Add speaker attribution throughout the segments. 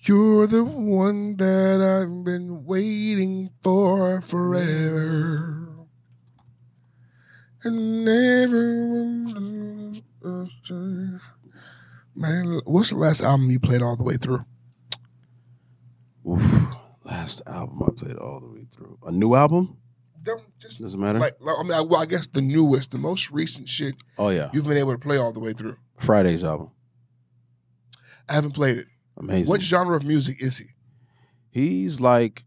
Speaker 1: You're the one that I've been waiting for forever. And never. Man, what's the last album you played all the way through?
Speaker 2: Oof, last album I played all the way through. A new album?
Speaker 1: Don't just
Speaker 2: Doesn't matter.
Speaker 1: like, like, I mean, I, well, I guess the newest, the most recent shit
Speaker 2: oh yeah,
Speaker 1: you've been able to play all the way through.
Speaker 2: Friday's album.
Speaker 1: I haven't played it.
Speaker 2: Amazing.
Speaker 1: What genre of music is he?
Speaker 2: he's like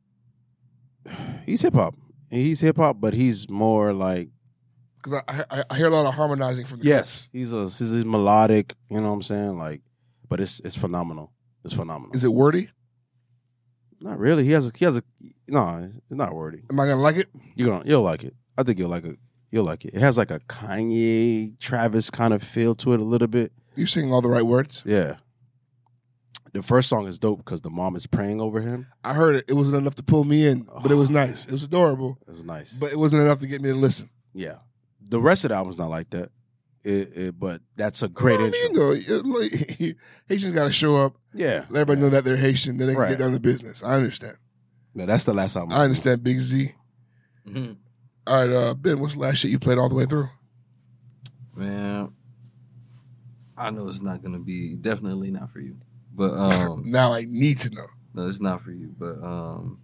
Speaker 2: he's hip hop. He's hip hop, but he's more like
Speaker 1: Because I, I I hear a lot of harmonizing from the
Speaker 2: yes, he's a he's a melodic. You know what I'm saying? Like, but it's it's phenomenal. It's phenomenal.
Speaker 1: clips. Is it wordy?
Speaker 2: not really. He has a he has a no. It's not wordy.
Speaker 1: Am I gonna like it?
Speaker 2: You're gonna you'll like it. I think you'll like it. You'll like it. It has like a Kanye Travis kind of feel to it a little bit.
Speaker 1: You singing all the right words?
Speaker 2: Yeah. The first song is dope because the mom is praying over him.
Speaker 1: I heard it. It wasn't enough to pull me in, but it
Speaker 2: Oh.
Speaker 1: was nice. It was adorable,
Speaker 2: That's nice.
Speaker 1: but it wasn't enough to get me to listen.
Speaker 2: yeah, the rest of the album's not like that. It, it, but that's a great
Speaker 1: You
Speaker 2: intro.
Speaker 1: know, it- like, Haitians got to show up.
Speaker 2: Yeah,
Speaker 1: Let everybody
Speaker 2: yeah.
Speaker 1: know that they're Haitian. Then they can
Speaker 2: Right.
Speaker 1: get down to business. I understand.
Speaker 2: Yeah, that's the last album.
Speaker 1: I understand. Big Z.
Speaker 3: Mhm.
Speaker 1: All right, uh, Ben. What's the last shit you played all the way through?
Speaker 3: Man, I know it's not gonna be definitely not for you, but um,
Speaker 1: Now I need to know.
Speaker 3: no, it's not for you. But um,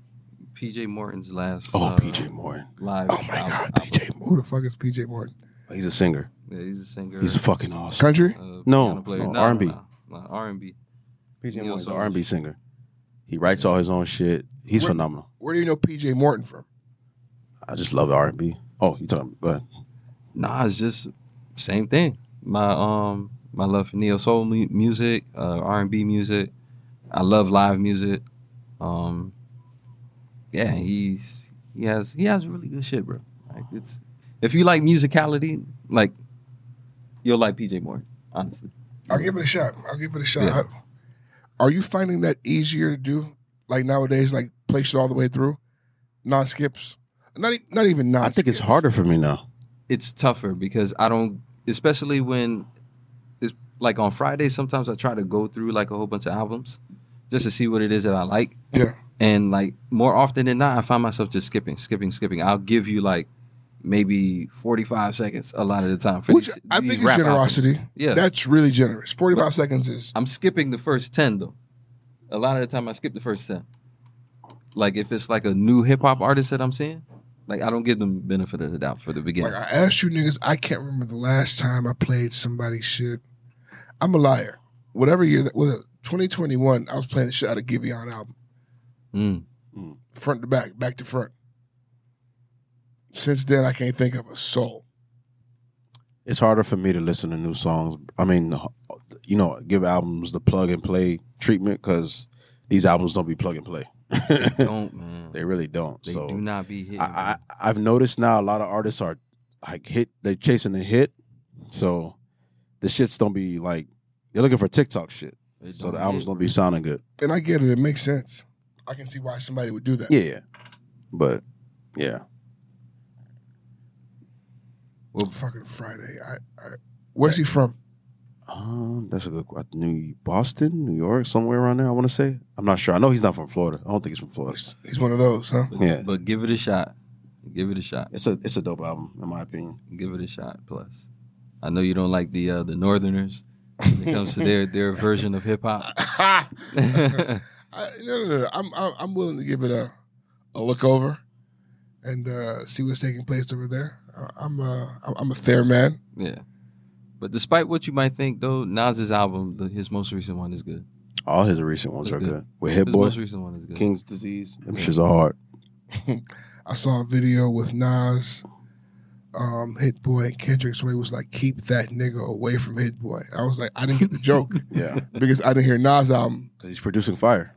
Speaker 3: PJ Morton's last
Speaker 2: Oh,
Speaker 3: uh,
Speaker 2: PJ Morton.
Speaker 3: live.
Speaker 1: Oh my
Speaker 3: al-
Speaker 1: God,
Speaker 3: album.
Speaker 1: PJ. Who the fuck is PJ Morton?
Speaker 2: He's a singer.
Speaker 3: Yeah, he's a singer.
Speaker 2: He's fucking awesome.
Speaker 1: Country.
Speaker 3: uh,
Speaker 2: No,
Speaker 3: piano player.
Speaker 2: no,
Speaker 3: No,
Speaker 2: R&B.
Speaker 3: no, no, no, R&B.
Speaker 2: PJ
Speaker 3: Neo
Speaker 2: Morton's an
Speaker 3: soul.
Speaker 2: R&B singer. He writes all his own shit. He's
Speaker 1: Where-
Speaker 2: phenomenal.
Speaker 1: Where do you know PJ Morton from?
Speaker 2: I just love R&B. Oh, you talking? Go ahead.
Speaker 3: Nah, it's just same thing. My um my love for neo soul mu- music, uh, R and B music. I love live music. Um, yeah, he's he has he has really good shit, bro. Like it's if you like musicality, like you'll like PJ Morton, honestly.
Speaker 1: I'll give it a shot. I'll give it a shot.
Speaker 3: Yeah.
Speaker 1: Are you finding that easier to do? Like nowadays, like play shit all the way through, non skips. Not e- not even non.
Speaker 2: I think it's harder for me now.
Speaker 3: It's tougher because I don't, especially when it's like on Friday. Sometimes I try to go through like a whole bunch of albums just to see what it is that I like.
Speaker 1: Yeah.
Speaker 3: and like more often than not i find myself just skipping skipping skipping i'll give you like maybe 45 seconds a lot of the time for
Speaker 1: Which
Speaker 3: these-
Speaker 1: I
Speaker 3: these
Speaker 1: think is
Speaker 3: rap
Speaker 1: generosity.
Speaker 3: albums. yeah
Speaker 1: That's really generous. Forty five seconds is.
Speaker 3: i'm skipping the first 10 though a lot of the time i skip the first 10 like if it's like a new hip-hop artist that i'm seeing like i don't give them benefit of the doubt for the beginning
Speaker 1: Like I asked you niggas, I can't remember the last time I played somebody's shit. I'm a liar. Whatever year that was, 2021, I was playing the shit out of Giveon album,
Speaker 3: Mm.
Speaker 1: front to back, back to front. Since then, I can't think of a soul.
Speaker 2: It's harder for me to listen to new songs. I mean, you know, give albums the plug and play treatment because these albums don't be plug and play.
Speaker 3: don't man
Speaker 2: they really don't.
Speaker 3: they
Speaker 2: so
Speaker 3: do not be hit
Speaker 2: I, I I've noticed now a lot of artists are like hit. They're chasing the hit, so the shits don't be like they're looking for TikTok shit. So the albums don't be sounding good.
Speaker 1: And I get it, it makes sense. I can see why somebody would do that.
Speaker 2: Yeah, yeah. but yeah,
Speaker 1: Fucking Friday. I, I, where's he from?
Speaker 2: um, that's a good. que- New Boston, New York, somewhere around there. I want to say. I'm not sure. I know he's not from Florida. I don't think he's from Florida.
Speaker 1: He's one of those, huh?
Speaker 3: but,
Speaker 2: yeah.
Speaker 3: but give it a shot give it a shot
Speaker 2: It's a it's a dope album in my opinion.
Speaker 3: give it a shot. Plus, I know you don't like the uh, the Northerners when it comes to their their version of hip hop.
Speaker 1: I, no, no, no, no. I'm, I'm I'm willing to give it a a look over and uh, see what's taking place over there. Uh, I'm a I'm a fair man.
Speaker 3: yeah, but despite what you might think, though Nas's album, the, his most recent one, is good.
Speaker 2: All his recent ones
Speaker 3: That's
Speaker 2: are
Speaker 3: good.
Speaker 2: good. With Hit
Speaker 3: his
Speaker 2: Boy,
Speaker 3: most recent one is good.
Speaker 2: King's Disease, them shits are hard.
Speaker 1: I saw a video with Nas, um, Hit Boy, and Kendrick. Somebody was like, "Keep that nigga away from Hit Boy." I was like, I didn't get the joke
Speaker 2: Yeah,
Speaker 1: because I didn't hear Nas album.
Speaker 2: because he's producing fire.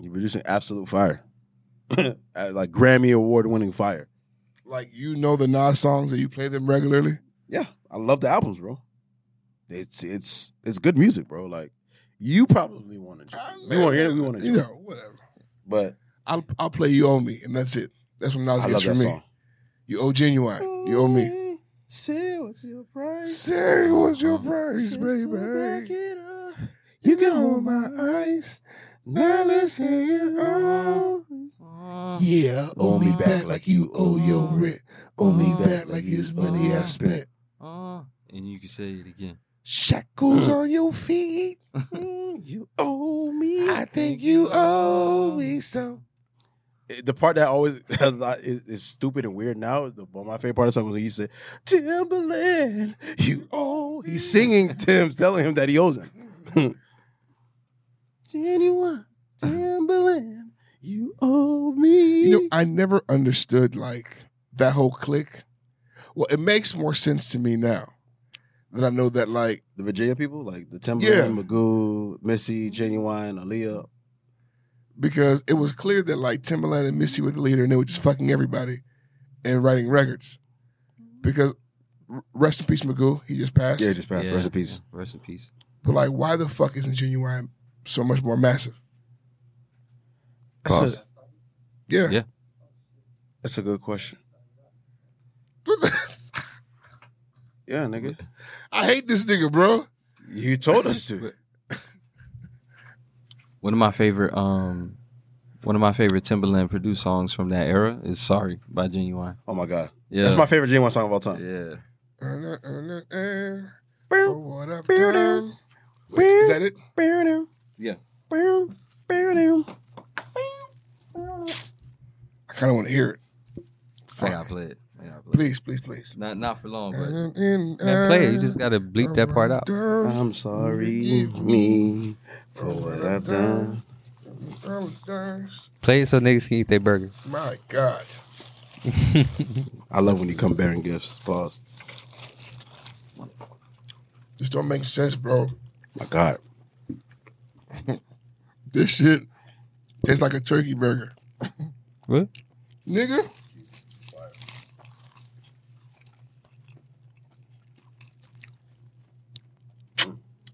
Speaker 2: He's producing absolute fire, Uh, like Grammy award winning fire.
Speaker 1: Like you know the Nas songs and you play them regularly.
Speaker 2: Yeah, I love the albums, bro. It's it's it's good music, bro. Like you probably want to, we want to, we want
Speaker 1: You
Speaker 2: to,
Speaker 1: know, whatever.
Speaker 2: but
Speaker 1: I'll I'll play "You Owe Me" and that's it. That's what Nas
Speaker 2: I
Speaker 1: gets
Speaker 2: love
Speaker 1: for
Speaker 2: that
Speaker 1: me.
Speaker 2: song.
Speaker 1: You owe genuine. You owe me.
Speaker 2: Say what's your price?
Speaker 1: Say what's your
Speaker 3: Uh-huh.
Speaker 1: price, baby.
Speaker 2: You can hold
Speaker 1: my eyes. Nervous and all. Yeah, owe me back like you owe your rent. Owe me back like it's money I spent.
Speaker 3: and you can say it again.
Speaker 1: Shackles on your feet.
Speaker 2: Mm, you owe me.
Speaker 1: I think you owe me some.
Speaker 2: It- The part that always a lot is, is stupid and weird now is the one of my favorite part of the song was when he said, Timberland, you owe. He's singing Tim's telling him that he owes him. Genuine Timberland, you owe me.
Speaker 1: You know, I never understood like that whole click. Well, it makes more sense to me now that I know that like
Speaker 2: the Virginia people, like the Timberland, Magoo, Missy, Genuine, Aaliyah.
Speaker 1: because it was clear that like Timberland and Missy were the leader, and they were just fucking everybody and writing records. Because r- rest in peace, Magoo, he just passed.
Speaker 2: Yeah, just passed.
Speaker 3: Yeah.
Speaker 2: Rest in peace.
Speaker 3: Rest in peace.
Speaker 1: But like, why the fuck isn't Genuine so much more massive?
Speaker 2: That's
Speaker 3: Pause.
Speaker 2: a,
Speaker 1: Yeah.
Speaker 3: Yeah.
Speaker 2: that's a good question. Yeah, nigga.
Speaker 1: I hate this nigga, bro.
Speaker 2: You told us to.
Speaker 3: One of my favorite um one of my favorite Timberland produced songs from that era is Sorry by Genuine.
Speaker 2: Oh my God.
Speaker 3: Yeah.
Speaker 2: That's my favorite Genuine song of all time.
Speaker 3: yeah.
Speaker 1: For
Speaker 2: Boom,
Speaker 1: what I've
Speaker 2: Boom.
Speaker 1: done. Is that it?
Speaker 2: boom,
Speaker 3: Yeah.
Speaker 2: boom, boom, boom.
Speaker 1: I kind of want to hear it.
Speaker 3: I
Speaker 1: Fuck.
Speaker 3: gotta play it. I gotta play it.
Speaker 1: Please, please, please.
Speaker 3: Not not for long, but
Speaker 1: Man,
Speaker 4: Man, play it. You just gotta bleep that part out.
Speaker 2: I'm sorry, me, for what I've done.
Speaker 4: Play it so niggas can eat their burger.
Speaker 1: My God.
Speaker 2: I love when you come bearing gifts. Pause.
Speaker 1: This don't make sense, bro.
Speaker 2: My God.
Speaker 1: This shit tastes like a turkey burger.
Speaker 4: What?
Speaker 1: Nigga.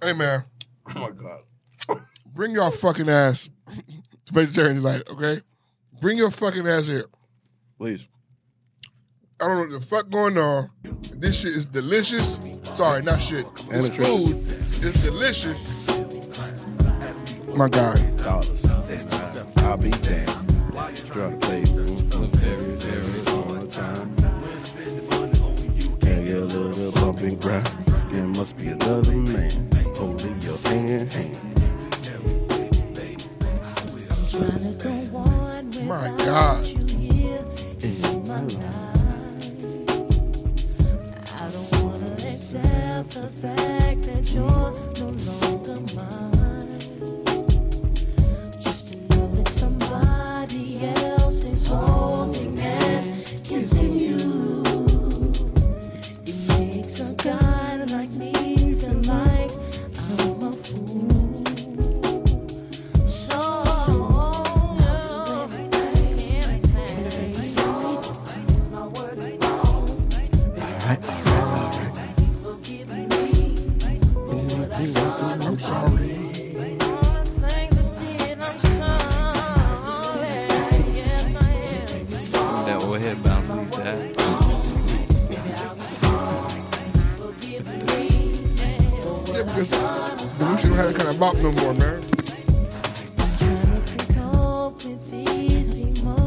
Speaker 1: Hey, man.
Speaker 2: Oh my God.
Speaker 1: Bring your fucking ass to vegetarian tonight, okay? Bring your fucking ass here.
Speaker 2: Please.
Speaker 1: I don't know what the fuck going on. This shit is delicious. Sorry, not shit. This
Speaker 2: nutritious.
Speaker 1: food is delicious. My God.
Speaker 2: Dollars. I'll be damned. Try to play.
Speaker 3: very, very long.
Speaker 2: Can't get a little bump and grind. There must be another man holding your hand. hand.
Speaker 1: My
Speaker 5: My
Speaker 1: God.
Speaker 5: God. I don't wanna accept the fact that you're no longer mine. Just to know that somebody else is holding and kissing you. It makes a guy like me feel like I'm a fool. So
Speaker 1: I'm sorry.
Speaker 3: That old head bounce needs to happen.
Speaker 1: Yeah, because the Lucy don't have that kind of bop no more, man.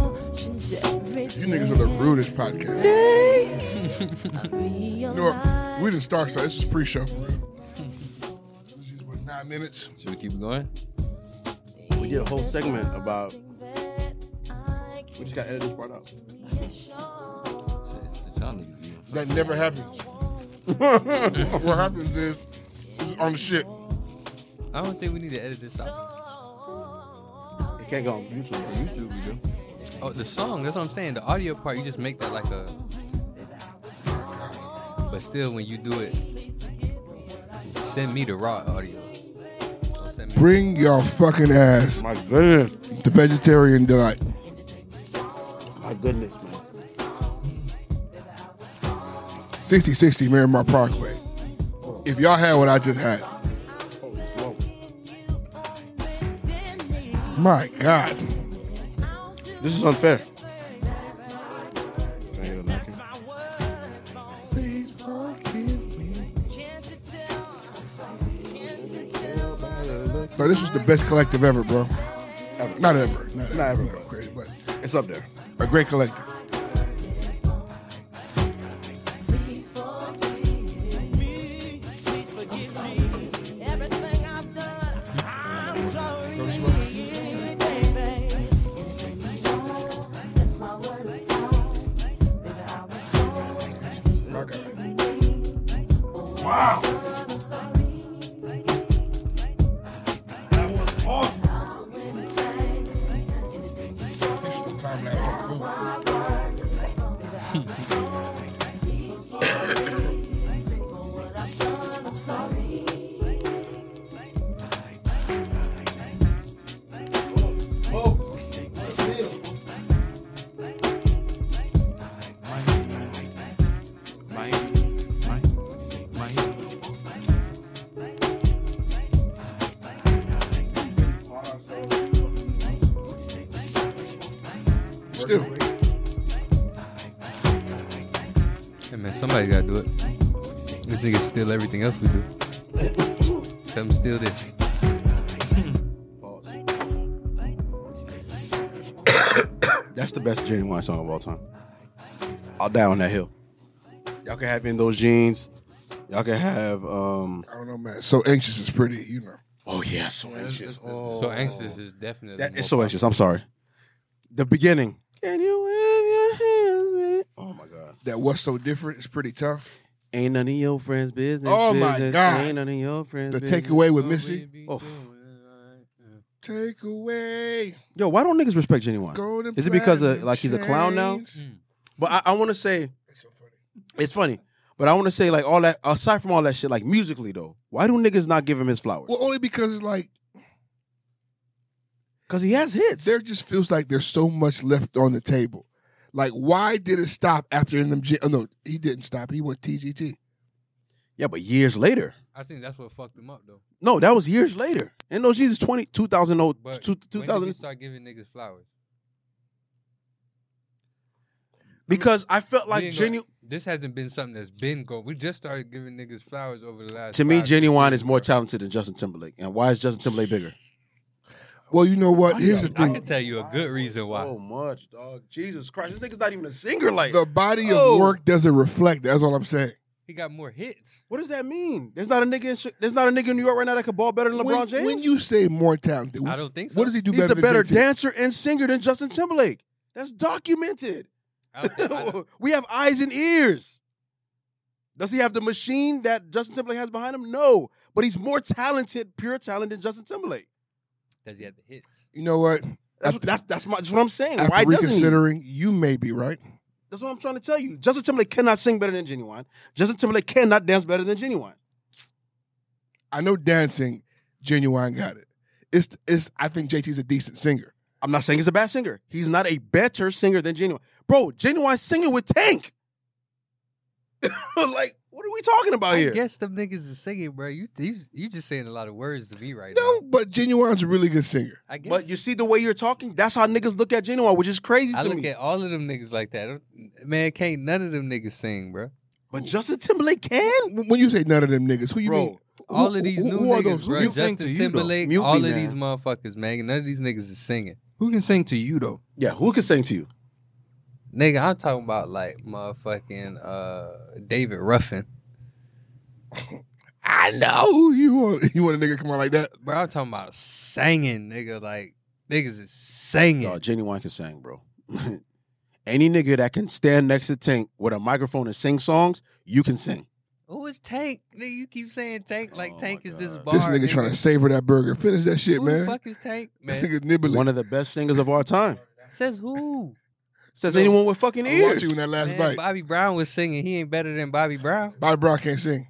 Speaker 1: You niggas are the rudest podcast. You know what? We didn't start, so this is pre-show for real. This is what, Nine minutes.
Speaker 3: Should we keep it going?
Speaker 2: We did a whole segment about. We
Speaker 5: Which
Speaker 2: just got to edit this part out.
Speaker 3: Shit, it's y'all niggas view.
Speaker 1: That never happens. what happens is, this is on the shit.
Speaker 4: I don't think we need to edit this out.
Speaker 2: It can't go on YouTube.
Speaker 3: YouTube we do.
Speaker 4: Oh, the song. That's what I'm saying. The audio part, you just make that like a. But still, when you do it, send me the raw audio. Don't send me-
Speaker 1: Bring your fucking ass
Speaker 2: My goodness.
Speaker 1: to vegetarian delight.
Speaker 2: My goodness, man.
Speaker 1: 6060 Miramar Parkway. If y'all had what I just had, my God.
Speaker 2: This is unfair.
Speaker 1: No, this was the best collective ever, bro. Not ever. Not ever.
Speaker 2: Not ever,
Speaker 1: but
Speaker 2: but-
Speaker 1: great, but
Speaker 2: It's up there.
Speaker 1: a great collective.
Speaker 5: Everything I've done, I'm sorry.
Speaker 1: Don't smoke. My God. Time lapse on the phone. Still,
Speaker 4: Hey man, somebody gotta do it. This nigga steal everything else we do. Tell him steal this.
Speaker 2: That's the best genuine song of all time. I'll die on that hill. Y'all can have in those jeans. Y'all can have. um
Speaker 1: I don't know, man. So anxious is pretty, you know.
Speaker 2: Oh yeah, so anxious. Oh.
Speaker 4: So anxious is definitely.
Speaker 2: That
Speaker 4: more
Speaker 2: is so anxious. I'm sorry. The beginning. Can you wave your hands? Oh my god.
Speaker 1: That what's so different is pretty tough.
Speaker 2: Ain't none of your friends' business.
Speaker 1: Oh, my
Speaker 2: business.
Speaker 1: God.
Speaker 2: Ain't none of your friends.
Speaker 1: The
Speaker 2: business.
Speaker 1: takeaway with Missy.
Speaker 2: Oh.
Speaker 1: Take away
Speaker 2: Yo, why don't niggas respect genuine?
Speaker 1: golden.
Speaker 2: Is it because of,
Speaker 1: platinum
Speaker 2: like, he's a clown now?
Speaker 1: chains.
Speaker 2: But I, I want to say
Speaker 1: That's so funny.
Speaker 2: it's funny. But I want to say like all that. Aside from all that shit, like musically though, why do niggas not give him his flowers?
Speaker 1: Well, only because it's like
Speaker 2: Because he has hits.
Speaker 1: there just feels like there's so much left on the table. Like, why did it stop after NMG? Oh, no, he didn't stop. He went TGT.
Speaker 2: Yeah, but years later.
Speaker 4: I think that's what fucked him up though.
Speaker 2: No, that was years later. And those Jesus 20, 2000, oh,
Speaker 4: But
Speaker 2: two-
Speaker 4: when did we
Speaker 2: 2000
Speaker 4: start giving niggas flowers?
Speaker 2: because I felt
Speaker 4: We
Speaker 2: like
Speaker 4: ain't gonna-
Speaker 2: genuine.
Speaker 4: This hasn't been something that's been going. We just started giving niggas flowers over the last.
Speaker 2: To me,
Speaker 4: five, six
Speaker 2: genuine
Speaker 4: years,
Speaker 2: is more
Speaker 4: bro.
Speaker 2: talented than Justin Timberlake. And why is Justin Timberlake bigger?
Speaker 1: Well, you know what? Here's the
Speaker 4: I can
Speaker 1: thing
Speaker 4: tell you a good reason why.
Speaker 2: So much, dog. Jesus Christ, this nigga's not even a singer. Like,
Speaker 1: the body of
Speaker 2: Oh.
Speaker 1: work doesn't reflect. That's all I'm saying.
Speaker 4: He got more hits.
Speaker 2: what does that mean? There's not a nigga. In, Chi- there's not a nigga in New York right now that could ball better than LeBron
Speaker 1: when,
Speaker 2: James.
Speaker 1: when you say more talented,
Speaker 4: I don't think so.
Speaker 1: what does he do
Speaker 2: he's
Speaker 1: better
Speaker 2: a better
Speaker 1: than JT?
Speaker 2: dancer and singer than Justin Timberlake. That's documented.
Speaker 4: I don't think- I don't-
Speaker 2: we have eyes and ears. Does he have the machine that Justin Timberlake has behind him? No, but he's more talented, pure talent than Justin Timberlake.
Speaker 4: does he have the hits?
Speaker 1: You know what?
Speaker 2: That's
Speaker 1: After-
Speaker 2: that's, that's, my, that's what I'm saying.
Speaker 1: After
Speaker 2: Why doesn't he?
Speaker 1: reconsidering, you may be right.
Speaker 2: That's what I'm trying to tell you. Justin Timberlake cannot sing better than Genuine. Justin Timberlake cannot dance better than Genuine.
Speaker 1: I know dancing, genuine got it. It's it's. I think JT's a decent singer.
Speaker 2: I'm not saying he's a bad singer. He's not a better singer than Genuine. Bro, Genuine singing with Tank. like, what are we talking about
Speaker 4: I
Speaker 2: here?
Speaker 4: guess them niggas is singing, bro. You you, you just saying a lot of words to me right
Speaker 1: No,
Speaker 4: now.
Speaker 1: but genuine's a really good singer.
Speaker 4: I guess.
Speaker 2: But you see the way you're talking, that's how niggas look at Genuine, which is crazy
Speaker 4: I
Speaker 2: to
Speaker 4: look
Speaker 2: me.
Speaker 4: at all of them niggas like that. I don't- Man, can't none of them niggas sing, bro.
Speaker 2: but Justin Timberlake can?
Speaker 1: When when you say none of them niggas, who you
Speaker 2: Bro,
Speaker 1: mean? Who-
Speaker 4: All of these
Speaker 1: who-
Speaker 4: new
Speaker 1: who are
Speaker 4: niggas,
Speaker 1: those? Who
Speaker 4: bro.
Speaker 1: you-
Speaker 4: Justin
Speaker 3: to you, though?
Speaker 4: Timberlake,
Speaker 2: Mute
Speaker 4: all
Speaker 2: me
Speaker 4: of
Speaker 2: now.
Speaker 4: these motherfuckers, man. None of these niggas is singing.
Speaker 3: Who can sing to you though?
Speaker 2: Yeah, who can sing to you?
Speaker 4: Nigga, I'm talking about like motherfucking uh, David Ruffin.
Speaker 1: I know you want you want a nigga come out like that.
Speaker 4: Bro, I'm talking about singing, nigga. Like niggas is singing.
Speaker 2: No, Genuine can sing, bro. Any nigga that can stand next to Tank with a microphone and sing songs, you can sing.
Speaker 4: Who is Tank? Nigga, you keep saying Tank like
Speaker 2: Oh
Speaker 4: Tank
Speaker 2: my
Speaker 4: is this
Speaker 2: God.
Speaker 4: bar.
Speaker 1: This nigga trying to savor that burger. Finish that shit,
Speaker 4: Who the
Speaker 1: man.
Speaker 4: fuck is Tank,
Speaker 1: This
Speaker 4: man?
Speaker 1: nigga nibbling.
Speaker 2: One of the best singers of our time.
Speaker 4: Says who?
Speaker 2: Says
Speaker 1: No.
Speaker 2: anyone with fucking
Speaker 1: I watched
Speaker 2: ears.
Speaker 1: you in that last
Speaker 4: Man,
Speaker 1: bite.
Speaker 4: Bobby Brown was singing. He ain't better than Bobby Brown.
Speaker 1: Bobby Brown can't sing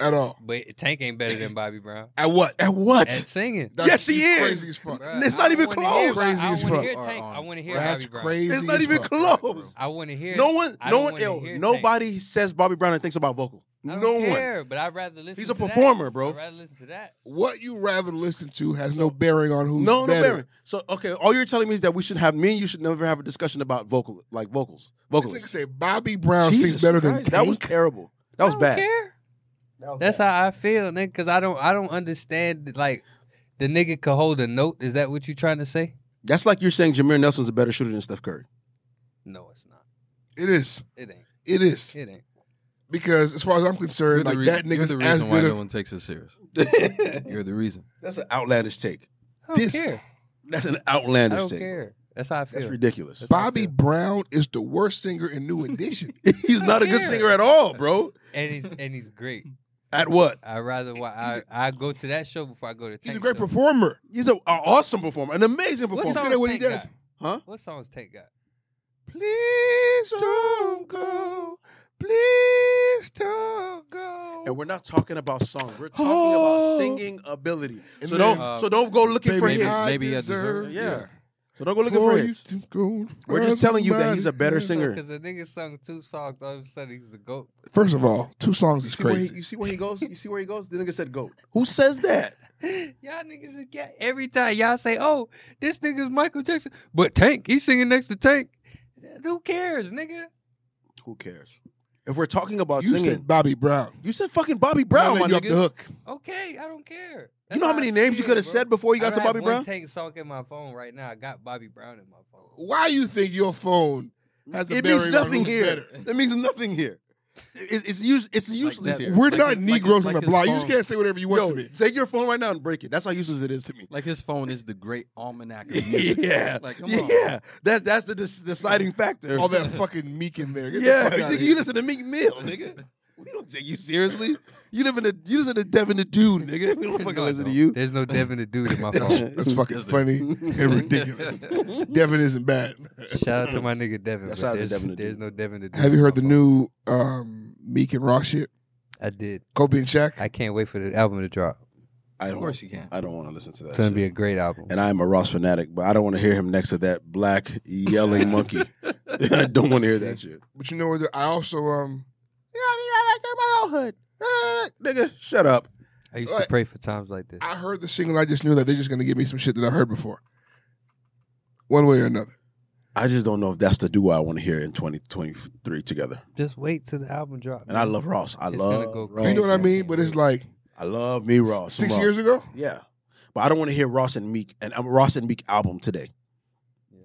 Speaker 1: at all.
Speaker 4: But Tank ain't better than Bobby Brown.
Speaker 1: At what?
Speaker 2: At what?
Speaker 4: At singing.
Speaker 2: Yes, he
Speaker 1: he's
Speaker 2: is.
Speaker 1: Crazy as fuck.
Speaker 4: Bruh,
Speaker 2: It's
Speaker 4: I
Speaker 2: not even
Speaker 4: don't wanna hear-
Speaker 2: close.
Speaker 4: I
Speaker 1: Crazy
Speaker 4: want
Speaker 1: as
Speaker 4: to hear
Speaker 1: fuck.
Speaker 4: Tank. I want to hear
Speaker 1: That's
Speaker 4: Bobby Brown.
Speaker 1: crazy.
Speaker 2: It's not
Speaker 1: as
Speaker 2: even
Speaker 1: fuck.
Speaker 2: close.
Speaker 4: I want to hear.
Speaker 2: No one, no
Speaker 4: I don't
Speaker 2: one,
Speaker 4: wanna
Speaker 2: yo,
Speaker 4: hear Tank.
Speaker 2: nobody says Bobby Brown and thinks about vocal.
Speaker 4: I don't
Speaker 2: No one.
Speaker 4: care, But I'd rather listen.
Speaker 2: He's a
Speaker 4: to that.
Speaker 2: performer, bro.
Speaker 4: I'd rather listen to that.
Speaker 1: What you rather listen to has no bearing on who's
Speaker 2: No, no,
Speaker 1: better.
Speaker 2: Baron. So, okay, all you're telling me is that we should have me and you should never have a discussion about vocal, like vocals,
Speaker 1: This nigga
Speaker 2: vocalists.
Speaker 1: say Bobby Brown sings
Speaker 2: Jesus
Speaker 1: better
Speaker 2: Christ,
Speaker 1: than
Speaker 2: that was
Speaker 1: Tank?
Speaker 2: terrible. That was
Speaker 4: I don't
Speaker 2: bad.
Speaker 4: care. That's how I feel, nigga. Because I don't, I don't understand like The nigga could hold a note. Is that what you trying to say?
Speaker 2: That's like you're saying Jameer Nelson's a better shooter than Steph Curry.
Speaker 4: No, it's not.
Speaker 1: It is.
Speaker 4: It ain't.
Speaker 1: It is.
Speaker 4: It ain't.
Speaker 1: Because as far as I'm concerned, like that
Speaker 3: you're
Speaker 1: nigga's
Speaker 3: the
Speaker 1: as
Speaker 3: reason why
Speaker 1: good.
Speaker 3: no
Speaker 1: A,
Speaker 3: one takes it serious.
Speaker 2: That's
Speaker 3: You're the reason.
Speaker 2: an outlandish take.
Speaker 4: I don't
Speaker 2: This-
Speaker 4: care.
Speaker 2: That's an
Speaker 4: I
Speaker 2: outlandish
Speaker 4: don't
Speaker 2: take.
Speaker 4: care. That's how I feel.
Speaker 2: That's ridiculous.
Speaker 4: That's-
Speaker 1: Bobby Brown is the worst singer in New Edition.
Speaker 2: He's not a good
Speaker 4: care.
Speaker 2: singer at all, bro.
Speaker 4: and he's and he's great.
Speaker 2: At what?
Speaker 4: I rather wa- I I go to that show before I go to.
Speaker 1: He's a
Speaker 4: Tank's
Speaker 1: great
Speaker 4: show.
Speaker 1: performer.
Speaker 2: He's a, an awesome performer, an amazing
Speaker 4: What
Speaker 2: performer.
Speaker 1: song-
Speaker 4: songs
Speaker 1: Look at what he
Speaker 4: Tank
Speaker 1: does.
Speaker 4: got?
Speaker 2: Huh?
Speaker 4: What songs Tank got?
Speaker 2: Please don't go. Please don't go. And we're not talking about song. We're talking
Speaker 1: Oh.
Speaker 2: about singing ability.
Speaker 1: And
Speaker 2: so
Speaker 1: then,
Speaker 2: don't
Speaker 3: uh,
Speaker 2: so don't go looking for
Speaker 3: maybe-
Speaker 2: hits.
Speaker 3: I maybe I deserve-
Speaker 2: yeah. So don't go looking
Speaker 1: Before
Speaker 2: for
Speaker 1: you
Speaker 2: hits.
Speaker 1: to go
Speaker 2: We're just telling you that
Speaker 1: find
Speaker 2: he's a better
Speaker 1: somebody.
Speaker 2: singer.
Speaker 4: Because the nigga sung two songs, all of a sudden he's a goat.
Speaker 1: First of all, two songs is
Speaker 2: Where he,
Speaker 1: crazy.
Speaker 2: you see where he goes? You see where he goes? The nigga said goat. Who says that?
Speaker 4: Y'all niggas is get every time y'all say, "Oh, this nigga's Michael Jackson," but Tank, he's singing next to Tank. Who cares, nigga?
Speaker 2: Who cares? If we're talking about
Speaker 1: You
Speaker 2: singing,
Speaker 1: said Uh, Bobby Brown.
Speaker 2: you said fucking Bobby Brown,
Speaker 1: Now
Speaker 2: my
Speaker 1: you off
Speaker 2: nigga.
Speaker 1: the hook.
Speaker 4: Okay, I don't care.
Speaker 2: You know how many names you could have said before you got to Bobby Brown?
Speaker 4: Tank song in my phone right now. I got Bobby Brown in my phone.
Speaker 1: Why you think your phone has a
Speaker 2: It means
Speaker 1: bearing on
Speaker 2: nothing
Speaker 1: who's
Speaker 2: here.
Speaker 1: better?
Speaker 2: It means nothing here. It's, it's, use, it's useless
Speaker 3: that-
Speaker 2: here.
Speaker 1: We're
Speaker 3: Like
Speaker 1: not
Speaker 3: his- like
Speaker 1: Negroes
Speaker 3: his-
Speaker 1: on
Speaker 3: like
Speaker 1: the
Speaker 3: his
Speaker 1: block. You just
Speaker 3: phone.
Speaker 1: can't say whatever you want
Speaker 2: Yo,
Speaker 1: to me.
Speaker 2: take your phone right now and break it. That's how useless it is to me.
Speaker 3: Like his phone is the great almanac of music.
Speaker 2: yeah,
Speaker 3: Like, come on.
Speaker 2: yeah. That's that's the dis- deciding factor.
Speaker 1: All that fucking meek in there. Get the
Speaker 2: yeah,
Speaker 1: fuck outta
Speaker 2: nigga,
Speaker 1: here.
Speaker 2: you listen to Meek Mill, nigga. We don't take you seriously. You live in the you listen to Devin the Dude, nigga. We don't fucking
Speaker 4: No, I
Speaker 2: listen to
Speaker 4: don't.
Speaker 2: you.
Speaker 4: There's no Devin the dude in my phone.
Speaker 1: That's fucking funny and ridiculous. Devin isn't bad.
Speaker 4: Shout out to my nigga Devin.
Speaker 2: That's
Speaker 4: but
Speaker 2: how the
Speaker 4: there's
Speaker 2: Devin the
Speaker 4: there's
Speaker 2: Dude.
Speaker 4: no Devin the dude.
Speaker 1: Have you
Speaker 4: in
Speaker 1: heard
Speaker 4: my
Speaker 1: the new um, Meek and Raw shit?
Speaker 4: phone. I did.
Speaker 1: Kobe and Shaq?
Speaker 4: I can't wait for the album to drop.
Speaker 2: I
Speaker 3: Of course you can.
Speaker 2: I don't want to listen to that.
Speaker 4: It's gonna
Speaker 2: shit.
Speaker 4: be a great album.
Speaker 2: and I am a Ross fanatic, but I don't want to hear him next to that black yelling monkey. I don't want to hear that shit.
Speaker 1: But you know what? I also um,
Speaker 2: Uh, Nigga, shut up.
Speaker 4: I used to
Speaker 1: Right.
Speaker 4: pray for times like this.
Speaker 1: I heard the single. I just knew that they're just gonna give me some shit that I've heard before, one way or another.
Speaker 2: I just don't know if that's the duo I want to hear in 2023 together.
Speaker 4: Just wait till the album drop.
Speaker 2: And I
Speaker 4: man.
Speaker 2: love Ross. I
Speaker 4: It's gonna
Speaker 2: love
Speaker 4: go
Speaker 2: Ross.
Speaker 1: You know what I
Speaker 4: man.
Speaker 1: mean? But it's like
Speaker 2: I love me Ross.
Speaker 1: six
Speaker 2: Ross.
Speaker 1: years ago.
Speaker 2: Yeah. But I don't want to hear Ross and Meek and um, Ross and Meek album today.
Speaker 4: Yeah.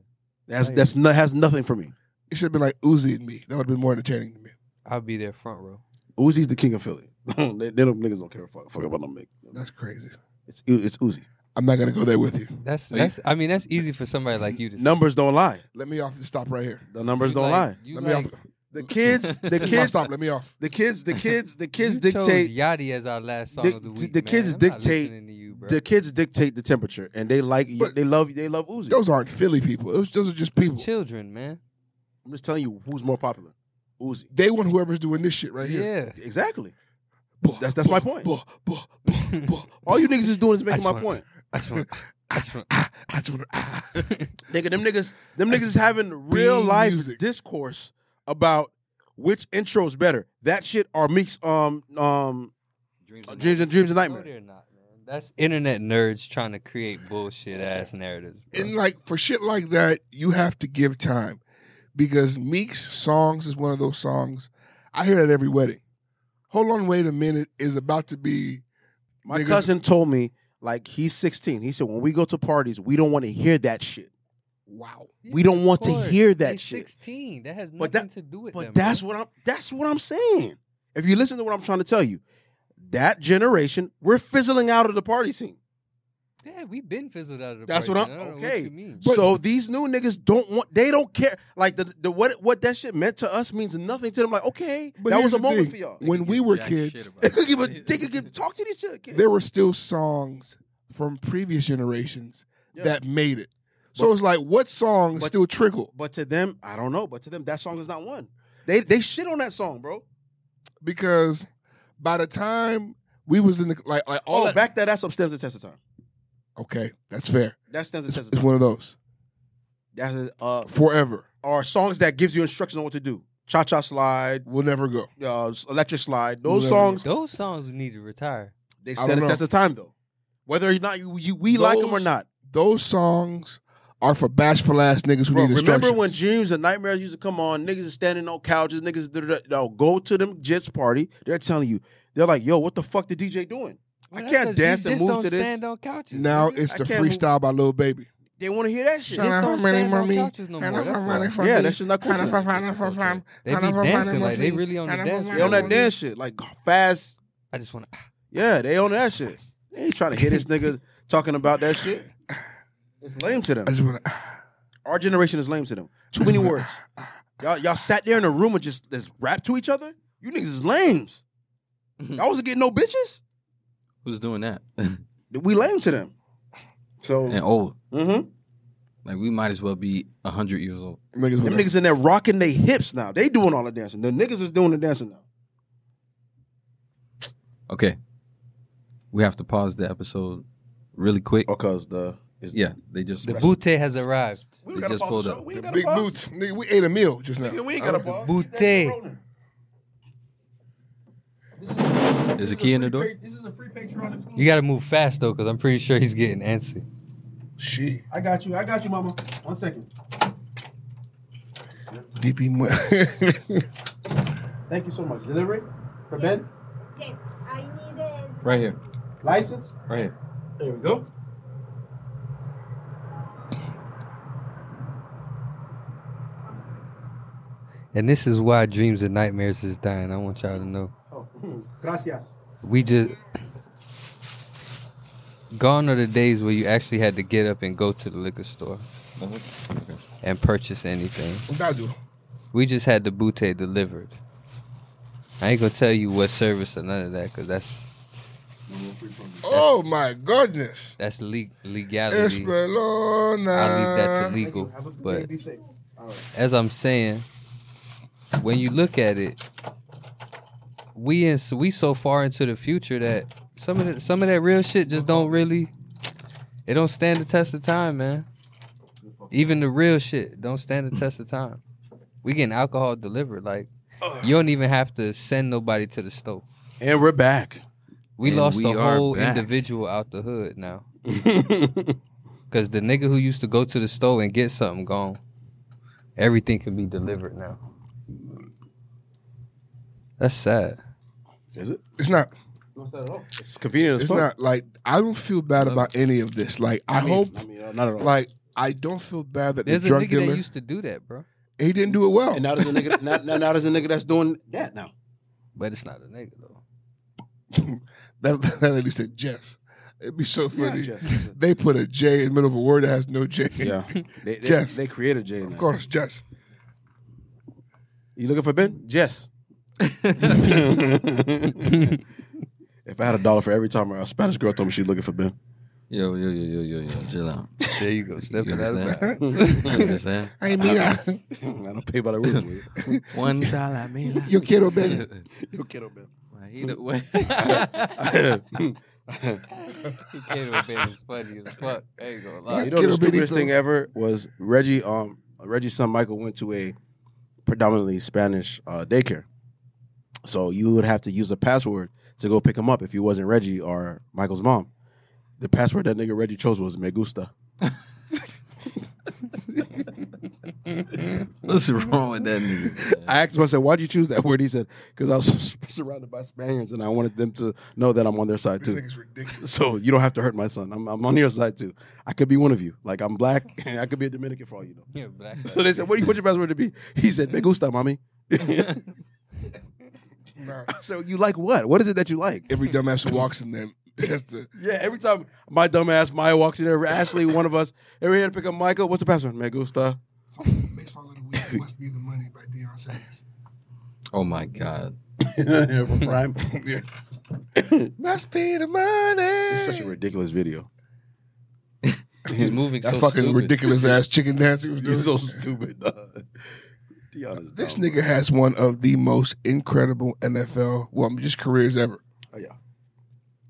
Speaker 2: That's
Speaker 4: I
Speaker 2: that's no, has nothing for me.
Speaker 1: It should have been like Uzi and me. That would have been more entertaining to me.
Speaker 4: I'll be there front row.
Speaker 2: Uzi's the king of Philly. they, they don't niggas don't care fuck, fuck about no Meek.
Speaker 1: That's crazy.
Speaker 2: It's it's Uzi.
Speaker 1: I'm not gonna go there with you.
Speaker 4: That's
Speaker 3: Are you-
Speaker 4: that's. I mean, that's easy for somebody like you to. say.
Speaker 2: Numbers don't lie.
Speaker 1: Let me off. Stop right here.
Speaker 2: The numbers
Speaker 4: You
Speaker 2: don't
Speaker 4: like-
Speaker 2: lie.
Speaker 4: You
Speaker 1: Let me
Speaker 4: like,
Speaker 1: off.
Speaker 2: The kids, the
Speaker 1: This is my
Speaker 2: kids,
Speaker 1: stop. Let me off.
Speaker 2: the kids, the kids, the kids
Speaker 4: you
Speaker 2: dictate.
Speaker 4: chose Yachty as our last song
Speaker 2: Dic-
Speaker 4: of the
Speaker 2: t-
Speaker 4: week.
Speaker 2: the
Speaker 4: man.
Speaker 2: kids
Speaker 4: I'm not
Speaker 2: dictate-
Speaker 4: listening to you, bro.
Speaker 2: The kids dictate the temperature, and they like,
Speaker 1: But-
Speaker 2: they love, they love Uzi.
Speaker 1: Those aren't Philly people. Those, those are just people.
Speaker 4: Children, man.
Speaker 2: I'm just telling you, who's more popular, Uzi.
Speaker 1: They want whoever's doing this shit right here.
Speaker 4: Yeah.
Speaker 2: Exactly. That's- that's my point.
Speaker 1: Buh, buh, buh, buh.
Speaker 2: All you niggas is doing is making
Speaker 4: just
Speaker 2: my
Speaker 4: wanna-
Speaker 2: point,
Speaker 4: I just want. I just want.
Speaker 1: Ah, I just wanna- ah.
Speaker 2: nigga. Them niggas, them niggas is having real
Speaker 1: Bean
Speaker 2: life
Speaker 1: music.
Speaker 2: discourse about which intro's better, that shit or Meek's um um
Speaker 3: Dreams
Speaker 2: uh,
Speaker 3: and
Speaker 2: dreams and dreams and
Speaker 4: No,
Speaker 2: nightmare.
Speaker 4: they're not, man. That's internet nerds trying to create bullshit ass narratives. bro.
Speaker 1: And like for shit like that, you have to give time because Meek's songs is one of those songs I hear at every wedding. Hold on, wait a minute is about to be
Speaker 2: My
Speaker 1: niggas-
Speaker 2: cousin told me like he's 16. He said when we go to parties, we don't want to hear that shit.
Speaker 1: wow.
Speaker 2: We don't
Speaker 4: Of
Speaker 2: want to
Speaker 4: course.
Speaker 2: hear that
Speaker 4: He's
Speaker 2: shit.
Speaker 4: 16. That has nothing
Speaker 2: But that-
Speaker 4: to do with
Speaker 2: But
Speaker 4: them,
Speaker 2: that's
Speaker 4: bro.
Speaker 2: what I'm that's what I'm saying. If you listen to what I'm trying to tell you, that generation, we're fizzling out of the party scene.
Speaker 4: Yeah, we've been fizzled out of the
Speaker 2: That's
Speaker 4: party,
Speaker 2: what
Speaker 4: man.
Speaker 2: I'm-
Speaker 4: I don't know
Speaker 2: okay.
Speaker 4: What you mean.
Speaker 2: so these new niggas don't want they don't care. Like the, the what what that shit meant to us means nothing to them. Like, okay,
Speaker 1: But
Speaker 2: that
Speaker 1: here's
Speaker 2: was a
Speaker 1: the
Speaker 2: moment
Speaker 1: thing.
Speaker 2: for y'all.
Speaker 1: When
Speaker 3: Give
Speaker 1: we were
Speaker 3: jack
Speaker 1: kids,
Speaker 3: shit about
Speaker 2: They could give a
Speaker 3: it.
Speaker 2: they could give talk to these shit kids.
Speaker 1: There were still songs from previous generations
Speaker 2: Yeah.
Speaker 1: that made it. So
Speaker 2: But-
Speaker 1: it's like what songs
Speaker 2: but-
Speaker 1: still trickle
Speaker 2: But to them, I don't know, but to them that song is not one. They they shit on that song, bro.
Speaker 1: because by the time we was in the like like all
Speaker 2: oh,
Speaker 1: that,
Speaker 2: back that ass up stands the test of time.
Speaker 1: okay, that's fair.
Speaker 2: That stands the
Speaker 1: It's,
Speaker 2: test of
Speaker 1: it's
Speaker 2: time.
Speaker 1: one of those
Speaker 2: That's uh
Speaker 1: forever.
Speaker 2: are songs that gives you instructions on what to do. Cha cha slide,
Speaker 1: We'll never go.
Speaker 2: uh, s- electric slide. Those
Speaker 1: Whatever.
Speaker 2: songs
Speaker 4: Those songs we need to retire.
Speaker 2: they
Speaker 1: don't
Speaker 2: stand the
Speaker 1: know.
Speaker 2: test of time though. Whether or not you, you we like 'em like them or
Speaker 1: Those-
Speaker 2: not.
Speaker 1: Those songs are for bashful ass niggas who
Speaker 2: Bro,
Speaker 1: need instructions.
Speaker 2: remember when dreams and nightmares used to come on? Niggas is standing on couches. Niggas, da- da- da- no, go to them Jets party. They're telling you, they're like, "Yo, what the fuck the DJ doing?" I
Speaker 4: that's
Speaker 2: can't
Speaker 4: 'cause
Speaker 2: dance
Speaker 4: you
Speaker 2: and
Speaker 4: just
Speaker 2: move
Speaker 4: don't
Speaker 2: to this.
Speaker 4: Stand on couches.
Speaker 1: Now
Speaker 4: nigga.
Speaker 1: it's the
Speaker 2: I can't move-
Speaker 1: freestyle by Lil Baby.
Speaker 2: They want to hear that shit.
Speaker 1: Shut
Speaker 4: Just
Speaker 1: up,
Speaker 4: don't
Speaker 1: money,
Speaker 4: stand on
Speaker 1: mommy.
Speaker 4: couches no more. That's why.
Speaker 2: Yeah, that shit's not cool.
Speaker 4: They
Speaker 2: to
Speaker 4: be
Speaker 2: me.
Speaker 4: dancing like they really on the dance
Speaker 2: They
Speaker 4: floor.
Speaker 2: on that dance shit, like fast.
Speaker 4: I just want to.
Speaker 2: Yeah, they on that shit. They ain't trying to hear this nigga talking about that shit. It's lame to them.
Speaker 1: I just want to.
Speaker 2: Our generation is lame to them. Too many words. Y'all, y'all sat there in a room and just, just rap to each other. You niggas is lames. Y'all wasn't getting no bitches.
Speaker 3: Who's doing that?
Speaker 2: We lame to them. So,
Speaker 3: and old.
Speaker 2: mhm.
Speaker 3: Like we might as well be hundred years old.
Speaker 1: Niggas
Speaker 2: them
Speaker 1: want to.
Speaker 2: niggas in there rocking their hips now. They doing all the dancing. The niggas is doing the dancing now.
Speaker 3: Okay. We have to pause the episode really quick.
Speaker 2: Because Oh, the is
Speaker 3: Yeah, they just
Speaker 4: The bootay has arrived.
Speaker 2: We
Speaker 3: They
Speaker 2: gotta
Speaker 3: just
Speaker 2: pause
Speaker 3: pulled
Speaker 2: the
Speaker 3: up.
Speaker 2: show. We
Speaker 1: The
Speaker 2: ain't gotta
Speaker 1: big
Speaker 2: pause.
Speaker 1: boots. Nigga, we ate a meal just now.
Speaker 2: Nigga, we ain't
Speaker 1: I
Speaker 2: got a
Speaker 1: don't-
Speaker 2: pause.
Speaker 4: Booty.
Speaker 2: Keep that shit rolling.
Speaker 3: Is the key in the door?
Speaker 2: This is a free Patreon exclusive.
Speaker 4: You got to move fast though, because I'm pretty sure he's getting antsy.
Speaker 1: She.
Speaker 2: I got you. I got you, mama. One second.
Speaker 1: DP. Mu-
Speaker 2: Thank you so much. Delivery? For Ben?
Speaker 6: Okay, I needed
Speaker 3: Right here.
Speaker 2: License?
Speaker 3: Right here.
Speaker 2: There we go.
Speaker 4: And this is why dreams and nightmares is dying. I want y'all to know.
Speaker 2: Oh, gracias.
Speaker 4: We just gone are the days where you actually had to get up and go to the liquor store and purchase anything.
Speaker 1: I do.
Speaker 4: We just had the bootay delivered. I ain't gonna tell you what service or none of that, cause that's
Speaker 1: Oh my goodness.
Speaker 4: that's le- legality.
Speaker 1: Espelona.
Speaker 4: I'll leave that to
Speaker 1: leave.
Speaker 4: legal.
Speaker 2: Thank you. Have a good day.
Speaker 4: But
Speaker 2: Be safe. All right.
Speaker 4: as I'm saying, when you look at it, we in we so far into the future that some of the, some of that real shit just don't really it don't stand the test of time, man. Even the real shit don't stand the test of time. We getting alcohol delivered, like you don't even have to send nobody to the store.
Speaker 2: And we're back.
Speaker 4: We
Speaker 3: And
Speaker 4: lost
Speaker 3: we
Speaker 4: a
Speaker 3: are
Speaker 4: whole
Speaker 3: back.
Speaker 4: individual out the hood now. Cause the nigga who used to go to the store and get something gone, everything can be delivered now. That's sad.
Speaker 2: Is it?
Speaker 1: It's not.
Speaker 2: Not at all. It's convenient as
Speaker 1: It's
Speaker 2: fuck.
Speaker 1: not like I don't feel bad about any of this. Like I,
Speaker 2: I mean,
Speaker 1: hope.
Speaker 2: I mean, uh, not at all.
Speaker 1: Like I don't feel bad that
Speaker 4: There's
Speaker 1: the
Speaker 4: a
Speaker 1: drug
Speaker 4: nigga
Speaker 1: dealer
Speaker 4: that used to do that, bro.
Speaker 1: he didn't do it well.
Speaker 2: and now there's a nigga. now, now, now there's a nigga that's doing that now.
Speaker 4: But it's not a nigga though.
Speaker 1: That, that lady said Jess. It'd be so
Speaker 2: Yeah,
Speaker 1: funny.
Speaker 2: Jess.
Speaker 1: They put a J in the middle of a word that has no J.
Speaker 2: They, they,
Speaker 1: Jess.
Speaker 2: they created Jay.
Speaker 1: Of course, Jess.
Speaker 2: You looking for Ben? Jess. if I had a dollar for every time a Spanish girl told me she's looking for Ben.
Speaker 3: Yo, yo, yo, yo, yo, yo. Chill out.
Speaker 4: There you go,
Speaker 3: You
Speaker 4: stepping out of
Speaker 3: understand?
Speaker 4: bounds.
Speaker 3: You understand?
Speaker 1: Ay, mira.
Speaker 2: I don't pay by the rules. nigga.
Speaker 3: One dollar, man.
Speaker 1: Yo quiero ver.
Speaker 2: Yo quiero Ben.
Speaker 4: He can't have been as funny as fuck. There you go.
Speaker 2: Uh,
Speaker 4: lie.
Speaker 2: you know the
Speaker 1: Quiero
Speaker 2: stupidest
Speaker 1: Benito.
Speaker 2: thing ever was Reggie. Um, Reggie's son Michael went to a predominantly Spanish uh, daycare, so you would have to use a password to go pick him up if you wasn't Reggie or Michael's mom. The password that nigga Reggie chose was "Me gusta."
Speaker 3: What's wrong with that nigga? man?
Speaker 2: I asked him, I said, "Why'd you choose that word?" He said, "Because I was surrounded by Spaniards and I wanted them to know that I'm on their side
Speaker 1: This
Speaker 2: too."
Speaker 1: nigga's ridiculous.
Speaker 2: So you don't have to hurt my son. I'm, I'm on your side too. I could be one of you. Like I'm black and I could be a Dominican for all you know.
Speaker 4: Yeah, black.
Speaker 2: So they said, "What do you want your password to be?" He said, "Me gusta, mommy."
Speaker 1: Nah.
Speaker 2: so you like what? What is it that you like?
Speaker 1: Every dumbass who walks in there has to.
Speaker 2: Yeah, every time my dumb ass Maya walks in there, Ashley, one of us, every here to pick up Michael. What's the password? Me gusta.
Speaker 1: Makes all of the week must be the money by Deion Sanders.
Speaker 3: Oh my god.
Speaker 2: Prime.
Speaker 1: yeah. must be the money.
Speaker 2: It's such a ridiculous video.
Speaker 3: He's moving
Speaker 1: that
Speaker 3: so
Speaker 1: fucking
Speaker 3: stupid.
Speaker 1: ridiculous ass chicken dance he was doing.
Speaker 2: He's so stupid. dog. Deion is
Speaker 1: this
Speaker 2: dumb,
Speaker 1: nigga has one of the most incredible NFL, well, just careers ever.
Speaker 2: bro. Oh, yeah.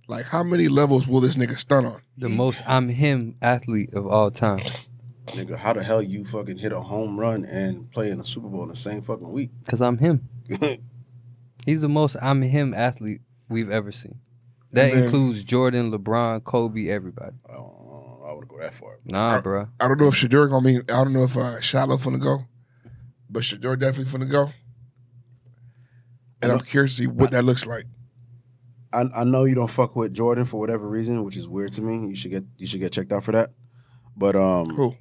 Speaker 1: Like, how many levels will this nigga stunt on?
Speaker 4: The most I'm him athlete of all time.
Speaker 2: Nigga, how the hell you fucking hit a home run and play in a Super Bowl in the same fucking week?
Speaker 4: Cause I'm him. He's the most I'm him athlete we've ever seen. That
Speaker 1: Then-
Speaker 4: includes Jordan, LeBron, Kobe, everybody.
Speaker 2: I don't- I would go that far.
Speaker 4: Nah, bruh.
Speaker 1: I don't know if Shadur gonna be. I don't know if uh, Shiloh finna go, but Shadur definitely finna go. And I'm curious to see what that looks like.
Speaker 2: I, I know you don't fuck with Jordan for whatever reason, which is weird to me. You should get you should get checked out for that. But um,
Speaker 1: Who?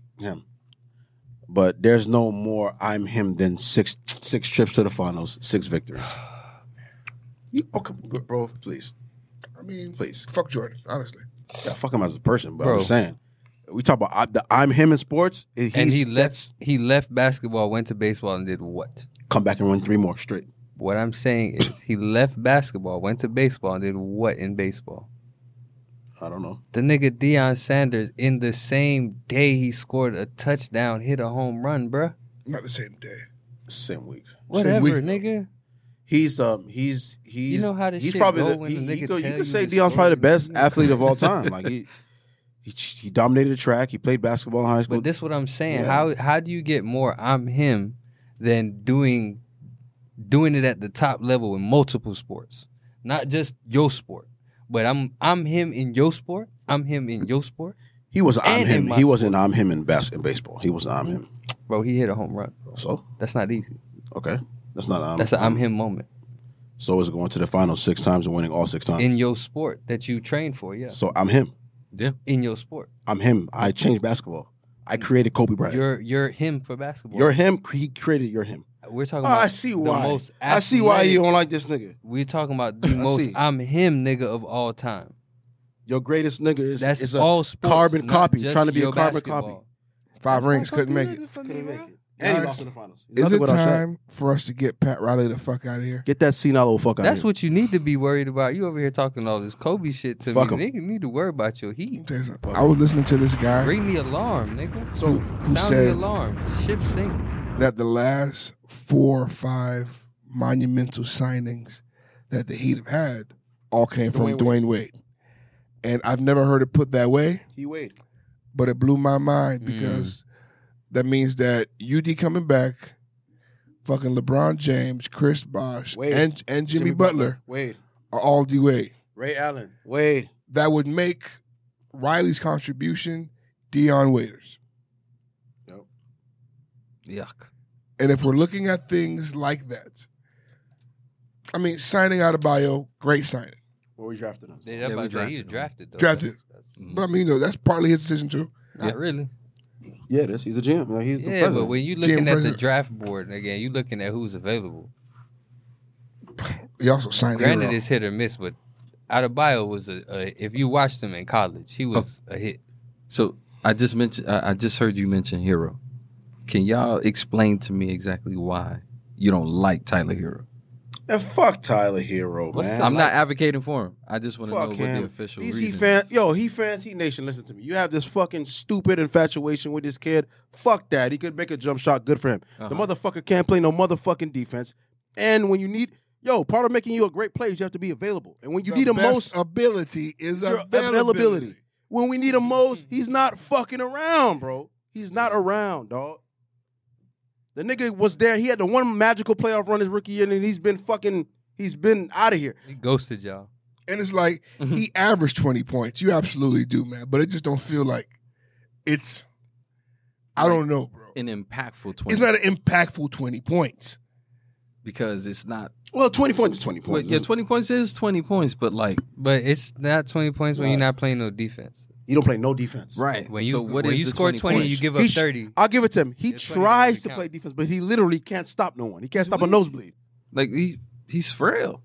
Speaker 2: but there's no more I'm him than six six trips to the finals, six victories. You, oh, come, bro, please,
Speaker 1: I mean,
Speaker 2: please.
Speaker 1: fuck Jordan, honestly.
Speaker 2: Yeah, fuck him as a person, but
Speaker 4: Bro.
Speaker 2: I'm just saying. We talk about I, the I'm him in sports, and,
Speaker 4: and he
Speaker 2: he
Speaker 4: left. He left basketball, went to baseball, and did what?
Speaker 2: come back and win three more straight.
Speaker 4: What I'm saying is, he left basketball, went to baseball, and did what in baseball?
Speaker 2: I don't know.
Speaker 4: The nigga Deion Sanders in the same day he scored a touchdown, hit a home run, bruh.
Speaker 1: Not the same day.
Speaker 2: Same week.
Speaker 4: Whatever,
Speaker 1: week, though.
Speaker 4: nigga.
Speaker 2: He's um he's he's
Speaker 4: know how this
Speaker 2: he's
Speaker 4: shit
Speaker 2: probably
Speaker 4: go
Speaker 2: the,
Speaker 4: when
Speaker 2: he,
Speaker 4: the
Speaker 2: he
Speaker 4: nigga
Speaker 2: go- you
Speaker 4: tell
Speaker 2: could
Speaker 4: you
Speaker 2: say
Speaker 4: his
Speaker 2: Deion
Speaker 4: story,
Speaker 2: probably the best
Speaker 4: you know.
Speaker 2: athlete of all time. Like he he he dominated track. He played basketball in high school.
Speaker 4: But this what I'm
Speaker 2: Yeah.
Speaker 4: saying. How how do you get more I'm him than doing doing it at the top level in multiple sports? Not just your sport. But I'm I'm him in your sport. I'm him in your sport.
Speaker 2: he was I'm
Speaker 4: and in
Speaker 2: him.
Speaker 4: my
Speaker 2: He wasn't I'm him in bas- in baseball. He was I'm him.
Speaker 4: Bro, he hit a home run. Bro.
Speaker 2: So
Speaker 4: That's not easy.
Speaker 2: okay, that's not I'm.
Speaker 4: Mm-hmm. That's an I'm him moment.
Speaker 2: So is going to the finals six times and winning all six times.
Speaker 4: In your sport that you trained for, yeah.
Speaker 2: so I'm him.
Speaker 4: In your sport.
Speaker 2: I'm him. I changed basketball. I created Kobe Bryant. You're,
Speaker 4: Mm. You're you're him for basketball.
Speaker 2: him. He created your him.
Speaker 4: We're talking
Speaker 2: Oh,
Speaker 4: about
Speaker 2: I see
Speaker 4: the
Speaker 2: why.
Speaker 4: most
Speaker 2: I see why you
Speaker 4: athletic-
Speaker 2: don't like this nigga.
Speaker 4: We're talking about the
Speaker 2: I
Speaker 4: most
Speaker 2: see.
Speaker 4: I'm him nigga of all time.
Speaker 2: Your greatest nigga is
Speaker 4: That's
Speaker 2: is a
Speaker 4: all sports,
Speaker 2: carbon
Speaker 4: not
Speaker 2: copy,
Speaker 4: just
Speaker 2: trying to be a
Speaker 4: your
Speaker 2: carbon
Speaker 4: basketball.
Speaker 2: copy.
Speaker 1: Five rings couldn't make it.
Speaker 2: Couldn't make it.
Speaker 1: And he Guys, lost
Speaker 2: in the finals.
Speaker 1: Is it time for us to get Pat Riley the fuck out of here?
Speaker 2: Get that senile old fuck out.
Speaker 4: That's
Speaker 2: of here.
Speaker 4: what you need to be worried about. You over here talking all this Kobe shit to
Speaker 2: Fuck
Speaker 4: me.
Speaker 2: 'em.
Speaker 4: Nigga, you need to worry about your heat.
Speaker 1: Tell you something. I was listening to this guy
Speaker 4: Ring the alarm, nigga.
Speaker 2: So
Speaker 1: who
Speaker 4: Sound the
Speaker 1: said
Speaker 4: alarm. Ship sinking.
Speaker 1: that the last four or five monumental signings that the Heat have had all came from
Speaker 2: Dwayne
Speaker 1: Dwayne Wade. And I've never heard it put that way,
Speaker 2: he wait.
Speaker 1: but it blew my mind
Speaker 4: Mm.
Speaker 1: because that means that UD coming back, fucking LeBron James, Chris Bosh,
Speaker 2: Wade.
Speaker 1: and and Jimmy, Butler
Speaker 2: Wade.
Speaker 1: are all D Wade.
Speaker 2: Ray Allen. Wade.
Speaker 1: That would make Riley's contribution Dion Waiters.
Speaker 4: Yuck.
Speaker 1: And if we're looking at things like that, I mean, signing out of bio, great signing.
Speaker 2: Where we drafted him?
Speaker 4: Yeah,
Speaker 3: Yeah, we
Speaker 4: about to say,
Speaker 3: drafted
Speaker 4: he was
Speaker 3: him.
Speaker 4: drafted though.
Speaker 1: Drafted.
Speaker 4: Mm-hmm.
Speaker 3: Mhm.
Speaker 1: But I mean, you know, that's partly his decision too.
Speaker 4: Not
Speaker 3: Yeah.
Speaker 4: really.
Speaker 2: Yeah, this he's a GM. Like, he's the
Speaker 4: Yeah,
Speaker 2: president.
Speaker 4: but when you looking at the
Speaker 1: president.
Speaker 4: draft board again, you looking at who's available.
Speaker 1: He also signed
Speaker 4: Granted,
Speaker 1: Aaron.
Speaker 4: it's hit or miss, but Adebayo was a, a. If you watched him in college, he was
Speaker 2: Oh.
Speaker 4: a hit.
Speaker 3: So I just mentioned. I, I just heard you mention Hero. Can y'all explain to me exactly why you don't like Tyler Hero?
Speaker 2: and fuck Tyler Hero,
Speaker 4: What's
Speaker 2: man.
Speaker 4: the-
Speaker 3: I'm not advocating for him. I just want to know
Speaker 2: Fuck
Speaker 3: what
Speaker 2: him.
Speaker 3: the official
Speaker 2: These
Speaker 3: reason.
Speaker 2: Heat fans, yo, Heat fans, Heat Nation, listen to me. You have this fucking stupid infatuation with this kid. Fuck that. He could make a jump shot. Good for him. The
Speaker 3: Uh-huh.
Speaker 2: motherfucker can't play no motherfucking defense. And when you need, yo, part of making you a great player is you have to be available. And when you need the
Speaker 1: best
Speaker 2: most,
Speaker 1: ability is
Speaker 2: Your
Speaker 1: availability.
Speaker 2: availability. when we need him most, he's not fucking around, bro. He's not around, dog. The nigga was there. He had the one magical playoff run his rookie year, and then he's been fucking, he's been out of here.
Speaker 4: He ghosted y'all.
Speaker 1: And it's like
Speaker 4: Mm-hmm.
Speaker 3: Mhm.
Speaker 1: he averaged twenty points. You absolutely do, man. But it just don't feel like it's. I don't know, bro.
Speaker 3: An impactful twenty.
Speaker 1: It's not an impactful twenty points.
Speaker 3: because it's not.
Speaker 2: Well, twenty points is twenty
Speaker 3: But
Speaker 2: points.
Speaker 3: yeah, twenty points is twenty points, but like
Speaker 4: But it's not twenty points when you're not playing no defense.
Speaker 2: you don't play no defense.
Speaker 3: right.
Speaker 4: When you
Speaker 3: so what
Speaker 4: when
Speaker 3: is
Speaker 4: you
Speaker 3: the
Speaker 4: score 20,
Speaker 3: 20
Speaker 4: you
Speaker 3: points?
Speaker 4: give up
Speaker 2: He sh-
Speaker 4: 30.
Speaker 2: I'll give it to him. He
Speaker 4: It's funny,
Speaker 2: tries
Speaker 4: it
Speaker 2: to
Speaker 4: doesn't
Speaker 2: play
Speaker 4: count.
Speaker 2: defense, but he literally can't stop no one. He can't stop a
Speaker 3: Really?
Speaker 2: nosebleed.
Speaker 3: like he he's frail.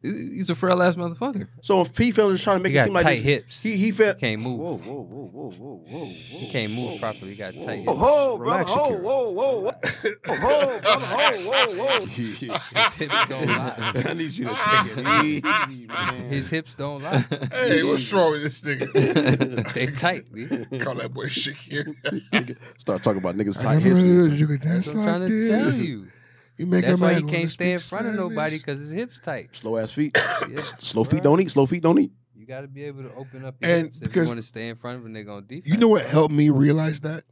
Speaker 3: He- He's a frail ass motherfucker.
Speaker 2: So if he feels he's trying to make
Speaker 4: He
Speaker 2: it
Speaker 4: got
Speaker 2: seem like
Speaker 4: tight
Speaker 2: this,
Speaker 4: hips.
Speaker 2: he he felt
Speaker 4: can't move.
Speaker 2: Whoa, whoa, whoa, whoa, whoa, whoa, whoa.
Speaker 4: He can't move properly. He got tight.
Speaker 2: Relax, Shakira.
Speaker 4: His hips don't lie.
Speaker 2: I need you to take it easy, man.
Speaker 4: His hips don't lie.
Speaker 1: Hey, what's wrong with this nigga?
Speaker 4: They tight. B.
Speaker 1: Call that boy shit here.
Speaker 2: Start talking about niggas
Speaker 1: I
Speaker 2: tight
Speaker 1: never knew that
Speaker 2: hips.
Speaker 1: you could dance
Speaker 4: That's what
Speaker 1: like
Speaker 4: I'm trying to tell
Speaker 1: this.
Speaker 4: you.
Speaker 1: You make
Speaker 4: That's
Speaker 1: a
Speaker 4: why
Speaker 1: man
Speaker 4: he
Speaker 1: wanna
Speaker 4: can't stay in
Speaker 1: speak
Speaker 4: front of
Speaker 1: Spanish.
Speaker 4: nobody because his hips tight.
Speaker 2: Slow ass feet.
Speaker 4: Yeah,
Speaker 2: Slow
Speaker 4: bruh.
Speaker 2: feet don't eat. Slow feet don't eat.
Speaker 4: You got to be able to open up your
Speaker 1: And
Speaker 4: hips if you
Speaker 1: because-
Speaker 4: want to stay in front of a nigga on defense.
Speaker 1: You know what helped me realize that?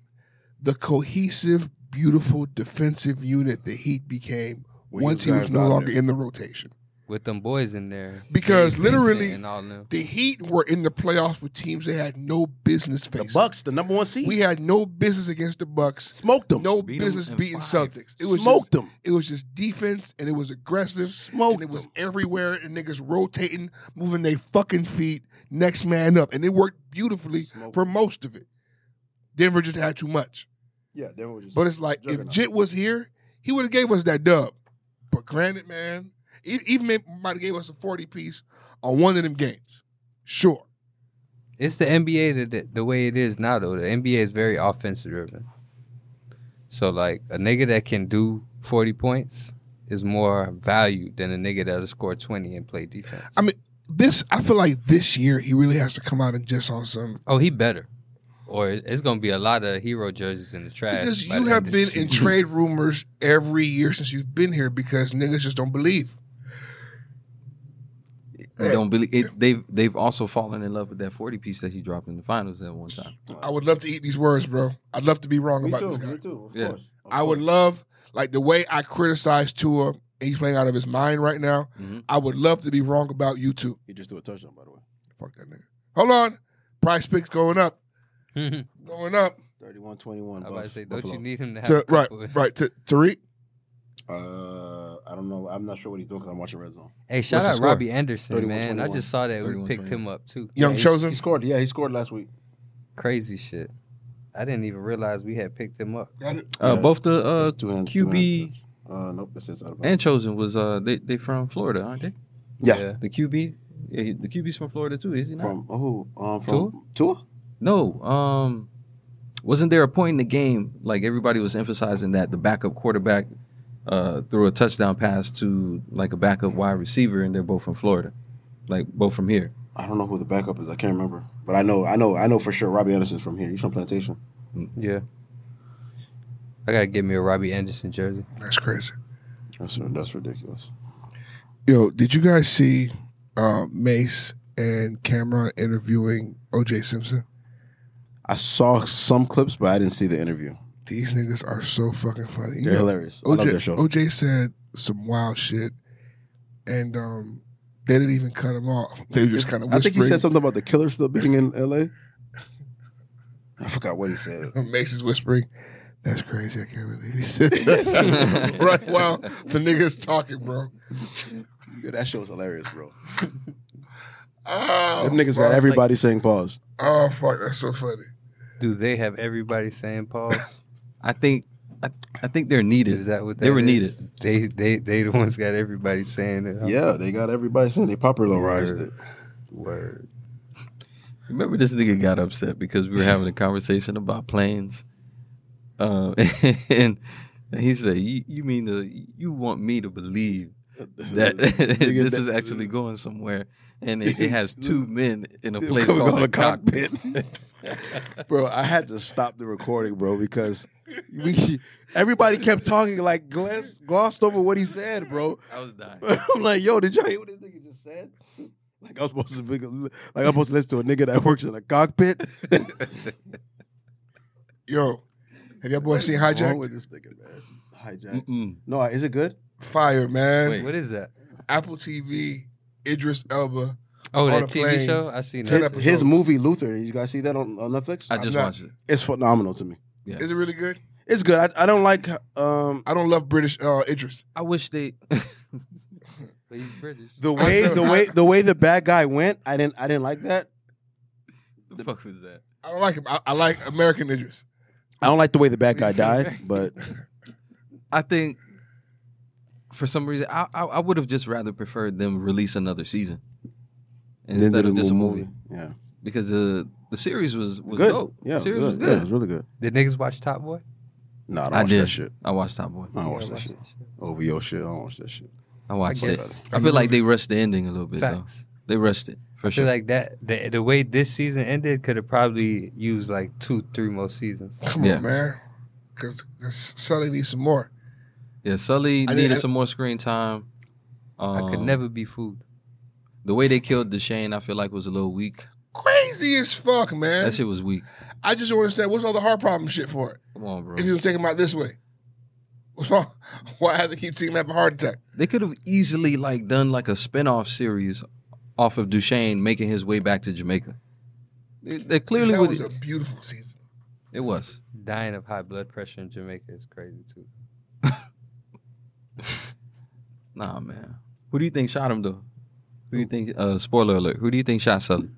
Speaker 1: The cohesive, beautiful defensive unit the Heat became
Speaker 2: When he
Speaker 1: once
Speaker 2: was
Speaker 1: he was
Speaker 2: guys
Speaker 1: no
Speaker 2: out
Speaker 1: longer
Speaker 2: there.
Speaker 1: in the rotation.
Speaker 4: with them boys in there.
Speaker 1: Because
Speaker 4: Gabe Vincent
Speaker 1: literally-
Speaker 4: and all them.
Speaker 1: The Heat were in the playoffs with teams they had no business
Speaker 7: The
Speaker 1: facing.
Speaker 7: Bucks, the number one seed,
Speaker 1: We
Speaker 7: we
Speaker 1: had no business against the Bucks.
Speaker 7: smoked them.
Speaker 1: No
Speaker 3: Beat 'em
Speaker 1: business
Speaker 3: in
Speaker 1: beating
Speaker 3: five.
Speaker 1: Celtics. It was just,
Speaker 7: smoked them.
Speaker 1: It was just defense, and it was aggressive.
Speaker 7: Smoked
Speaker 1: and it was everywhere, and niggas rotating, moving their fucking feet, next man up, and it worked beautifully
Speaker 7: Smoked.
Speaker 1: for most of it. Denver just had too much,
Speaker 7: Yeah, they were just.
Speaker 1: but it's like if
Speaker 7: Juggernaut.
Speaker 1: Jit was here, he would have gave us that dub. But granted, man, e- even if might have gave us a forty piece on one of them games. Sure,
Speaker 4: It's the NBA that the way it is now though. The NBA is very offensive driven. So like a nigga that can do forty points is more valued than a nigga that'll score twenty and play defense.
Speaker 1: I mean, this I feel like this year he really has to come out and just on some
Speaker 4: oh, he better. Or it- it's gonna be a lot of hero jerseys in the trash.
Speaker 1: Because
Speaker 4: by
Speaker 1: you
Speaker 4: the
Speaker 1: have
Speaker 4: end of
Speaker 1: been
Speaker 4: the
Speaker 1: in
Speaker 4: season.
Speaker 1: trade rumors every year since you've been here because niggas just don't believe.
Speaker 3: They don't believe it. They've they've also fallen in love with that forty piece that he dropped in the finals at one time.
Speaker 1: I would love to eat these words, bro. I'd love to be wrong
Speaker 7: me
Speaker 1: about
Speaker 7: too.
Speaker 1: this guy.
Speaker 7: Me too. Of
Speaker 3: Yeah.
Speaker 7: course. Of
Speaker 1: I would
Speaker 7: course.
Speaker 1: love, like the way I criticize Tua, and he's playing out of his mind right now.
Speaker 3: Mhm.
Speaker 1: I would love to be wrong about you too.
Speaker 7: He just threw a touchdown, by the way.
Speaker 1: Fuck that nigga. Hold on, price picks going up,
Speaker 4: I'm
Speaker 1: going up.
Speaker 7: 31 21.
Speaker 4: about to say, don't you need him to have
Speaker 1: To,
Speaker 4: a
Speaker 1: right,
Speaker 4: couple-
Speaker 1: right. To Tariq,
Speaker 7: Uh, I don't know. I'm not sure what he's doing because I'm watching Red Zone.
Speaker 4: Hey, shout
Speaker 3: the
Speaker 4: out
Speaker 3: score?
Speaker 4: Robbie Anderson,
Speaker 7: 31,
Speaker 4: man. I
Speaker 7: 21.
Speaker 4: just saw that we
Speaker 3: 31,
Speaker 4: picked him up too.
Speaker 1: Young
Speaker 7: Yeah, he-
Speaker 1: Chosen.
Speaker 7: He scored. Yeah, he scored last week.
Speaker 4: Crazy shit. I didn't even realize we had picked him up.
Speaker 1: Got it?
Speaker 3: Uh,
Speaker 7: Yeah.
Speaker 3: both the uh,
Speaker 7: It's two-hand-
Speaker 3: QB
Speaker 7: two-hand touch. Uh, nope, this is out of
Speaker 3: and chosen was uh they they from Florida, aren't they?
Speaker 7: Yeah.
Speaker 3: The QB, yeah, he- the QB's from Florida too, is he not?
Speaker 7: From oh, um, from Tua.
Speaker 3: No, um, wasn't there a point in the game like everybody was emphasizing that the backup quarterback uh, threw a touchdown pass to like a backup wide receiver, and they're both from Florida, like both from here.
Speaker 7: I don't know who the backup is. I can't remember, but I know, I know, I know for sure. Robbie Anderson's from here. He's from Plantation.
Speaker 4: Yeah. I gotta get me a Robbie Anderson jersey.
Speaker 1: That's crazy.
Speaker 7: That's, that's ridiculous.
Speaker 1: Yo, did you guys see uh, Mace and Cameron interviewing O.J. Simpson?
Speaker 7: I saw some clips, but I didn't see the interview.
Speaker 1: These niggas are so fucking funny.
Speaker 7: They're
Speaker 1: You know,
Speaker 7: hilarious. I love
Speaker 1: OJ,
Speaker 7: their show.
Speaker 1: OJ said some wild shit, and um, they didn't even cut him off. They were just kind of
Speaker 7: I think
Speaker 1: whispering.
Speaker 7: he said something about the killer still being in L.A. I forgot what he said.
Speaker 1: Mace is whispering. That's crazy. I can't believe he said that. right while the nigga's talking, bro.
Speaker 7: Yo, that show was hilarious, bro.
Speaker 1: Oh,
Speaker 7: Them niggas
Speaker 1: fuck.
Speaker 7: got everybody saying pause.
Speaker 1: Oh fuck, that's so funny.
Speaker 4: Do they have everybody saying pause?
Speaker 3: I think, I, I think they're needed.
Speaker 4: Is that what
Speaker 3: they
Speaker 4: that
Speaker 3: were
Speaker 4: is?
Speaker 3: needed?
Speaker 4: They they they the ones got everybody saying it. huh?
Speaker 7: Yeah, they got everybody saying they popularized it.
Speaker 4: Word.
Speaker 3: Remember this nigga got upset because we were having a conversation about planes, um, and, and he said, you, "You mean the you want me to believe that
Speaker 7: Nigga,
Speaker 3: this
Speaker 7: that-
Speaker 3: is actually going somewhere and it, it has two men in a
Speaker 7: It
Speaker 3: place
Speaker 7: could
Speaker 3: called,
Speaker 7: go in
Speaker 3: a cockpit.
Speaker 7: bro, I had to stop the recording, bro, because we everybody kept talking like glass, glossed over what he said, bro.
Speaker 3: I was dying.
Speaker 7: I'm like, yo, did y'all hear what this nigga just said? Like I was supposed to be, like I'm supposed to listen to a nigga that works in a cockpit.
Speaker 1: Yo, have y'all boys seen
Speaker 7: What's wrong
Speaker 1: Hijack?
Speaker 7: with this nigga, man? Hijack.
Speaker 3: Mm-mm.
Speaker 7: No, is it good?
Speaker 1: Fire, man.
Speaker 3: Wait.
Speaker 4: What is that?
Speaker 1: Apple TV, Idris Elba.
Speaker 4: Oh,
Speaker 1: On a
Speaker 4: that TV
Speaker 1: plane.
Speaker 4: show? I seen
Speaker 1: Ten
Speaker 4: that.
Speaker 7: His,
Speaker 1: episodes.
Speaker 7: his movie Luther. You guys see that on, on Netflix?
Speaker 3: I
Speaker 1: I'm
Speaker 3: just
Speaker 1: not-
Speaker 3: watched it.
Speaker 7: it's phenomenal to me.
Speaker 3: Yeah.
Speaker 1: Is it really good?
Speaker 7: It's good. I, I don't like um
Speaker 1: I don't love British uh, Idris.
Speaker 3: I wish they.
Speaker 4: But he's British.
Speaker 7: the way the way the way the bad guy went. I didn't I didn't like that.
Speaker 3: the fuck was that?
Speaker 1: I don't like him. I, I like American Idris.
Speaker 7: I don't like the way the bad guy died, but
Speaker 3: I think for some reason I I, I would have just rather preferred them release another season instead of just a movie,
Speaker 7: Yeah,
Speaker 3: because the the series was was
Speaker 7: good.
Speaker 3: dope.
Speaker 7: Yeah,
Speaker 3: the series was
Speaker 7: Yeah,
Speaker 3: good.
Speaker 7: it was really good.
Speaker 4: Did niggas watch Top Boy?
Speaker 7: No, I don't
Speaker 3: I
Speaker 7: watch
Speaker 3: did.
Speaker 7: that shit.
Speaker 3: I watched Top Boy.
Speaker 7: I don't
Speaker 4: Yeah,
Speaker 7: watch
Speaker 4: I
Speaker 7: that
Speaker 4: watched
Speaker 7: shit. OVO shit. I don't watch that shit.
Speaker 3: I watched
Speaker 4: I
Speaker 3: it.
Speaker 4: get it.
Speaker 3: I feel like they rushed the ending a little bit
Speaker 4: Facts.
Speaker 3: though. They rushed it for
Speaker 4: I feel
Speaker 3: sure.
Speaker 4: like that the, the way this season ended could have probably used like two, three more seasons.
Speaker 1: Come
Speaker 3: Yeah.
Speaker 1: on, man. Because Sully needs some more.
Speaker 3: yeah, Sully
Speaker 1: I did-
Speaker 3: needed
Speaker 1: I-
Speaker 3: some more screen time.
Speaker 4: I could
Speaker 3: Um,
Speaker 4: never be fooled.
Speaker 3: The way they killed Deshane, I feel like was a little weak.
Speaker 1: Crazy as fuck, man.
Speaker 3: That shit was weak.
Speaker 1: I just don't understand what's all the heart problem shit for it.
Speaker 3: Come on, bro.
Speaker 1: If you don't take him out this way, Why has it keep seeing him have a heart attack?
Speaker 3: They could have easily like done like a spin-off series off of Duchesne making his way back to Jamaica. They, they clearly
Speaker 1: that
Speaker 3: would.
Speaker 1: was a beautiful season.
Speaker 3: it was.
Speaker 4: Dying of high blood pressure in Jamaica is crazy too.
Speaker 3: Nah, man. Who do you think shot him though? Who do you think? Uh, spoiler alert. Who do you think shot Sully?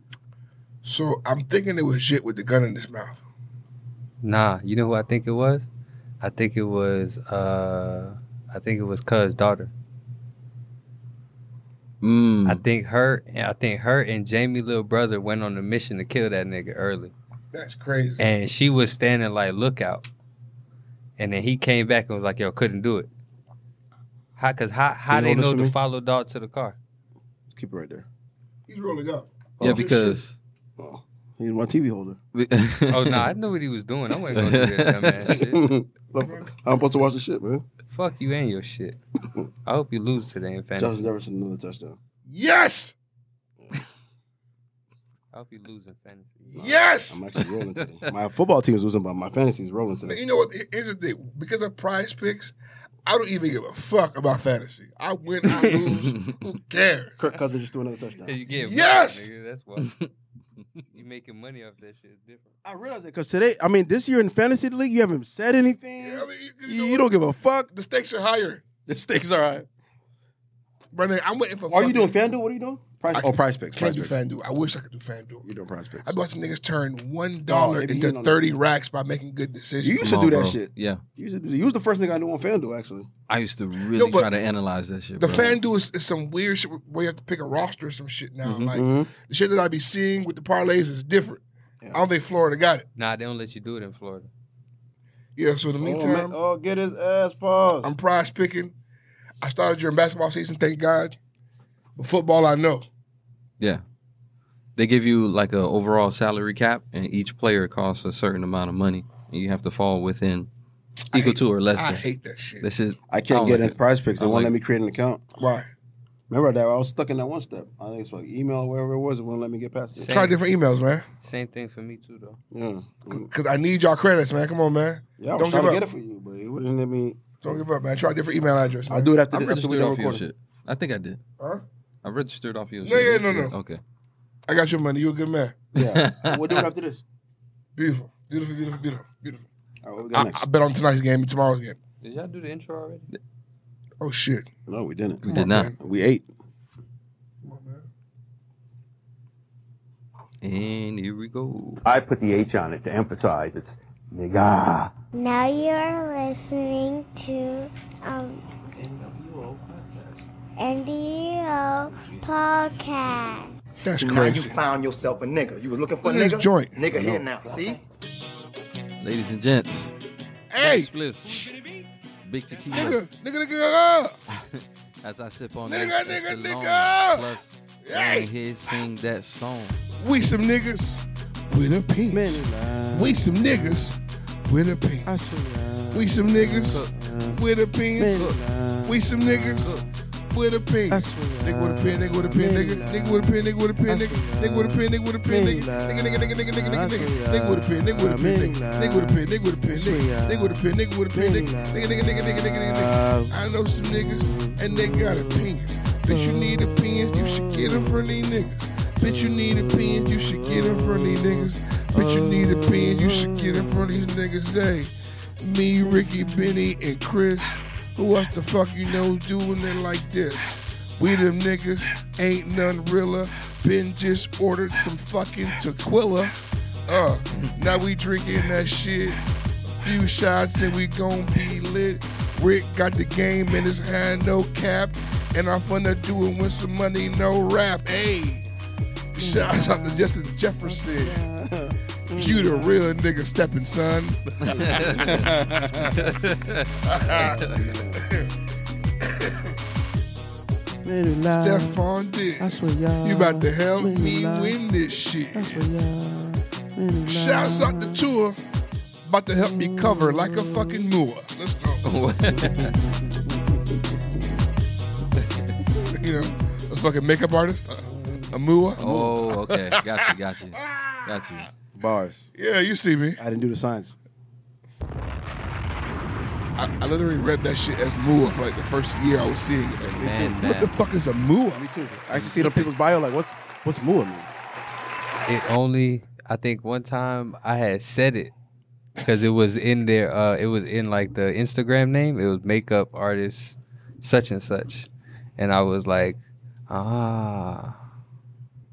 Speaker 1: So I'm thinking it was shit with the gun in his mouth.
Speaker 4: Nah, you know who I think it was? I think it was uh I think it was Cuz daughter.
Speaker 3: Mm.
Speaker 2: Hmm.
Speaker 4: I think her and I think her and Jamie little brother went on a mission to kill that nigga early.
Speaker 1: That's crazy.
Speaker 4: And she was standing like lookout. And then he came back and was like, Yo, couldn't do it. How cause how how
Speaker 2: Can you
Speaker 4: they
Speaker 2: hold this for
Speaker 4: know to
Speaker 2: me?
Speaker 4: follow dog to the car?
Speaker 2: Keep it right there.
Speaker 1: He's rolling up.
Speaker 3: yeah,
Speaker 1: Oh, this
Speaker 3: because.
Speaker 2: Oh, he's my TV holder.
Speaker 4: Oh no, I knew what he was doing. I wasn't gonna do that dumbass shit.
Speaker 2: I'm supposed to watch the shit, man.
Speaker 4: Fuck you and your shit. I hope you lose today in fantasy.
Speaker 2: Justin Jefferson another touchdown.
Speaker 1: Yes,
Speaker 4: I hope you lose in fantasy.
Speaker 1: yes.
Speaker 2: I'm actually rolling today. My football team is losing, but my fantasy is rolling
Speaker 1: But
Speaker 2: today.
Speaker 1: you know what? Here's the thing. Because of Prize Picks, I don't even give a fuck about fantasy. I win, I lose. Who cares?
Speaker 2: Kirk Cousins just threw another
Speaker 4: Cause
Speaker 2: touchdown.
Speaker 4: you get
Speaker 1: Yes!
Speaker 4: money, nigga. That's why you making money off that shit. It's different.
Speaker 2: I realized it because today, I mean, this year in fantasy league, you haven't said anything.
Speaker 1: Yeah, I mean, you- you
Speaker 2: you,
Speaker 1: know
Speaker 2: you don't give a fuck.
Speaker 1: what? The stakes are higher.
Speaker 2: The stakes are high.
Speaker 1: Brendan, I'm waiting for.
Speaker 2: Are you doing
Speaker 1: fucking-
Speaker 2: FanDuel? What are you doing? Price,
Speaker 1: I
Speaker 2: oh, Price Picks.
Speaker 1: Can't
Speaker 2: Price
Speaker 1: do
Speaker 2: picks.
Speaker 1: FanDuel. I wish I could do FanDuel.
Speaker 2: You're doing Price Picks.
Speaker 1: I watch niggas turn one dollar
Speaker 2: maybe
Speaker 1: into
Speaker 2: you don't-
Speaker 1: thirty racks by making good decisions.
Speaker 2: You used to do that shit.
Speaker 3: Yeah,
Speaker 2: You, used to do- you was the first nigga I knew on FanDuel, actually.
Speaker 3: I used to really
Speaker 1: but
Speaker 3: try to analyze that shit.
Speaker 1: The
Speaker 3: bro.
Speaker 1: FanDuel is, is some weird shit where you have to pick a roster or some shit now. Like
Speaker 2: Mhm.
Speaker 1: the shit that I be seeing with the parlays is different.
Speaker 2: Yeah.
Speaker 1: I don't think Florida got it.
Speaker 4: Nah, they don't let you do it in Florida.
Speaker 1: Yeah. So in the
Speaker 2: Oh,
Speaker 1: meantime,
Speaker 2: man. oh, get his ass paused.
Speaker 1: I'm prize picking. I started during basketball season, thank God. But football, I know.
Speaker 3: Yeah. They give you like a overall salary cap, and each player costs a certain amount of money, and you have to fall within
Speaker 1: I
Speaker 3: equal
Speaker 1: hate-
Speaker 3: to or less
Speaker 1: I
Speaker 3: than.
Speaker 1: hate that shit.
Speaker 3: This is
Speaker 2: I
Speaker 3: I don't
Speaker 2: can't get
Speaker 3: like
Speaker 2: in
Speaker 3: it.
Speaker 2: Prize Picks. They
Speaker 3: I
Speaker 2: won't
Speaker 3: like
Speaker 2: let me create an account.
Speaker 1: Why?
Speaker 2: Remember that I was stuck in that one step. I think it's like email, wherever it was, it wouldn't let me get past it.
Speaker 4: Same.
Speaker 1: Try different emails, man.
Speaker 4: Same thing for me too, though.
Speaker 2: Yeah,
Speaker 1: Because I need y'all credits, man. Come on, man.
Speaker 2: yeah. I
Speaker 1: Don't
Speaker 2: was
Speaker 1: give
Speaker 2: trying to
Speaker 1: up.
Speaker 2: get it for you, but it wouldn't let me.
Speaker 1: Don't give up, man. Try a different email address.
Speaker 2: I'll
Speaker 1: man.
Speaker 2: do it after,
Speaker 3: I
Speaker 2: the, after we
Speaker 3: registered
Speaker 2: done
Speaker 3: off your
Speaker 2: recording.
Speaker 3: shit. I think I did.
Speaker 1: Huh?
Speaker 3: I registered off your
Speaker 1: No,
Speaker 3: shit.
Speaker 1: yeah, no, no.
Speaker 3: Okay.
Speaker 1: I got your money. You a good man.
Speaker 2: Yeah, we'll do it after this.
Speaker 1: Beautiful. Beautiful, beautiful, beautiful, beautiful.
Speaker 2: All right, what we got
Speaker 1: I,
Speaker 2: next?
Speaker 1: I bet on tonight's game and tomorrow's game.
Speaker 4: Did y'all do the intro already?
Speaker 1: Oh, shit.
Speaker 2: no, we didn't.
Speaker 3: We
Speaker 1: Come
Speaker 3: did
Speaker 1: on,
Speaker 3: not.
Speaker 1: man.
Speaker 2: We ate.
Speaker 1: Come on, man.
Speaker 3: And here we go.
Speaker 8: I put the H on it to emphasize it's nigga.
Speaker 9: Now you're listening to um, NWO podcast.
Speaker 1: That's
Speaker 8: Now you
Speaker 1: crazy.
Speaker 8: found yourself a nigga. You was looking for a
Speaker 1: Look at
Speaker 8: nigga.
Speaker 1: this joint.
Speaker 8: Nigga here now. See?
Speaker 3: Ladies and gents.
Speaker 1: Hey,
Speaker 3: Black Spliffs. Big tequila.
Speaker 1: nigga, nigga, nigga, uh.
Speaker 3: As I sip on
Speaker 1: Nigga,
Speaker 3: this
Speaker 1: nigga,
Speaker 3: Escalon,
Speaker 1: nigga.
Speaker 3: Plus,
Speaker 1: Hey.
Speaker 3: hey. here sing that song.
Speaker 1: nigga. We some niggas with a penis. We some niggas with a penis. We some niggas with a penis. We some niggas with a penis. Nigga with a pen, nigga with a pen, nigga. Nigga with a pen, nigga with a pen, nigga. Nigga with a pen, nigga with a pen, nigga. Nigga, nigga, nigga, nigga, nigga, nigga, nigga. Nigga with a pen, nigga with a pen, nigga. Nigga with a pen, nigga with a pen, nigga. Nigga with a pen, nigga with a pen, nigga. Nigga, nigga, nigga, nigga, nigga, nigga. I know some niggas and they got opinions. Bitch, you need opinions, you should get them from these niggas. Bitch, you need opinions, you should get them from these niggas. Bitch, you need opinions, you should get them from these niggas. Hey, me, Ricky, Benny, and Chris. Who else the fuck you know doing it like this? We them niggas ain't none realer. Been just ordered some fucking tequila. Uh, now we drinking that shit. Few shots and we gon' be lit. Rick got the game in his hand, no cap. And I'm finna do it with some money, no rap. Hey, shout out to Justin Jefferson. You the real nigga stepping, son.
Speaker 5: Uh,
Speaker 1: Stephon Diggs. You about to help me win this shit. Shouts out the tour. About to help me cover like a fucking moor. Let's go. you know, a fucking makeup artist. A, a moor.
Speaker 3: oh, okay. Got you, got you. Got you.
Speaker 2: Bars.
Speaker 1: Yeah, you see me.
Speaker 2: I didn't do the signs.
Speaker 1: I, I literally read that shit as Mua for like the first year I was seeing it.
Speaker 4: Man,
Speaker 1: what
Speaker 4: man.
Speaker 1: the fuck is a Mua?
Speaker 2: Me too. I used to see it on people's bio like, what's what's Mua mean?
Speaker 4: It only I think one time I had said it because it was in their uh it was in like the Instagram name. It was makeup artist such and such. And I was like, ah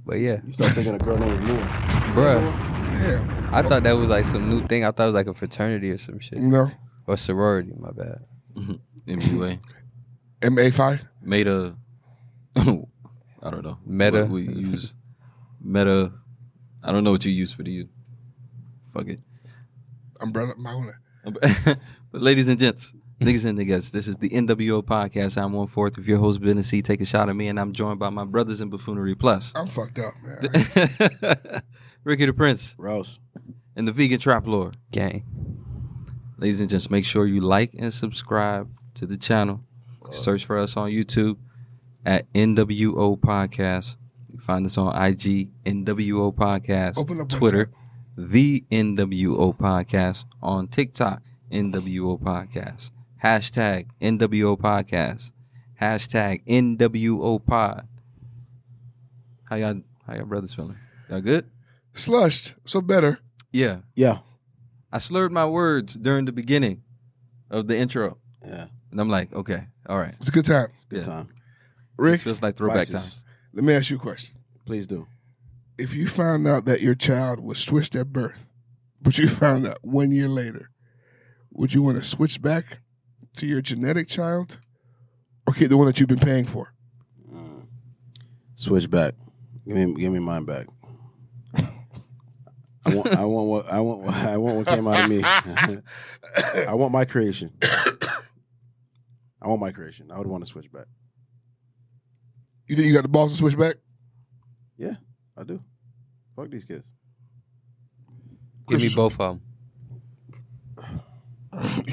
Speaker 4: but yeah.
Speaker 2: You start thinking a girl named Mua.
Speaker 4: Bruh.
Speaker 1: Yeah.
Speaker 4: I thought that was like some new thing. I thought it was like a fraternity or some shit.
Speaker 1: No.
Speaker 4: Or sorority, my bad.
Speaker 3: MUA
Speaker 1: MA5?
Speaker 3: made a. I don't know.
Speaker 4: Meta.
Speaker 3: What we use meta. I don't know what you use for the you. Fuck it.
Speaker 1: Umbrella Mountain.
Speaker 3: but ladies and gents, niggas and niggas, this is the NWO podcast. I'm one fourth of your host, Ben C. Take a shot at me, and I'm joined by my brothers in buffoonery plus.
Speaker 1: I'm fucked up, man.
Speaker 3: Ricky the Prince
Speaker 2: Rouse.
Speaker 3: and the vegan trap lord.
Speaker 4: Gang.
Speaker 3: Ladies and gents, make sure you like and subscribe to the channel. Search for us on YouTube at NWO Podcast. You find us on IG, NWO Podcast,
Speaker 1: Open up
Speaker 3: Twitter, the NWO Podcast, on TikTok, NWO Podcast, hashtag NWO Podcast, hashtag NWO Pod. How y'all, how y'all brothers feeling? Y'all good?
Speaker 1: Slushed, so better.
Speaker 3: Yeah.
Speaker 2: Yeah.
Speaker 3: I slurred my words during the beginning of the intro.
Speaker 2: Yeah.
Speaker 3: And I'm like, okay, all right.
Speaker 1: It's a good time.
Speaker 2: Good
Speaker 3: Yeah.
Speaker 2: time.
Speaker 3: This
Speaker 1: Rick,
Speaker 3: feels like throwback
Speaker 2: Vices.
Speaker 3: times.
Speaker 1: let me ask you a question.
Speaker 2: Please do.
Speaker 1: If you found out that your child was switched at birth, but you found out one year later, would you want to switch back to your genetic child or keep the one that you've been paying for?
Speaker 2: Switch back. Give me give me mine back. I want I want what I want what- I want what came out of me. I want my creation. I want my creation. I would want to switch back.
Speaker 1: You think you got the balls to switch back?
Speaker 2: I do. Fuck these kids.
Speaker 4: Give me
Speaker 1: Christmas-
Speaker 4: both of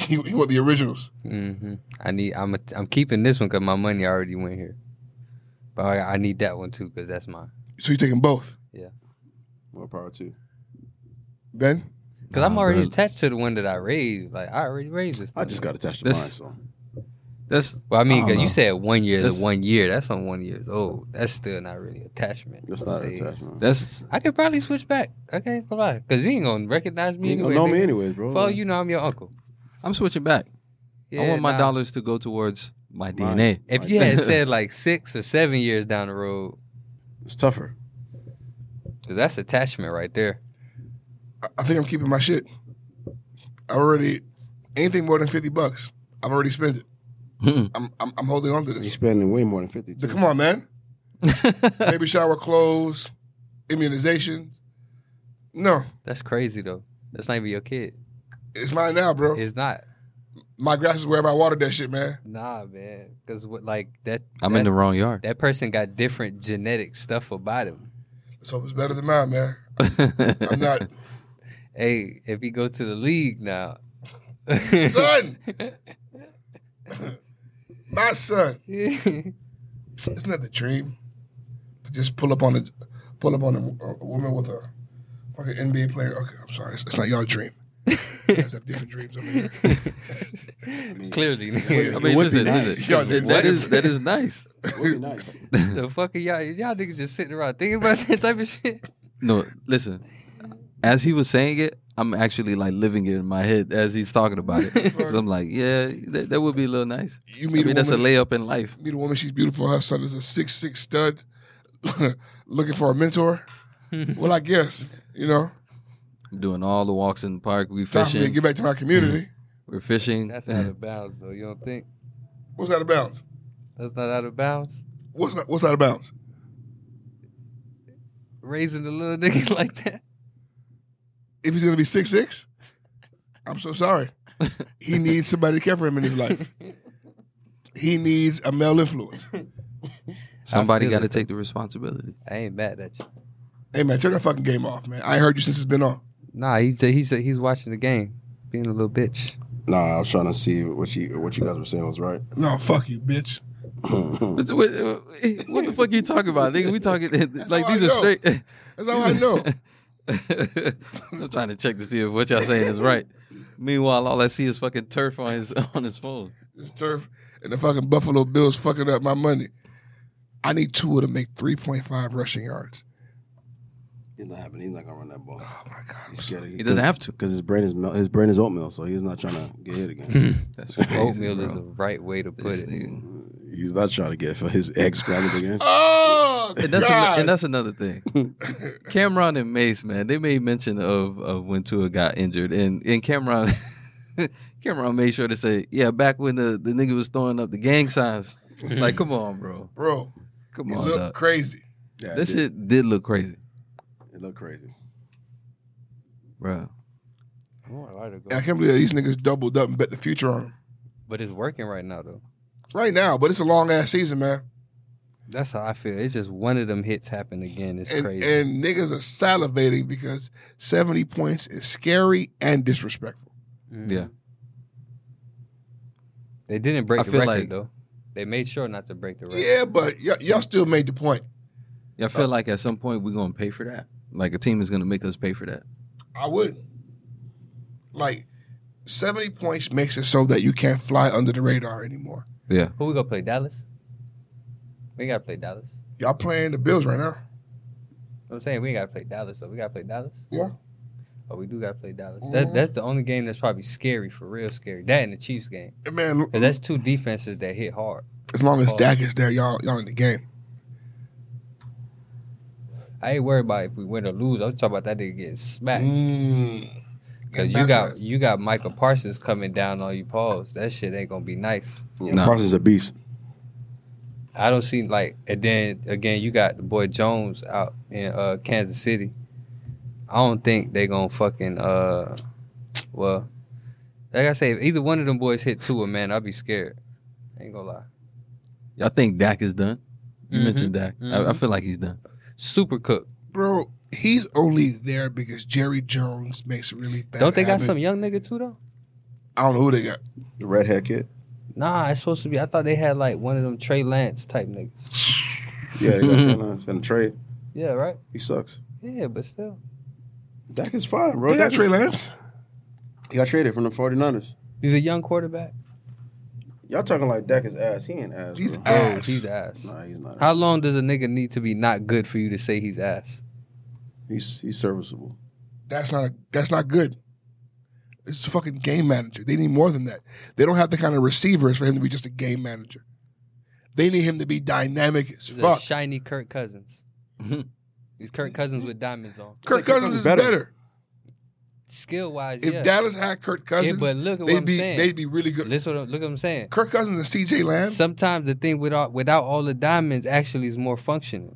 Speaker 1: you, you want the originals.
Speaker 4: them. hmm I need. I'm. A, I'm keeping this one because my money already went here. But I, I need that one too because that's mine.
Speaker 1: So you're taking both.
Speaker 2: More power to.
Speaker 1: Ben?
Speaker 4: Because I'm
Speaker 3: Nah,
Speaker 4: already
Speaker 3: bro.
Speaker 4: attached to the one that I raised. Like I already raised this.
Speaker 2: I
Speaker 4: thing.
Speaker 2: just got attached to
Speaker 3: This-
Speaker 2: mine, so
Speaker 3: That's
Speaker 4: Well, I mean,
Speaker 3: I don't
Speaker 4: because
Speaker 3: know.
Speaker 4: you said one year to
Speaker 3: This-
Speaker 4: one year. That's from one year old. That's still not really attachment.
Speaker 2: that's not an
Speaker 4: stage.
Speaker 2: attachment.
Speaker 3: that's
Speaker 4: I could probably switch back. Okay, go lie. Because you ain't gonna recognize me
Speaker 2: You don't
Speaker 4: anyway.
Speaker 2: know
Speaker 4: nigga.
Speaker 2: me anyways, bro.
Speaker 4: Well, you know I'm your uncle.
Speaker 3: I'm switching back. I want my
Speaker 4: nah.
Speaker 3: dollars to go towards my
Speaker 2: Mine.
Speaker 3: DNA.
Speaker 4: If you had said like six or seven years down the road,
Speaker 2: it's tougher.
Speaker 4: because that's attachment right there.
Speaker 1: I- I think I'm keeping my shit. I already anything more than fifty bucks. I've already spent it. I'm I'm, I'm holding on to
Speaker 2: You're
Speaker 1: this.
Speaker 2: spending way more than fifty.
Speaker 1: So
Speaker 2: too.
Speaker 1: come on, man. Baby shower clothes, immunizations. No,
Speaker 4: That's crazy though. That's not even your kid.
Speaker 1: it's mine now, bro.
Speaker 4: It's not.
Speaker 1: my grass is wherever I watered that shit, man.
Speaker 4: Nah, man. Because what like that.
Speaker 3: I'm in
Speaker 4: that's-
Speaker 3: the wrong yard.
Speaker 4: That person got different genetic stuff about him.
Speaker 1: Let's hope it's better than mine, man. I'm not
Speaker 4: Hey, if he go to the league now,
Speaker 1: son. my son. Isn't that the dream? To just pull up on a pull up on a, a woman with a fucking NBA player. Okay, I'm sorry, it's, it's not your dream. You guys have different dreams over here.
Speaker 4: clearly,
Speaker 3: I
Speaker 4: nigga.
Speaker 3: mean,
Speaker 2: would be
Speaker 3: listen,
Speaker 2: nice.
Speaker 3: listen,
Speaker 1: Yo,
Speaker 3: that
Speaker 1: what
Speaker 3: is
Speaker 1: if-
Speaker 3: that is nice.
Speaker 2: It would be nice.
Speaker 4: the fuck are y'all? Y'all niggas just sitting around thinking about that type of shit.
Speaker 3: No, listen. As he was saying it, I'm actually like living it in my head as he's talking about it. 'Cause I'm like, yeah, that, that would be a little nice.
Speaker 1: You
Speaker 3: I
Speaker 1: meet
Speaker 3: mean,
Speaker 1: a
Speaker 3: that's a
Speaker 1: woman.
Speaker 3: layup in life.
Speaker 1: meet a woman. She's beautiful. Her son is a six six stud, looking for a mentor. well, I guess you know.
Speaker 3: I'm doing all the walks in the park. We
Speaker 1: Time for me to
Speaker 3: fishing.
Speaker 1: get back to my community.
Speaker 3: We're fishing.
Speaker 4: That's out of bounds, though. You don't think
Speaker 1: What's out of bounds?
Speaker 4: that's not out of bounds?
Speaker 1: What's not, what's out of bounds?
Speaker 4: Raising the little nigga like that.
Speaker 1: If he's gonna be six six, I'm so sorry. He needs somebody to care for him in his life. He needs a male influence.
Speaker 3: Somebody
Speaker 4: feel
Speaker 3: got to
Speaker 4: it.
Speaker 3: take the responsibility.
Speaker 4: I ain't mad at you.
Speaker 1: Hey man, turn that fucking game off, man. I ain't heard you since it's been on.
Speaker 4: Nah, he's he's he's watching the game, being a little bitch.
Speaker 2: Nah, I was trying to see what you what you guys were saying was right.
Speaker 1: No, fuck you, bitch.
Speaker 3: What, what- what the fuck you talking about, nigga? We talking like
Speaker 1: how
Speaker 3: these
Speaker 1: I
Speaker 3: are
Speaker 1: know.
Speaker 3: straight.
Speaker 1: That's all I know.
Speaker 3: I'm trying to check to see if what y'all saying is right. Meanwhile, all I see is fucking turf on his on his phone.
Speaker 1: This turf and the fucking Buffalo Bills fucking up my money. I need Tua to make 3.5 rushing yards.
Speaker 7: He's not happening. He's not gonna run that ball.
Speaker 1: Oh my God. I'm
Speaker 7: He's
Speaker 1: so-
Speaker 7: scared.
Speaker 3: He doesn't have to.
Speaker 7: because his brain is mel- his brain is oatmeal, so he's not trying to get hit again.
Speaker 3: That's crazy,
Speaker 4: Oatmeal is
Speaker 3: bro.
Speaker 4: the right way to put
Speaker 3: This
Speaker 4: it.
Speaker 3: nigga.
Speaker 7: he's not trying to get for his egg scrambled again.
Speaker 1: Oh,
Speaker 3: And that's, ano-
Speaker 1: God.
Speaker 3: and that's another thing. Cameron and Mace, man, they made mention of, of when Tua got injured, and and Cameron, Cameron made sure to say, yeah, back when the, the nigga was throwing up the gang signs. like, come on, bro,
Speaker 1: Bro,
Speaker 3: come
Speaker 1: you
Speaker 3: on,
Speaker 1: look
Speaker 3: dog.
Speaker 1: crazy.
Speaker 7: Yeah,
Speaker 3: That
Speaker 7: it did.
Speaker 3: shit did look crazy,
Speaker 7: it looked crazy.
Speaker 3: bro.
Speaker 1: And I can't believe that these niggas doubled up and bet the future on them.
Speaker 4: But it's working right now though.
Speaker 1: Right now, but it's a long ass season, man.
Speaker 4: That's how I feel. It's just one of them hits happen again. It's
Speaker 1: And,
Speaker 4: crazy.
Speaker 1: and niggas are salivating because 70 points is scary and disrespectful.
Speaker 4: Mhm.
Speaker 3: Yeah.
Speaker 4: They didn't break
Speaker 3: I
Speaker 4: the
Speaker 3: feel
Speaker 4: record
Speaker 3: like-
Speaker 4: though. They made sure not to break the record.
Speaker 1: Yeah, but y- y'all still made the point.
Speaker 3: Yeah, I
Speaker 7: Oh.
Speaker 3: feel like at some point we're gonna pay for that. Like a team is gonna make us pay for that.
Speaker 1: I would. Like, 70 points makes it so that you can't fly under the radar anymore.
Speaker 3: Yeah,
Speaker 4: Who we gonna play? Dallas. We gotta play Dallas.
Speaker 1: Y'all playing the Bills right now.
Speaker 4: I'm saying we ain't gotta play Dallas though. We gotta play Dallas.
Speaker 1: Yeah.
Speaker 4: Oh, we do gotta play Dallas.
Speaker 1: Mhm.
Speaker 3: Mm-hmm.
Speaker 4: That, that's the only game that's probably scary for real scary. That and the Chiefs game.
Speaker 1: And man,
Speaker 4: Cause that's two defenses that hit hard.
Speaker 1: as long as
Speaker 4: Oh.
Speaker 1: Dak is there, y'all y'all in the game.
Speaker 4: I ain't worried about if we win or lose. I'm talking about that nigga getting smacked.
Speaker 1: Mm.
Speaker 4: Cause you got you got Michael Parsons coming down on you. Pause. That shit ain't gonna be nice.
Speaker 3: Nah.
Speaker 7: Parsons a beast.
Speaker 4: I don't see like and then again you got the boy Jones out in uh Kansas City. I don't think they gonna fucking uh well like I say, if either one of them boys hit Tua, man, I'll be scared. Ain't gonna lie.
Speaker 3: y'all think Dak is done? You
Speaker 7: Mm-hmm.
Speaker 4: Mhm.
Speaker 3: mentioned Dak. I, I
Speaker 4: Mhm.
Speaker 3: feel like he's done.
Speaker 4: Super cook.
Speaker 1: Bro, he's only there because Jerry Jones makes it really bad.
Speaker 4: don't they got
Speaker 1: happen.
Speaker 4: some young nigga too though?
Speaker 1: I don't know who they got.
Speaker 7: The redhead kid.
Speaker 4: Nah, it's supposed to be. I thought they had like one of them Trey Lance type niggas.
Speaker 7: Yeah, they got Trey Lance and a trade.
Speaker 4: Yeah, right.
Speaker 7: He sucks.
Speaker 4: Yeah, but still.
Speaker 7: Dak is fine, bro.
Speaker 1: They got
Speaker 7: Dak
Speaker 1: Trey
Speaker 7: is-
Speaker 1: Lance.
Speaker 7: He got traded from the 49ers.
Speaker 4: He's a young quarterback.
Speaker 7: Y'all talking like Dak is ass. He ain't ass.
Speaker 1: He's
Speaker 7: bro.
Speaker 4: Bro,
Speaker 1: ass.
Speaker 4: Oh, he's ass.
Speaker 7: Nah, he's not.
Speaker 4: How long does a nigga need to be not good for you to say he's ass?
Speaker 7: He's he's serviceable.
Speaker 1: That's not a, that's not good. It's a fucking game manager. They need more than that. They don't have the kind of receivers for him to be just a game manager. They need him to be dynamic as
Speaker 4: He's a
Speaker 1: fuck.
Speaker 4: shiny Kirk Cousins.
Speaker 3: Mhm.
Speaker 4: He's Kirk Cousins with diamonds on.
Speaker 1: Mm-hmm. Kirk Cousins is better.
Speaker 7: better.
Speaker 4: Skill wise,
Speaker 1: If
Speaker 4: yeah.
Speaker 1: Dallas had Kirk Cousins,
Speaker 4: Yeah, but look at what
Speaker 1: they'd
Speaker 4: I'm
Speaker 1: be
Speaker 4: saying.
Speaker 1: they'd be really good.
Speaker 4: Listen, what I'm- look what I'm saying.
Speaker 1: Kirk Cousins and C.J. Lamb.
Speaker 4: Sometimes the thing without without all the diamonds actually is more functional.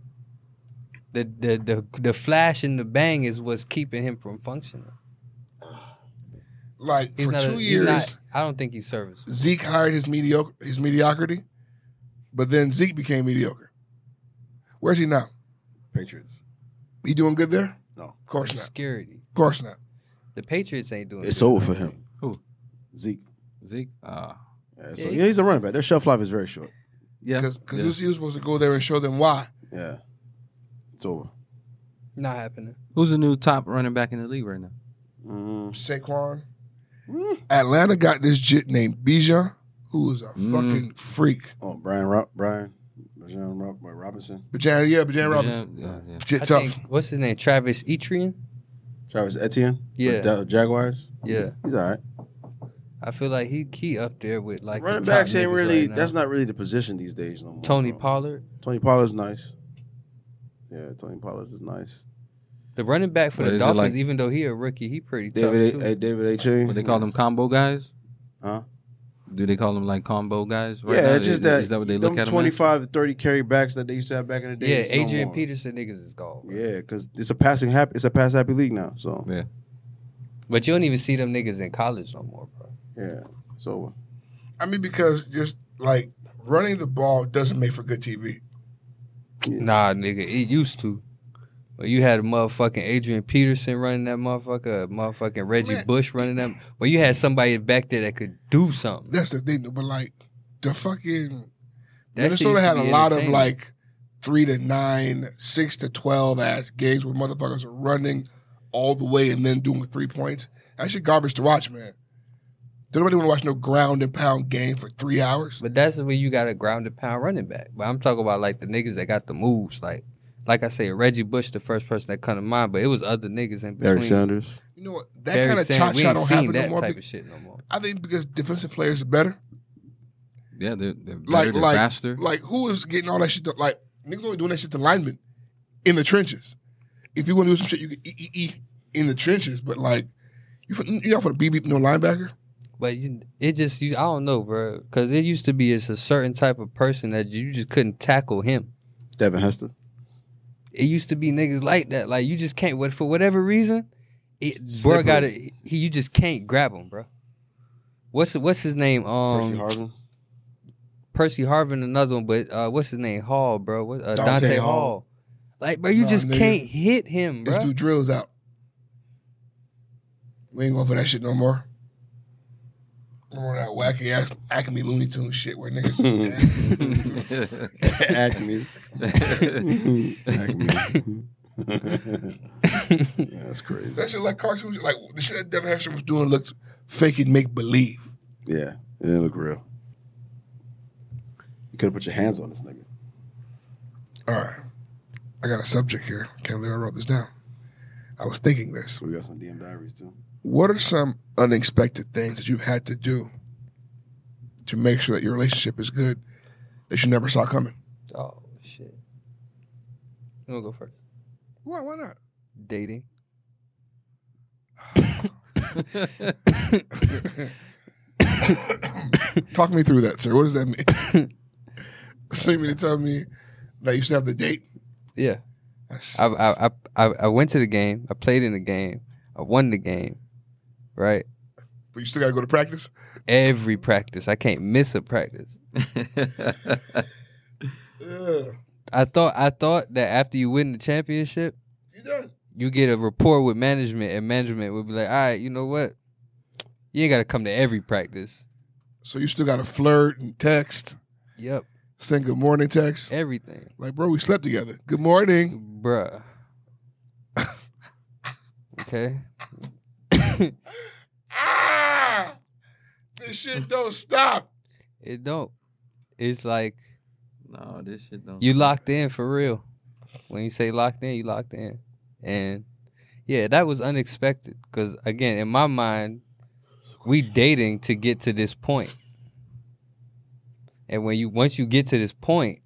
Speaker 4: The the the the flash and the bang is what's keeping him from functioning.
Speaker 1: like
Speaker 4: He's
Speaker 1: for
Speaker 4: not a-
Speaker 1: two
Speaker 4: he's
Speaker 1: years,
Speaker 4: not- I don't think he's serviceable.
Speaker 1: Zeke hired his mediocre his mediocrity, but then Zeke became mediocre. Where's he now?
Speaker 7: Patriots.
Speaker 1: He doing good there?
Speaker 7: No.
Speaker 1: Of course not.
Speaker 4: Security.
Speaker 1: Of course not.
Speaker 4: The Patriots ain't doing.
Speaker 7: It's
Speaker 4: good.
Speaker 7: over for him.
Speaker 3: Who?
Speaker 7: Zeke.
Speaker 3: Zeke. Ah,
Speaker 7: Yeah, so,
Speaker 4: Yeah,
Speaker 7: yeah, he's a running back. Their shelf life is very short.
Speaker 3: yeah.
Speaker 1: Because
Speaker 3: Yeah.
Speaker 1: he was he was supposed to go there and show them why.
Speaker 7: Yeah. It's over.
Speaker 4: Not happening.
Speaker 3: Who's the new top running back in the league right now?
Speaker 7: Mm.
Speaker 1: Saquon. Atlanta got this jit named Bijan, who is a
Speaker 3: Mm.
Speaker 1: fucking freak.
Speaker 7: Oh, Brian Rob Brian. Bijan Rob- Robinson.
Speaker 1: Bijan, yeah, Bijan Robinson.
Speaker 3: Yeah, yeah.
Speaker 1: Jit
Speaker 4: I
Speaker 1: tough.
Speaker 4: think what's his name? Travis Etrian.
Speaker 7: Travis Etienne.
Speaker 4: Yeah.
Speaker 7: With the Jaguars.
Speaker 4: Yeah,
Speaker 7: He's all right.
Speaker 4: I feel like he he up there with like the
Speaker 7: running
Speaker 4: top
Speaker 7: backs ain't
Speaker 4: niggas
Speaker 7: really.
Speaker 4: right now.
Speaker 7: that's not really the position these days no more.
Speaker 4: Tony
Speaker 7: bro.
Speaker 4: Pollard.
Speaker 7: Tony Pollard's nice. Yeah, Tony Pollard is nice.
Speaker 4: The running back for
Speaker 3: But
Speaker 4: the
Speaker 3: is it
Speaker 4: Dolphins,
Speaker 3: like-
Speaker 4: even though he a rookie, he pretty tough
Speaker 7: David
Speaker 4: too.
Speaker 7: A, David A. Chain.
Speaker 3: What they call them combo guys?
Speaker 7: Huh?
Speaker 3: Do they call them like combo guys?
Speaker 7: Yeah,
Speaker 3: now?
Speaker 7: it's
Speaker 3: Is-
Speaker 7: just that.
Speaker 3: Is that what they
Speaker 7: them
Speaker 3: look at 'em as?
Speaker 7: 25 to 30 carry backs that they used to have back in the day.
Speaker 4: yeah,
Speaker 7: it's no
Speaker 4: Adrian
Speaker 7: more.
Speaker 4: Peterson niggas is gone. bro.
Speaker 7: Yeah, because it's a passing happy. It's a pass happy league now. So
Speaker 4: But you don't even see them niggas in college no more, bro.
Speaker 7: yeah, so
Speaker 1: I mean, because just like running the ball doesn't make for good TV.
Speaker 7: Yeah.
Speaker 4: Nah, nigga, it used to. But you had a motherfucking Adrian Peterson running that motherfucker, motherfucking Reggie
Speaker 1: Man.
Speaker 4: Bush running that. Well, you had somebody back there that could do something.
Speaker 1: That's the thing, though, but like the fucking
Speaker 4: That shit
Speaker 1: Minnesota
Speaker 4: used to
Speaker 1: had a
Speaker 4: be
Speaker 1: lot of
Speaker 4: entertaining.
Speaker 1: like three to nine, six to twelve ass games where motherfuckers are running all the way and then doing three points. That shit garbage to watch, man. Don't nobody want to watch no ground and pound game for three hours.
Speaker 4: But that's where you got a grounded pound running back. But I'm talking about like the niggas that got the moves. Like, like I said, Reggie Bush, the first person that come to mind, but it was other niggas in between.
Speaker 2: Barry Sanders.
Speaker 1: You know what? That
Speaker 4: Barry
Speaker 1: kind of
Speaker 4: Sanders,
Speaker 1: chop
Speaker 4: we
Speaker 1: shot
Speaker 4: ain't
Speaker 1: don't
Speaker 4: seen
Speaker 1: happen
Speaker 4: that
Speaker 1: no more.
Speaker 4: type
Speaker 1: be-
Speaker 4: of shit no more.
Speaker 1: I think because defensive players are better.
Speaker 3: Yeah, they're, they're better,
Speaker 1: Like
Speaker 3: they're
Speaker 1: like
Speaker 3: faster.
Speaker 1: like who is getting all that shit? To, like niggas only doing that shit to linemen in the trenches. If you want to do some shit, you can e e e in the trenches. But like you fin- you not for the beep beep no linebacker.
Speaker 4: But you- it just, you, I don't know, bro. Because it used to be it's a certain type of person that you just couldn't tackle him.
Speaker 2: Devin Hester.
Speaker 4: It used to be niggas like that. Like you just can't. What for whatever reason, it bro
Speaker 2: Slippery.
Speaker 4: got to He you just can't grab him, bro. What's what's his name? Um,
Speaker 2: Percy Harvin.
Speaker 4: Percy Harvin, another one, but uh, what's his name? Hall, bro. What, uh, Dante,
Speaker 1: Dante
Speaker 4: Hall.
Speaker 1: Hall.
Speaker 4: Like, bro, you
Speaker 1: Nah,
Speaker 4: just
Speaker 1: nigga.
Speaker 4: can't hit him,
Speaker 1: This
Speaker 4: bro.
Speaker 1: dude drills out. We ain't going for that shit no more. Remember that wacky ass Acme Looney Tunes shit where niggas is dead.
Speaker 2: Acme. Acme. Mm-hmm. That's crazy.
Speaker 1: That shit like Carson was like the shit that Devin Hester was doing looked fake and make believe.
Speaker 2: Yeah, it didn't look real. You could have put your hands on this nigga.
Speaker 1: All right. I got a subject here. Can't believe I wrote this down. I was thinking this.
Speaker 2: We got some DM diaries too.
Speaker 1: What are some unexpected things that you've had to do to make sure that your relationship is good that you never saw coming?
Speaker 4: oh shit. I'm gonna go first.
Speaker 1: Why? Why not?
Speaker 4: Dating.
Speaker 1: Talk me through that, sir. What does that mean? so you mean to tell me that you still have the date?
Speaker 4: Yeah.
Speaker 1: That's,
Speaker 4: I I, I I I went to the game. I played in the game. I won the game. Right.
Speaker 1: but you still got to go to practice.
Speaker 4: Every practice. I can't miss a practice. I thought I thought that after you win the championship,
Speaker 1: You done?
Speaker 4: you get a rapport with management, and management would be like, all right, you know what? You ain't got to come to every practice.
Speaker 1: So you still got to flirt and text,
Speaker 4: Yep.
Speaker 1: send good morning text.
Speaker 4: Everything.
Speaker 1: Like, bro, we slept together. Good morning.
Speaker 4: Bruh. okay.
Speaker 1: Ah, this shit don't stop.
Speaker 4: It don't. It's like
Speaker 3: no, Oh, this shit don't.
Speaker 4: you locked in for real. When you say locked in, you locked in. And yeah, that was unexpected. Cause again, in my mind, we dating to get to this point. And when you once you get to this point,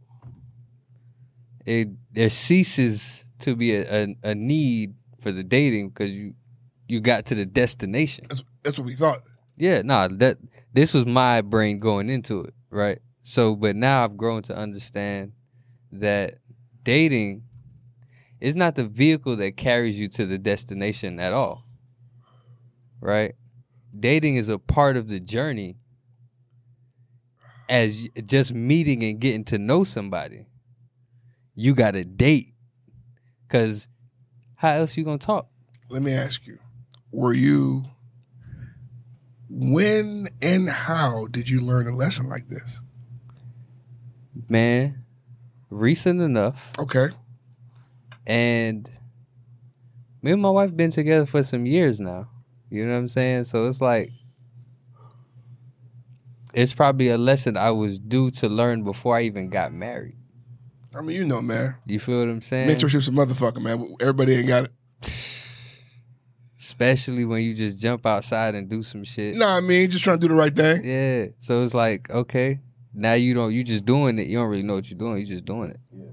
Speaker 4: it there ceases to be a, a, a need for the dating because you you got to the destination.
Speaker 1: That's that's what we thought.
Speaker 4: Yeah, no, that this was my brain going into it, right? So, but now I've grown to understand that dating is not the vehicle that carries you to the destination at all, right? Dating is a part of the journey, as y- just meeting and getting to know somebody. You got to date, cause how else you gonna talk?
Speaker 1: Let me ask you: Were you? When and how did you learn a lesson like this?
Speaker 4: Man, recent enough.
Speaker 1: Okay,
Speaker 4: and me and my wife been together for some years now. You know what I'm saying? So it's like it's probably a lesson I was due to learn before I even got married.
Speaker 1: I mean, you know, man,
Speaker 4: You feel what I'm saying?
Speaker 1: mentorship's a motherfucker, man. Everybody ain't got it.
Speaker 4: Especially when you just jump outside and do some shit.
Speaker 1: No, I mean, just trying to do the right thing.
Speaker 4: Yeah. So it's like, okay, now you don't you just doing it. You don't really know what you're doing. you just doing it. Yeah.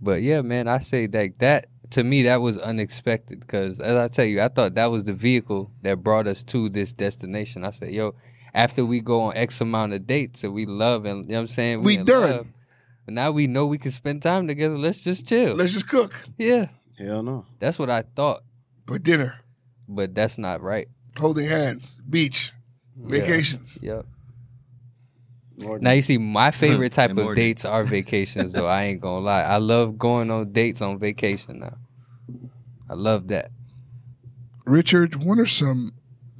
Speaker 4: But yeah, man, I say like that to me that was unexpected because as I tell you, I thought that was the vehicle that brought us to this destination. I said, yo, after we go on X amount of dates and we love and you know what I'm saying
Speaker 1: We
Speaker 4: in
Speaker 1: done.
Speaker 4: love, but now we know we can spend time together. Let's just chill.
Speaker 1: Let's just cook.
Speaker 4: yeah.
Speaker 2: Hell no.
Speaker 4: That's what I thought.
Speaker 1: But dinner,
Speaker 4: But that's not right.
Speaker 1: holding hands, beach, vacations.
Speaker 4: Yep.
Speaker 2: Lord,
Speaker 4: Now you see, my favorite type
Speaker 3: And
Speaker 4: of
Speaker 3: Morgan.
Speaker 4: dates are vacations. Though I ain't gonna lie, I love going on dates on vacation. Now, I love that.
Speaker 1: Richard, what are some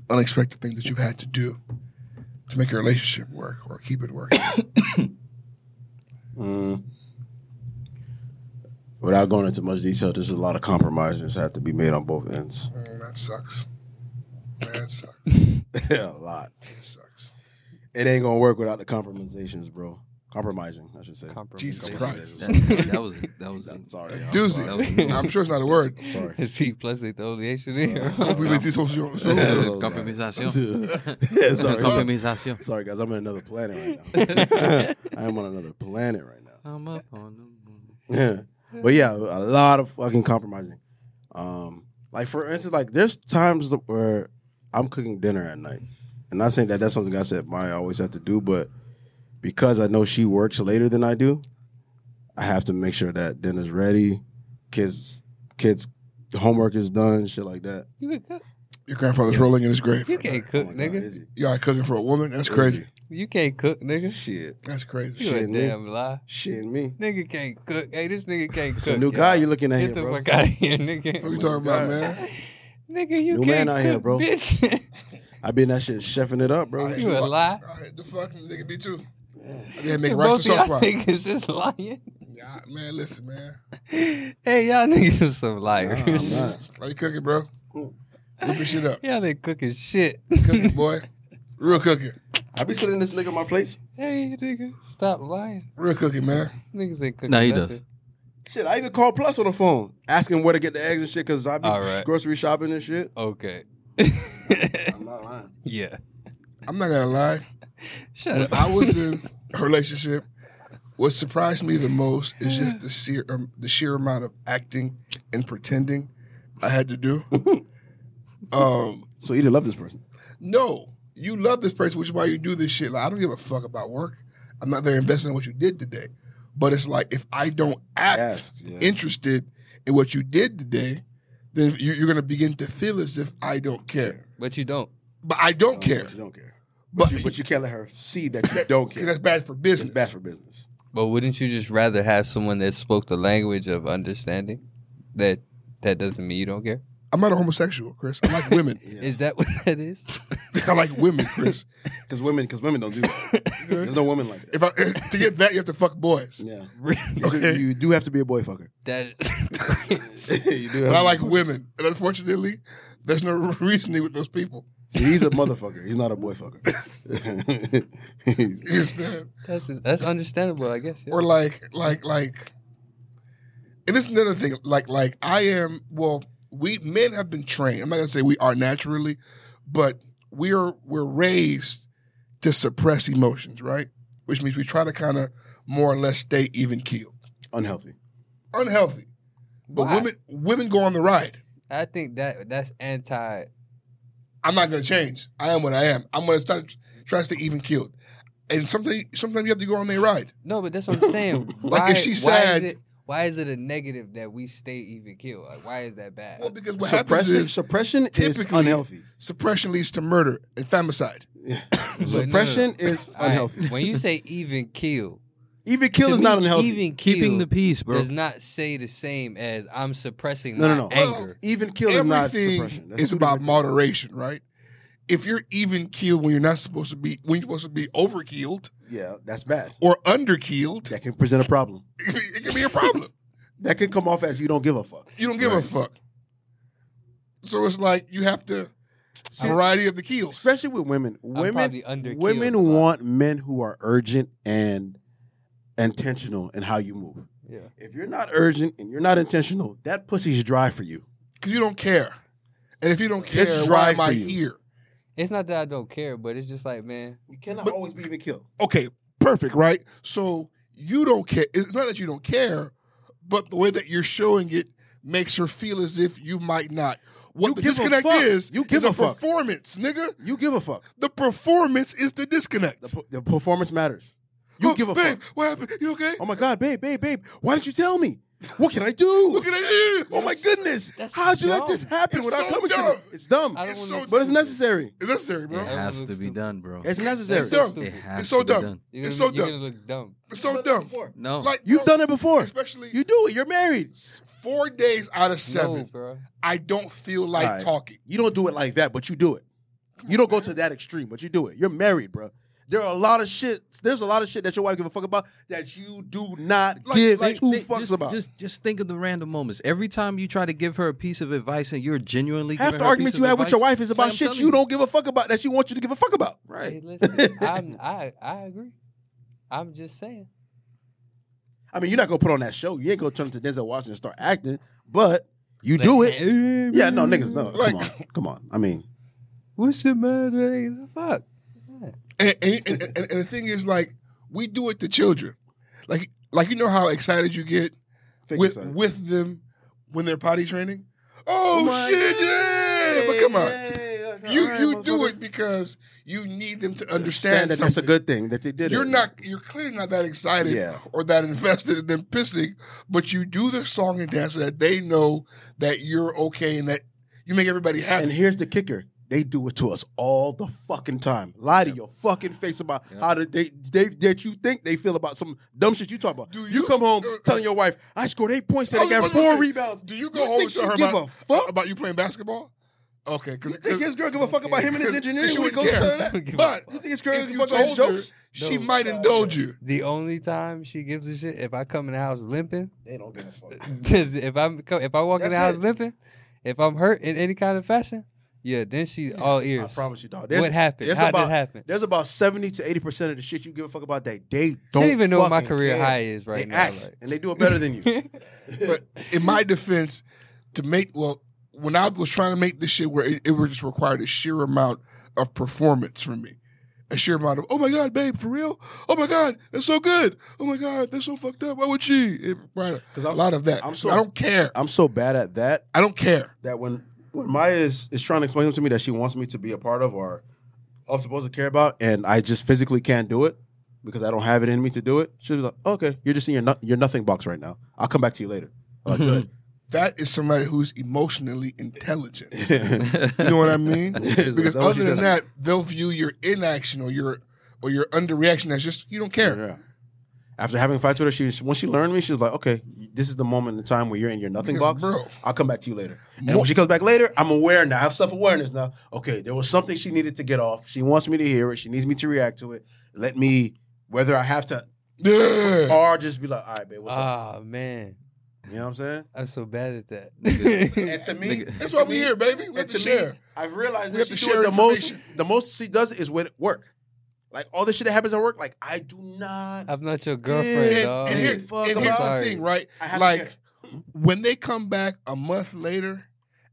Speaker 1: unexpected things that you've had to do to make your relationship work or keep it working?
Speaker 7: Mm-hmm.
Speaker 2: Mm. Without going into much detail, there's a lot of compromises that have to be made on both ends.
Speaker 1: Mm, that sucks. That sucks.
Speaker 7: a lot.
Speaker 1: It sucks.
Speaker 7: It ain't gonna work without the compromisations, bro. Compromising, I should say.
Speaker 1: Jesus
Speaker 4: Compromisation.
Speaker 1: Christ.
Speaker 3: That, that was that was
Speaker 7: I'm sorry. I'm sorry.
Speaker 1: Doozy. I'm sure it's not a word.
Speaker 7: I'm sorry.
Speaker 4: See, plus they throw the Asian in here.
Speaker 1: So we make this whole show.
Speaker 7: Yeah.
Speaker 1: so-
Speaker 7: Yeah, sorry.
Speaker 3: Compromisation.
Speaker 7: Sorry, guys. I'm on another planet right now. I am on another planet right now.
Speaker 3: I'm up on the moon.
Speaker 7: Yeah. But yeah, a lot of fucking compromising. Um, like for instance, like there's times where I'm cooking dinner at night, and not saying that that's something I said my I always have to do, but because I know she works later than I do, I have to make sure that dinner's ready, kids, kids, homework is done, shit like that.
Speaker 4: You can cook.
Speaker 1: Your grandfather's rolling in his grave.
Speaker 4: You can't
Speaker 7: Oh
Speaker 4: cook,
Speaker 7: my God,
Speaker 4: nigga.
Speaker 7: is he?
Speaker 1: You all cooking for a woman? That's crazy.
Speaker 4: You can't cook, nigga.
Speaker 7: Shit,
Speaker 1: That's crazy.
Speaker 4: You a
Speaker 7: Shit, nigga.
Speaker 4: damn lie.
Speaker 7: shit, me.
Speaker 4: Nigga can't cook. Hey, this nigga can't cook.
Speaker 7: It's a new guy
Speaker 4: y'all.
Speaker 7: you're looking at
Speaker 4: Get
Speaker 7: here,
Speaker 4: the
Speaker 7: bro.
Speaker 4: fuck out of here,
Speaker 1: What you
Speaker 4: nigga.
Speaker 1: talking about, man?
Speaker 4: nigga, you
Speaker 7: New man
Speaker 4: can't
Speaker 7: out
Speaker 4: cook,
Speaker 7: here, bro.
Speaker 4: bitch.
Speaker 7: I been that shit chefing it up,
Speaker 1: I
Speaker 7: bro.
Speaker 1: hate
Speaker 4: You
Speaker 1: the
Speaker 4: a
Speaker 1: fuck-
Speaker 4: lie.
Speaker 1: I hate the fucking nigga be too. I didn't make rice and
Speaker 4: Both y'all
Speaker 1: sauce pie.
Speaker 4: niggas is lying.
Speaker 1: Nah, man, listen, man.
Speaker 4: Hey, y'all niggas is some
Speaker 7: I'm
Speaker 4: liars.
Speaker 7: not.
Speaker 1: How you cooking, bro? Whip your shit up.
Speaker 4: y'all ain't cooking shit.
Speaker 1: Cooking, boy. Real cooking.
Speaker 7: I be sitting this nigga my plates.
Speaker 4: hey, nigga, stop lying.
Speaker 1: Real cooking, man.
Speaker 4: Niggas ain't cooking.
Speaker 3: Nah, he
Speaker 4: nothing.
Speaker 3: does.
Speaker 7: Shit, I even called Plus on the phone, asking where to get the eggs and shit, cause I be
Speaker 4: All right.
Speaker 7: grocery shopping and shit.
Speaker 4: Okay.
Speaker 7: I'm not lying.
Speaker 4: yeah.
Speaker 1: I'm not gonna lie.
Speaker 4: Shut up.
Speaker 1: I was in a relationship. What surprised me the most is just the sheer, um, the sheer amount of acting and pretending I had to do. um,
Speaker 7: So you didn't love this person.
Speaker 1: no, you love this person, which is why you do this shit. Like I don't give a fuck about work. I'm not very invested in what you did today. But it's like if I don't act
Speaker 7: Ask, yeah.
Speaker 1: interested in what you did today, then you- you're gonna begin to feel as if I don't care.
Speaker 4: But you don't.
Speaker 1: But I don't
Speaker 7: Um,
Speaker 1: care.
Speaker 7: but You don't care.
Speaker 1: But,
Speaker 7: But you, but you can't let her see that you don't care.
Speaker 1: that's bad for
Speaker 7: It's
Speaker 1: business.
Speaker 7: bad for business.
Speaker 4: But wouldn't you just rather have someone that spoke the language of understanding? That that doesn't mean you don't care.
Speaker 1: I'm not a homosexual, Chris. I like women.
Speaker 4: Is that what that is?
Speaker 1: I like women, Chris.
Speaker 7: Cause women, cause women don't do that. There's no women like that.
Speaker 1: If I to get that, you have to fuck boys.
Speaker 7: Yeah.
Speaker 4: Really?
Speaker 1: Okay.
Speaker 7: You do have to be a boy fucker.
Speaker 4: That
Speaker 7: you do.
Speaker 1: But
Speaker 7: Have
Speaker 1: I
Speaker 7: to
Speaker 1: like
Speaker 7: be a boy-
Speaker 1: women, and unfortunately, there's no reasoning with those people.
Speaker 7: See, he's a motherfucker. He's not a boy fucker. He's-
Speaker 1: You understand?
Speaker 4: that's that's understandable, I guess. yeah.
Speaker 1: Or like, like, like, and this is another thing. Like, like I am. Well, we men have been trained. I'm not gonna say we are naturally, but we are. We're raised to suppress emotions, right? Which means we try to kind of more or less stay even keel,
Speaker 7: unhealthy.
Speaker 1: unhealthy. But
Speaker 4: Why?
Speaker 1: women, women go on the ride.
Speaker 4: I think that that's anti.
Speaker 1: I'm not going to change. I am what I am. I'm going to start try to stay even keeled. And sometimes, sometimes you have to go on their ride.
Speaker 4: No, but that's what I'm saying.
Speaker 1: Like,
Speaker 4: why,
Speaker 1: if she
Speaker 4: why is
Speaker 1: said-
Speaker 4: it, why is it a negative that we stay even kill? Like, why is that bad?
Speaker 1: Well, because what happens
Speaker 7: Suppression,
Speaker 1: is
Speaker 7: suppression is
Speaker 1: typically-
Speaker 7: unhealthy.
Speaker 1: suppression leads to murder and femicide.
Speaker 7: Suppression is
Speaker 4: All right,
Speaker 7: unhealthy.
Speaker 4: When you say even kill,
Speaker 7: Even kill
Speaker 4: to
Speaker 7: is
Speaker 4: me,
Speaker 7: not unhealthy.
Speaker 4: Even kill
Speaker 3: Keeping the peace, bro.
Speaker 4: does not say the same as I'm suppressing
Speaker 7: No,
Speaker 4: my
Speaker 7: no, no.
Speaker 4: anger.
Speaker 7: even kill is not suppression.
Speaker 1: Everything
Speaker 7: That's
Speaker 1: is
Speaker 7: two
Speaker 1: about
Speaker 7: different
Speaker 1: moderation, right? If you're even keeled when you're not supposed to be, when you're supposed to be over keeled
Speaker 7: things. Yeah, that's bad.
Speaker 1: or under keeled,
Speaker 7: That can present a problem.
Speaker 1: it can be a problem.
Speaker 7: That can come off as you don't give a fuck.
Speaker 1: You don't give a fuck. So it's like you have to variety of the keels.
Speaker 7: Especially with women. Women
Speaker 4: probably under keeled a
Speaker 7: women
Speaker 4: lot.
Speaker 7: want men who are urgent and intentional in how you move.
Speaker 4: Yeah.
Speaker 7: If you're not urgent and you're not intentional, that pussy's dry for you.
Speaker 1: because you don't care. And if you don't
Speaker 7: It's
Speaker 1: care,
Speaker 7: dry
Speaker 1: why am
Speaker 7: for
Speaker 1: I
Speaker 7: you.
Speaker 1: here?
Speaker 4: It's not that I don't care, but it's just like, man,
Speaker 7: You cannot
Speaker 1: But-
Speaker 7: always be even kill.
Speaker 1: okay, perfect, right? So you don't care. It's not that you don't care, but the way that you're showing it makes her feel as if you might not. What
Speaker 7: You
Speaker 1: the
Speaker 7: give a
Speaker 1: disconnect
Speaker 7: fuck.
Speaker 1: is,
Speaker 7: You give
Speaker 1: is a,
Speaker 7: a fuck.
Speaker 1: performance, nigga.
Speaker 7: You give a fuck.
Speaker 1: The performance is the disconnect.
Speaker 7: The, p- the performance matters. You
Speaker 1: Oh,
Speaker 7: give a
Speaker 1: babe,
Speaker 7: fuck.
Speaker 1: What happened? You okay?
Speaker 7: Oh my god, babe, babe, babe. Why didn't you tell me? What can I do?
Speaker 1: Look at that.
Speaker 7: Oh my goodness!
Speaker 4: That's
Speaker 7: How'd you let
Speaker 4: dumb.
Speaker 7: this happen
Speaker 1: It's
Speaker 7: without
Speaker 1: so
Speaker 7: coming to
Speaker 1: dumb.
Speaker 7: me? It's dumb,
Speaker 4: I don't
Speaker 1: It's
Speaker 4: want
Speaker 1: so-
Speaker 7: but it's necessary.
Speaker 1: It's necessary, bro.
Speaker 3: It has
Speaker 4: Everyone
Speaker 3: to be
Speaker 4: looks
Speaker 3: done, bro.
Speaker 7: It's
Speaker 1: It's
Speaker 7: necessary.
Speaker 1: dumb.
Speaker 3: It has
Speaker 1: It's so
Speaker 3: to be
Speaker 1: dumb.
Speaker 3: done.
Speaker 4: You're gonna,
Speaker 1: It's so
Speaker 4: you're
Speaker 1: dumb.
Speaker 4: gonna look dumb.
Speaker 1: It's so dumb.
Speaker 4: Oh.
Speaker 3: No,
Speaker 1: Like
Speaker 7: You've
Speaker 1: bro,
Speaker 7: done it before.
Speaker 1: Especially
Speaker 7: You do it. You're married.
Speaker 1: four days out of
Speaker 4: No,
Speaker 1: seven,
Speaker 4: bro.
Speaker 1: I don't feel like
Speaker 7: All right.
Speaker 1: talking.
Speaker 7: You don't do it like that, but you do it. You don't go to that extreme, but you do it. You're married, bro.
Speaker 2: There are a lot of shit. There's a lot of shit that your wife give a fuck about that you do not
Speaker 1: Like-
Speaker 2: give
Speaker 1: like-
Speaker 2: two
Speaker 3: Thi-
Speaker 2: fucks
Speaker 3: just,
Speaker 2: about.
Speaker 3: Just just think of the random moments. Every time you try to give her a piece of advice and you're genuinely
Speaker 2: Half
Speaker 3: giving
Speaker 2: the
Speaker 3: her a
Speaker 2: arguments
Speaker 3: piece
Speaker 2: you
Speaker 3: of
Speaker 2: have with your
Speaker 3: advice-
Speaker 2: wife is about
Speaker 3: I'm
Speaker 2: shit
Speaker 3: telling
Speaker 2: you don't give a fuck about that she wants you to give a fuck about.
Speaker 4: Hey,
Speaker 3: Right.
Speaker 4: listen, I'm, I I agree. I'm just saying.
Speaker 2: I mean, you're not gonna put on that show. You ain't gonna turn into Denzel Washington and start acting, but you do it. Yeah, no, niggas, no.
Speaker 1: Like-
Speaker 2: come on, come on. I mean,
Speaker 4: What's the matter? Hey, the Fuck.
Speaker 1: And, and, and, and, and the thing is, like, we do it to children. Like, like you know how excited you get
Speaker 2: figure
Speaker 1: with
Speaker 2: something.
Speaker 1: with them when they're potty training. Oh
Speaker 2: Like,
Speaker 1: shit, yeah! But come on,
Speaker 2: yeah, yeah,
Speaker 1: you
Speaker 2: all right,
Speaker 1: you do
Speaker 2: motherfucker.
Speaker 1: it because you need them to understand
Speaker 2: Understand that
Speaker 1: something.
Speaker 2: that's a good thing that they did.
Speaker 1: You're
Speaker 2: it.
Speaker 1: not. You're clearly not that excited
Speaker 2: Yeah.
Speaker 1: or that invested in them pissing, but you do the song and dance so that they know that you're okay and that you make everybody happy.
Speaker 2: And here's the kicker: they do it to us all the fucking time. Lie to your fucking face about
Speaker 3: Yep.
Speaker 2: how did they, they that you think they feel about some dumb shit you talk about.
Speaker 1: Do
Speaker 2: you,
Speaker 1: you-
Speaker 2: come home
Speaker 1: uh, uh,
Speaker 2: telling your wife, "I scored eight points
Speaker 1: I
Speaker 2: and I
Speaker 1: was
Speaker 2: got
Speaker 1: about to
Speaker 2: four
Speaker 1: say,
Speaker 2: rebounds."
Speaker 1: Do you go
Speaker 2: You
Speaker 1: home
Speaker 2: think
Speaker 1: and
Speaker 2: she
Speaker 1: tell her
Speaker 2: give
Speaker 1: about,
Speaker 2: a fuck?
Speaker 1: about you playing basketball? Okay, because
Speaker 2: You think his girl give a fuck about him and his engineering when it goes to that?
Speaker 4: Don't give a
Speaker 1: But
Speaker 4: fuck.
Speaker 2: You think his girl
Speaker 1: if
Speaker 2: give a
Speaker 1: you
Speaker 2: fuck about his
Speaker 1: told her,
Speaker 2: jokes?
Speaker 1: she
Speaker 4: No.
Speaker 1: might indulge you.
Speaker 4: The only time she gives a shit if I come in the house limping,
Speaker 2: They don't give a fuck.
Speaker 4: if I'm co- if I walk in
Speaker 2: That's
Speaker 4: the house
Speaker 2: it.
Speaker 4: limping, if I'm hurt in any kind of fashion, yeah, then she all ears.
Speaker 2: I promise you, dog.
Speaker 4: What happened?
Speaker 2: there's
Speaker 4: How
Speaker 2: about,
Speaker 4: did it happen?
Speaker 2: There's about seventy to eighty percent of the shit you give a fuck about that they
Speaker 4: She
Speaker 2: don't
Speaker 4: don't even know what my
Speaker 2: fucking
Speaker 4: career
Speaker 2: care.
Speaker 4: high is right
Speaker 2: they
Speaker 4: now.
Speaker 2: act
Speaker 4: like.
Speaker 2: and they do it better than you.
Speaker 1: But in my defense, to make well, when I was trying to make this shit where it, it was just required a sheer amount of performance from me, a sheer amount of oh my god, babe, for real, oh my god, that's so good, oh my god, that's so fucked up. Why would she? It, right,
Speaker 2: 'Cause
Speaker 1: a
Speaker 2: I'm-
Speaker 1: lot of that.
Speaker 2: I'm
Speaker 1: so
Speaker 2: so-
Speaker 1: I don't care.
Speaker 2: I'm so bad at that
Speaker 1: I don't care.
Speaker 2: that when when Maya is, is trying to explain them to me that she wants me to be a part of or I'm supposed to care about, and I just physically can't do it because I don't have it in me to do it. She'll be like, "Okay, you're just in your no- your nothing box right now. I'll come back to you later." I'm like,
Speaker 1: That is somebody who's emotionally intelligent.
Speaker 2: good.
Speaker 1: You know what I mean?
Speaker 2: Is
Speaker 1: because
Speaker 2: that what
Speaker 1: other
Speaker 2: she
Speaker 1: than
Speaker 2: said?
Speaker 1: that, they'll view your inaction or your or your underreaction as just you don't care.
Speaker 2: Yeah. After having fights with her, she when she learned me, she was like, "Okay, this is the moment in time where you're in your nothing
Speaker 1: Because,
Speaker 2: box.
Speaker 1: bro.
Speaker 2: I'll come back to you later." And
Speaker 1: Mo-
Speaker 2: when she comes back later, I'm aware now. I have self awareness now. Okay, there was something she needed to get off. She wants me to hear it. She needs me to react to it. Let me, whether I have to
Speaker 1: Yeah.
Speaker 2: or just be like, "All right, babe, what's up?"
Speaker 4: Ah man,
Speaker 2: You know what I'm saying?
Speaker 4: I'm so bad at that.
Speaker 2: And to me,
Speaker 3: Nigga.
Speaker 1: That's
Speaker 2: to
Speaker 1: why we
Speaker 2: me-
Speaker 1: here, baby. We have
Speaker 2: and
Speaker 1: to
Speaker 2: to
Speaker 1: share.
Speaker 2: me, I've realized
Speaker 1: We
Speaker 2: we
Speaker 1: have
Speaker 2: have
Speaker 1: to share
Speaker 2: share the most.
Speaker 1: information.
Speaker 2: The most she does it is with work. Like all the shit that happens at work, like I do not.
Speaker 4: I'm not your
Speaker 2: And-
Speaker 4: girlfriend,
Speaker 1: And,
Speaker 4: dog.
Speaker 1: and,
Speaker 2: Hey,
Speaker 1: here,
Speaker 2: fuck,
Speaker 1: and
Speaker 2: I'm
Speaker 1: here's
Speaker 4: sorry.
Speaker 1: the thing, right?
Speaker 2: I have to
Speaker 1: Like
Speaker 2: care.
Speaker 1: when they come back a month later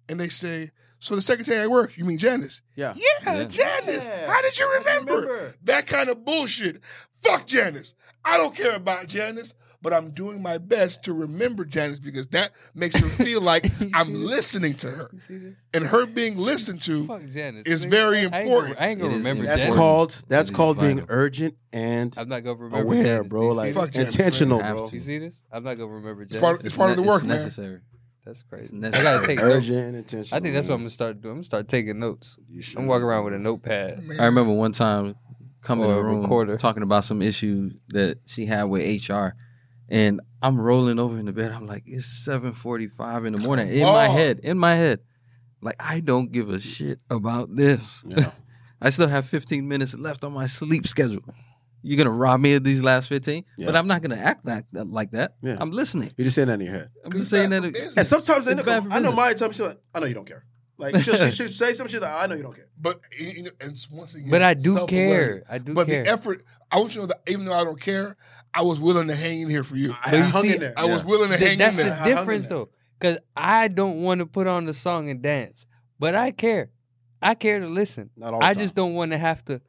Speaker 1: and they say, So the secretary at work, you mean Janice?
Speaker 2: Yeah.
Speaker 1: Yeah,
Speaker 3: Yeah.
Speaker 1: Janice.
Speaker 2: Yeah.
Speaker 1: How did you
Speaker 2: I
Speaker 1: remember? That kind of bullshit. Fuck Janice. I don't care about Janice, but I'm doing my best to remember Janice because that makes her feel like
Speaker 4: You
Speaker 1: I'm
Speaker 4: see this?
Speaker 1: listening to her.
Speaker 4: You see this?
Speaker 1: And her being listened to,
Speaker 4: Fuck Janice.
Speaker 1: It's
Speaker 4: nigga.
Speaker 1: very
Speaker 4: I ain't gonna-
Speaker 1: important.
Speaker 4: I ain't gonna
Speaker 3: It is
Speaker 4: remember
Speaker 3: important.
Speaker 2: That's
Speaker 4: Janice.
Speaker 2: called that's
Speaker 3: It is
Speaker 2: called being
Speaker 3: vital.
Speaker 2: urgent and
Speaker 4: I'm not gonna remember
Speaker 2: aware,
Speaker 4: Janice. Do
Speaker 2: bro.
Speaker 4: you
Speaker 2: Like
Speaker 4: see
Speaker 1: Fuck
Speaker 4: this?
Speaker 1: Janice,
Speaker 2: intentional,
Speaker 3: man.
Speaker 2: bro.
Speaker 4: you see this? I'm not gonna remember Janice.
Speaker 1: part- it's part of the work,
Speaker 3: it's
Speaker 1: man.
Speaker 3: necessary.
Speaker 4: That's
Speaker 3: It's
Speaker 4: crazy. I
Speaker 3: necessary.
Speaker 4: gotta take
Speaker 2: Urgent
Speaker 4: notes.
Speaker 2: and intentional.
Speaker 4: I think that's what I'm
Speaker 2: man.
Speaker 4: gonna start doing. I'm gonna start taking notes.
Speaker 2: You should.
Speaker 4: I'm walking around with a notepad.
Speaker 1: man,
Speaker 3: I remember one time coming in
Speaker 4: Or a
Speaker 3: the room
Speaker 4: recorder.
Speaker 3: talking about some issue that she had with HR, and I'm rolling over in the bed. I'm like, it's 7:45 in the morning. In my
Speaker 1: on.
Speaker 3: head, in my head, like I don't give a shit about this.
Speaker 2: Yeah.
Speaker 3: I still have 15 minutes left on my sleep schedule. You're gonna rob me of these last 15, but
Speaker 2: Yeah.
Speaker 3: I'm not gonna act like that. Like that.
Speaker 2: Yeah.
Speaker 3: I'm listening.
Speaker 2: You're just saying that in your head.
Speaker 3: I'm
Speaker 1: 'Cause
Speaker 3: just saying
Speaker 1: that's
Speaker 3: that.
Speaker 1: the
Speaker 3: it-
Speaker 1: business.
Speaker 2: And sometimes they
Speaker 3: It's bad
Speaker 2: know,
Speaker 3: for
Speaker 2: I know
Speaker 3: business.
Speaker 2: Maya tells me, she's like, I know you don't care. Like she'll, she'll, she'll say some shit like, I know you don't care.
Speaker 1: but you know, and it's once again,
Speaker 4: But I do
Speaker 1: self-awareness.
Speaker 4: care. I do
Speaker 1: But
Speaker 4: care.
Speaker 1: the effort, I want you to know that even though I don't care, I was willing to hang in here for you.
Speaker 2: I,
Speaker 4: But
Speaker 2: I
Speaker 4: you
Speaker 2: hung
Speaker 4: see-
Speaker 2: in there.
Speaker 1: I was willing to
Speaker 4: Th-
Speaker 1: hang
Speaker 4: that's
Speaker 1: in there.
Speaker 2: I
Speaker 4: the
Speaker 2: hung in
Speaker 4: difference
Speaker 2: there.
Speaker 4: though, because I don't want to put on the song and dance, but I care. I care to listen.
Speaker 2: Not all the
Speaker 4: I
Speaker 2: time.
Speaker 4: just don't want to have to.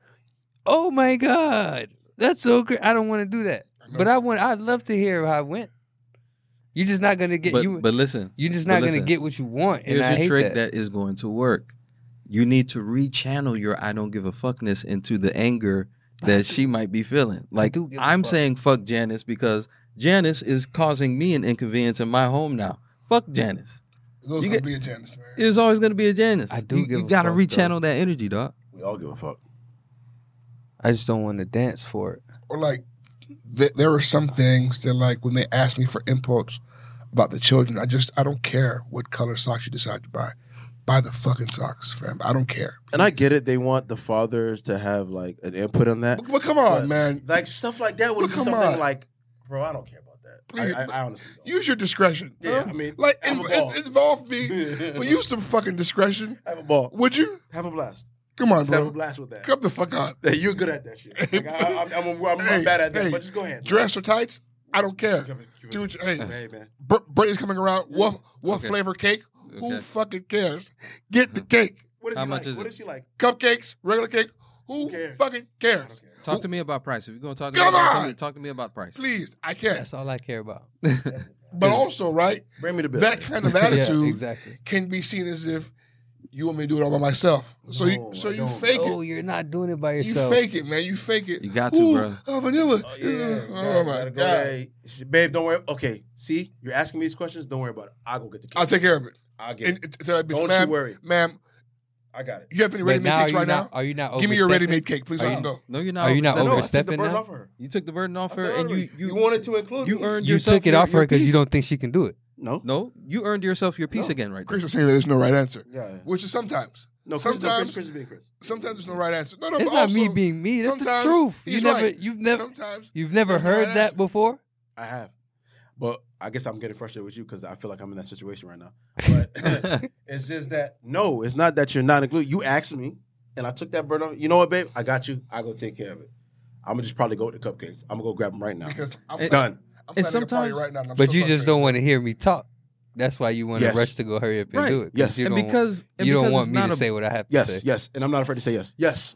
Speaker 4: Oh my god, that's so great! I don't want to do that,
Speaker 1: know.
Speaker 4: but I want. I'd love to hear how it went. You're just not gonna get
Speaker 3: But,
Speaker 4: you.
Speaker 3: but listen,
Speaker 4: you're just
Speaker 3: but
Speaker 4: not gonna
Speaker 3: listen.
Speaker 4: get what you want, and
Speaker 3: Here's
Speaker 4: I
Speaker 3: a
Speaker 4: hate
Speaker 3: trick
Speaker 4: that.
Speaker 3: that is going to work. You need to rechannel your I don't give a fuckness into the anger that she might be feeling. Like
Speaker 4: do give a
Speaker 3: I'm
Speaker 4: fuck.
Speaker 3: saying fuck Janice because Janice is causing me an inconvenience in my home now. Fuck Janice.
Speaker 1: Those
Speaker 3: You
Speaker 1: gonna
Speaker 3: get-
Speaker 1: be a Janice, man.
Speaker 3: There's always gonna be a Janice.
Speaker 4: I do
Speaker 3: You,
Speaker 4: give
Speaker 3: you
Speaker 4: a
Speaker 3: gotta
Speaker 4: fuck,
Speaker 3: rechannel
Speaker 4: though.
Speaker 3: that energy, dog.
Speaker 2: We all give a fuck.
Speaker 4: I just don't want to dance for it.
Speaker 1: or like th- there are some things that like when they ask me for inputs about the children, I just I don't care what color socks you decide to buy. Buy the fucking socks, fam. I don't care.
Speaker 2: And I get it. They want the fathers to have like an input on that.
Speaker 1: But, but come on,
Speaker 2: But-
Speaker 1: man.
Speaker 2: Like stuff like that would
Speaker 1: But
Speaker 2: be
Speaker 1: come
Speaker 2: something
Speaker 1: on.
Speaker 2: like, bro, I don't care about that.
Speaker 1: Please,
Speaker 2: I,
Speaker 1: but-
Speaker 2: I, I honestly don't.
Speaker 1: Use your discretion.
Speaker 2: Yeah,
Speaker 1: huh?
Speaker 2: I mean,
Speaker 1: like
Speaker 2: have a
Speaker 1: inv-
Speaker 2: ball.
Speaker 1: involve me, but use some fucking discretion.
Speaker 2: have a ball.
Speaker 1: Would you?
Speaker 2: Have a blast.
Speaker 1: Come on,
Speaker 2: Just have a
Speaker 1: bro.
Speaker 2: blast with that.
Speaker 1: Come the fuck on.
Speaker 2: Hey, you're good at that shit. Like, I, am I'm, I'm, I'm
Speaker 1: Hey,
Speaker 2: bad at that,
Speaker 1: hey,
Speaker 2: but just go ahead.
Speaker 1: Dress or tights? I don't care.
Speaker 2: Dude,
Speaker 1: Dude, hey,
Speaker 2: hey man.
Speaker 1: Br- Brady's coming around. What what
Speaker 3: Okay.
Speaker 1: flavor cake? Who
Speaker 3: Okay.
Speaker 1: fucking cares? Get the cake.
Speaker 2: What is
Speaker 3: How
Speaker 2: he
Speaker 3: much
Speaker 2: like?
Speaker 3: is
Speaker 2: what
Speaker 3: it?
Speaker 2: is she like?
Speaker 1: Cupcakes, regular cake. Who
Speaker 2: Who cares?
Speaker 1: fucking
Speaker 2: I
Speaker 1: cares?
Speaker 2: don't care.
Speaker 3: Talk to me about price. If you're gonna talk to
Speaker 1: Come
Speaker 3: me about
Speaker 1: on!
Speaker 3: something, talk to me about price.
Speaker 1: Please, I can't.
Speaker 4: That's all I care about.
Speaker 1: But also, right,
Speaker 2: Bring me the bill.
Speaker 1: that kind of
Speaker 4: Yeah,
Speaker 1: attitude
Speaker 4: exactly.
Speaker 1: can be seen as if you want me to do it all by myself. So you
Speaker 2: No,
Speaker 1: so
Speaker 2: I
Speaker 1: you
Speaker 2: don't.
Speaker 1: fake
Speaker 4: Oh,
Speaker 1: it.
Speaker 4: you're not doing it by
Speaker 1: You
Speaker 4: yourself.
Speaker 1: fake it, man. You fake it.
Speaker 3: You got to,
Speaker 1: Ooh,
Speaker 3: bro.
Speaker 1: Oh, vanilla.
Speaker 2: Oh,
Speaker 1: Yeah.
Speaker 2: yeah.
Speaker 1: Oh my
Speaker 2: Gotta
Speaker 1: god.
Speaker 2: go there. She- Babe, don't worry. Okay, see, you're asking me these questions. Don't worry about it. I'll go get the kids.
Speaker 1: I'll take care of it.
Speaker 2: I'll get
Speaker 1: And,
Speaker 2: it.
Speaker 1: and tell that bitch,
Speaker 2: Don't you
Speaker 1: ma'am,
Speaker 2: worry.
Speaker 1: ma'am,
Speaker 2: I got it.
Speaker 1: you have any
Speaker 4: But
Speaker 1: ready made
Speaker 4: now
Speaker 1: cakes
Speaker 4: are you
Speaker 1: right
Speaker 4: not,
Speaker 1: now?
Speaker 4: Are you not?
Speaker 1: Give me your ready
Speaker 4: overstepping?
Speaker 1: made cake, please.
Speaker 4: Are
Speaker 1: Let
Speaker 4: you-
Speaker 1: him go.
Speaker 3: No, you're not.
Speaker 4: Are you not
Speaker 3: overstepping.
Speaker 2: No, I took the burden
Speaker 4: overstepping now?
Speaker 2: off her.
Speaker 3: You took the burden off
Speaker 2: I
Speaker 3: her,
Speaker 2: told
Speaker 3: and
Speaker 2: her,
Speaker 3: you you,
Speaker 2: you wanted to include
Speaker 3: you
Speaker 2: me.
Speaker 3: earned
Speaker 4: You
Speaker 3: yourself
Speaker 4: took it
Speaker 3: your-
Speaker 4: off her
Speaker 3: your
Speaker 4: because you
Speaker 3: piece.
Speaker 4: don't think she can do it.
Speaker 2: No,
Speaker 3: No, you earned yourself your piece
Speaker 2: No.
Speaker 3: again, right? there.
Speaker 1: Chris is saying that there's no right answer,
Speaker 2: yeah,
Speaker 1: which is sometimes.
Speaker 2: no. Chris, no,
Speaker 1: sometimes,
Speaker 2: Chris, Chris is being Chris.
Speaker 1: sometimes there's no right answer. No, no,
Speaker 4: It's
Speaker 1: but
Speaker 4: not me
Speaker 1: also,
Speaker 4: being me. That's the
Speaker 1: sometimes
Speaker 4: truth. You
Speaker 1: he's
Speaker 4: never,
Speaker 1: right.
Speaker 4: you've never,
Speaker 1: Sometimes
Speaker 4: you've never
Speaker 1: there's no
Speaker 4: heard
Speaker 1: right
Speaker 4: that
Speaker 1: answer.
Speaker 4: before.
Speaker 2: I have, but I guess I'm getting frustrated with you because I feel like I'm in that situation right now. But it's just that no, it's not that you're not included. You asked me, and I took that burden off. You know what, babe? I got you. I go take care of it. I'm gonna just probably go to cupcakes. I'm gonna go grab them right now.
Speaker 1: because I'm
Speaker 3: It-
Speaker 2: Done.
Speaker 1: I'm
Speaker 3: and
Speaker 1: planning a party
Speaker 3: sometimes-
Speaker 1: right now. and I'm
Speaker 4: But
Speaker 1: so
Speaker 4: you just
Speaker 1: frustrated.
Speaker 4: don't want to hear me talk. That's why you want to
Speaker 2: Yes.
Speaker 4: rush to go hurry up and
Speaker 3: Right.
Speaker 4: do it. 'cause
Speaker 2: Yes.
Speaker 4: You
Speaker 3: and
Speaker 4: don't want-
Speaker 3: because and
Speaker 4: you
Speaker 3: because
Speaker 4: don't want
Speaker 3: it's
Speaker 4: me
Speaker 3: not
Speaker 4: to
Speaker 3: a,
Speaker 4: say what I have to
Speaker 2: Yes,
Speaker 4: say.
Speaker 2: yes, and I'm not afraid to say yes. Yes,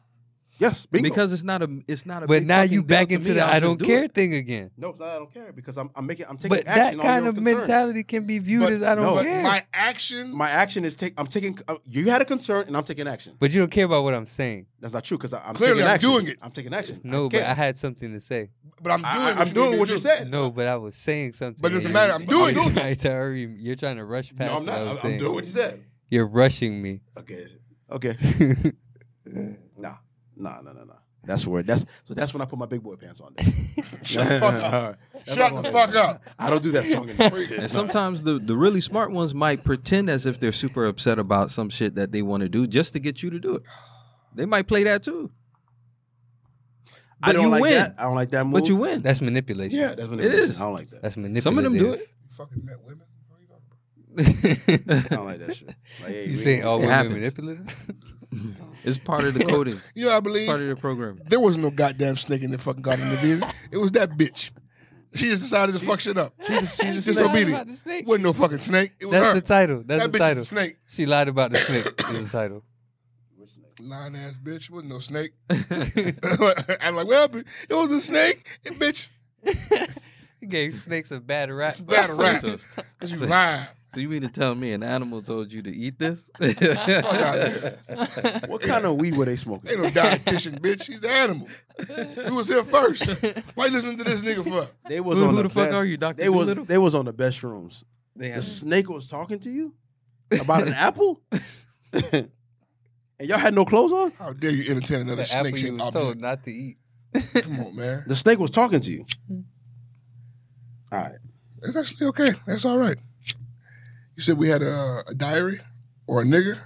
Speaker 2: yes. Bingo.
Speaker 3: because it's not a it's not a.
Speaker 4: But
Speaker 3: big
Speaker 4: now
Speaker 3: fucking
Speaker 4: you
Speaker 3: deal
Speaker 4: back
Speaker 3: to
Speaker 4: into
Speaker 3: me,
Speaker 4: the
Speaker 3: I'll
Speaker 4: I
Speaker 3: just
Speaker 4: don't
Speaker 3: do
Speaker 4: care
Speaker 3: it.
Speaker 4: thing again.
Speaker 2: no, it's not, I don't care because I'm I'm making I'm taking
Speaker 4: But that
Speaker 2: action. on your
Speaker 4: kind
Speaker 2: own
Speaker 4: of
Speaker 2: concern.
Speaker 4: mentality can be viewed
Speaker 1: But-
Speaker 4: as I don't
Speaker 2: no.
Speaker 1: But
Speaker 4: care.
Speaker 1: my action,
Speaker 2: My action is take. I'm taking. Uh, you had a concern, and I'm taking action.
Speaker 4: but you don't care about what I'm saying.
Speaker 2: That's not true because I'm
Speaker 1: Clearly,
Speaker 2: taking
Speaker 1: I'm
Speaker 2: action.
Speaker 1: doing it.
Speaker 2: I'm taking action.
Speaker 4: No,
Speaker 2: don't
Speaker 4: but
Speaker 2: care.
Speaker 4: I had something to say.
Speaker 1: but I'm doing.
Speaker 2: I-
Speaker 1: what
Speaker 2: I'm doing
Speaker 1: need
Speaker 2: what
Speaker 1: to
Speaker 2: you
Speaker 1: do.
Speaker 2: said.
Speaker 4: No, but I was saying something.
Speaker 1: But it doesn't
Speaker 4: and
Speaker 1: matter.
Speaker 4: you-
Speaker 1: I'm doing
Speaker 4: you're
Speaker 1: it.
Speaker 4: trying to hurry me- You're trying to rush past
Speaker 2: No, I'm
Speaker 4: what
Speaker 2: not.
Speaker 4: I
Speaker 2: I'm,
Speaker 4: was
Speaker 2: I'm
Speaker 4: saying.
Speaker 2: doing what you said.
Speaker 4: You're rushing me.
Speaker 2: Okay. Okay. Nah. Nah. Nah. Nah. Nah. That's where. That's so. That's when I put my big boy pants on.
Speaker 1: Shut the fuck up. Shut the fuck up.
Speaker 2: I don't do that song anymore. Shit, nah.
Speaker 3: And sometimes the, the really smart ones might pretend as if they're super upset about some shit that they want to do just to get you to do it. They might play that too.
Speaker 2: I
Speaker 3: But
Speaker 2: don't
Speaker 3: you
Speaker 2: like
Speaker 3: win.
Speaker 2: that. I don't like that move.
Speaker 3: But you win.
Speaker 4: That's manipulation.
Speaker 2: Yeah, that's what
Speaker 3: It
Speaker 2: it is.
Speaker 3: is.
Speaker 2: I don't like that.
Speaker 4: That's manipulative.
Speaker 3: Some of them do it.
Speaker 1: You fucking met women. What are you talking about?
Speaker 2: I don't like that shit. Like, hey,
Speaker 4: you
Speaker 2: we-
Speaker 4: saying all
Speaker 3: It
Speaker 4: women
Speaker 3: happens.
Speaker 4: manipulative?
Speaker 3: It's part of the coding,
Speaker 1: You know, what I
Speaker 3: part of
Speaker 1: believe
Speaker 3: the program.
Speaker 1: there was no goddamn snake in the fucking garden of Eden. It was that bitch. She just decided to fuck shit up. She's,
Speaker 4: She just lied about
Speaker 1: disobedient.
Speaker 4: the snake.
Speaker 1: Wasn't no fucking snake. It was
Speaker 4: That's
Speaker 1: her.
Speaker 4: the title. That's
Speaker 1: that
Speaker 4: the
Speaker 1: bitch
Speaker 4: title.
Speaker 1: is a snake.
Speaker 4: She lied about the snake. is the title.
Speaker 1: Lying ass bitch. Wasn't no snake. I'm like, well, but it was a snake, and bitch.
Speaker 4: You gave snakes a bad rap.
Speaker 1: It's a bad rap.
Speaker 3: So,
Speaker 1: Cause you lying.
Speaker 3: so you mean to tell me an animal told you to eat this?
Speaker 2: What kind of weed were they smoking?
Speaker 1: Ain't no dietitian, bitch. He's the animal. You was here first. Why you listening to this nigga for?
Speaker 2: They was
Speaker 3: Who-
Speaker 2: on
Speaker 3: who
Speaker 2: the,
Speaker 3: the fuck
Speaker 2: best-
Speaker 3: are you, Dr.
Speaker 2: They was
Speaker 3: Doolittle?
Speaker 2: they was on the best rooms.
Speaker 3: They
Speaker 2: The
Speaker 3: have-
Speaker 2: snake was talking to you about an apple, and y'all had no clothes on.
Speaker 1: How dare you entertain another
Speaker 4: the apple
Speaker 1: snake
Speaker 4: you
Speaker 1: shaped
Speaker 4: was
Speaker 1: object?
Speaker 4: told not to eat.
Speaker 1: Come on, man.
Speaker 2: The snake was talking to you. All right,
Speaker 1: It's actually okay. That's all right. You said we had a, a diary or a nigga?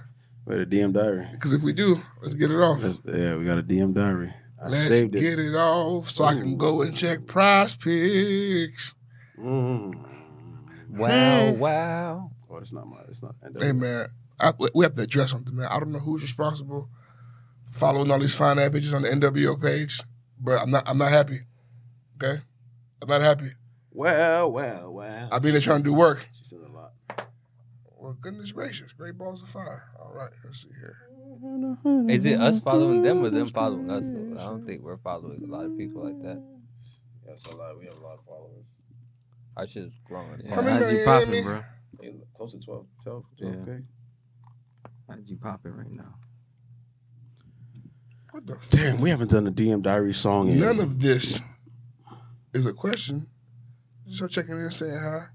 Speaker 2: we had a DM diary.
Speaker 1: Because if we do, let's get it off.
Speaker 2: That's- yeah, we got a DM diary. I
Speaker 1: Let's
Speaker 2: saved it.
Speaker 1: get it off so I can go and check prize picks.
Speaker 2: Mm.
Speaker 4: Wow, wow.
Speaker 2: Oh, it's not my. It's not.
Speaker 1: Hey, man, I, we have to address something, man. I don't know who's responsible for following all these fine ass bitches on the NWO page, but I'm not. I'm not happy. Okay, I'm not happy.
Speaker 2: Well, well, well.
Speaker 1: I've been there trying to do work.
Speaker 2: She said a lot.
Speaker 1: Well, goodness gracious, great balls of fire. All right, let's see here.
Speaker 4: Is it us following them or them following us? I don't think we're following a lot of people like that.
Speaker 2: That's a lot. We have a lot of followers.
Speaker 4: Our shit's growing.
Speaker 3: Yeah,
Speaker 1: I mean,
Speaker 3: IG
Speaker 1: they- I
Speaker 3: popping,
Speaker 1: mean-
Speaker 3: bro.
Speaker 2: Close to 12, 12,
Speaker 3: 12,
Speaker 2: Okay.
Speaker 3: IG popping right now.
Speaker 1: What the? Fuck?
Speaker 2: Damn, we haven't done a DM diary song. in-
Speaker 1: None of this is a question. Just her checking in, saying hi.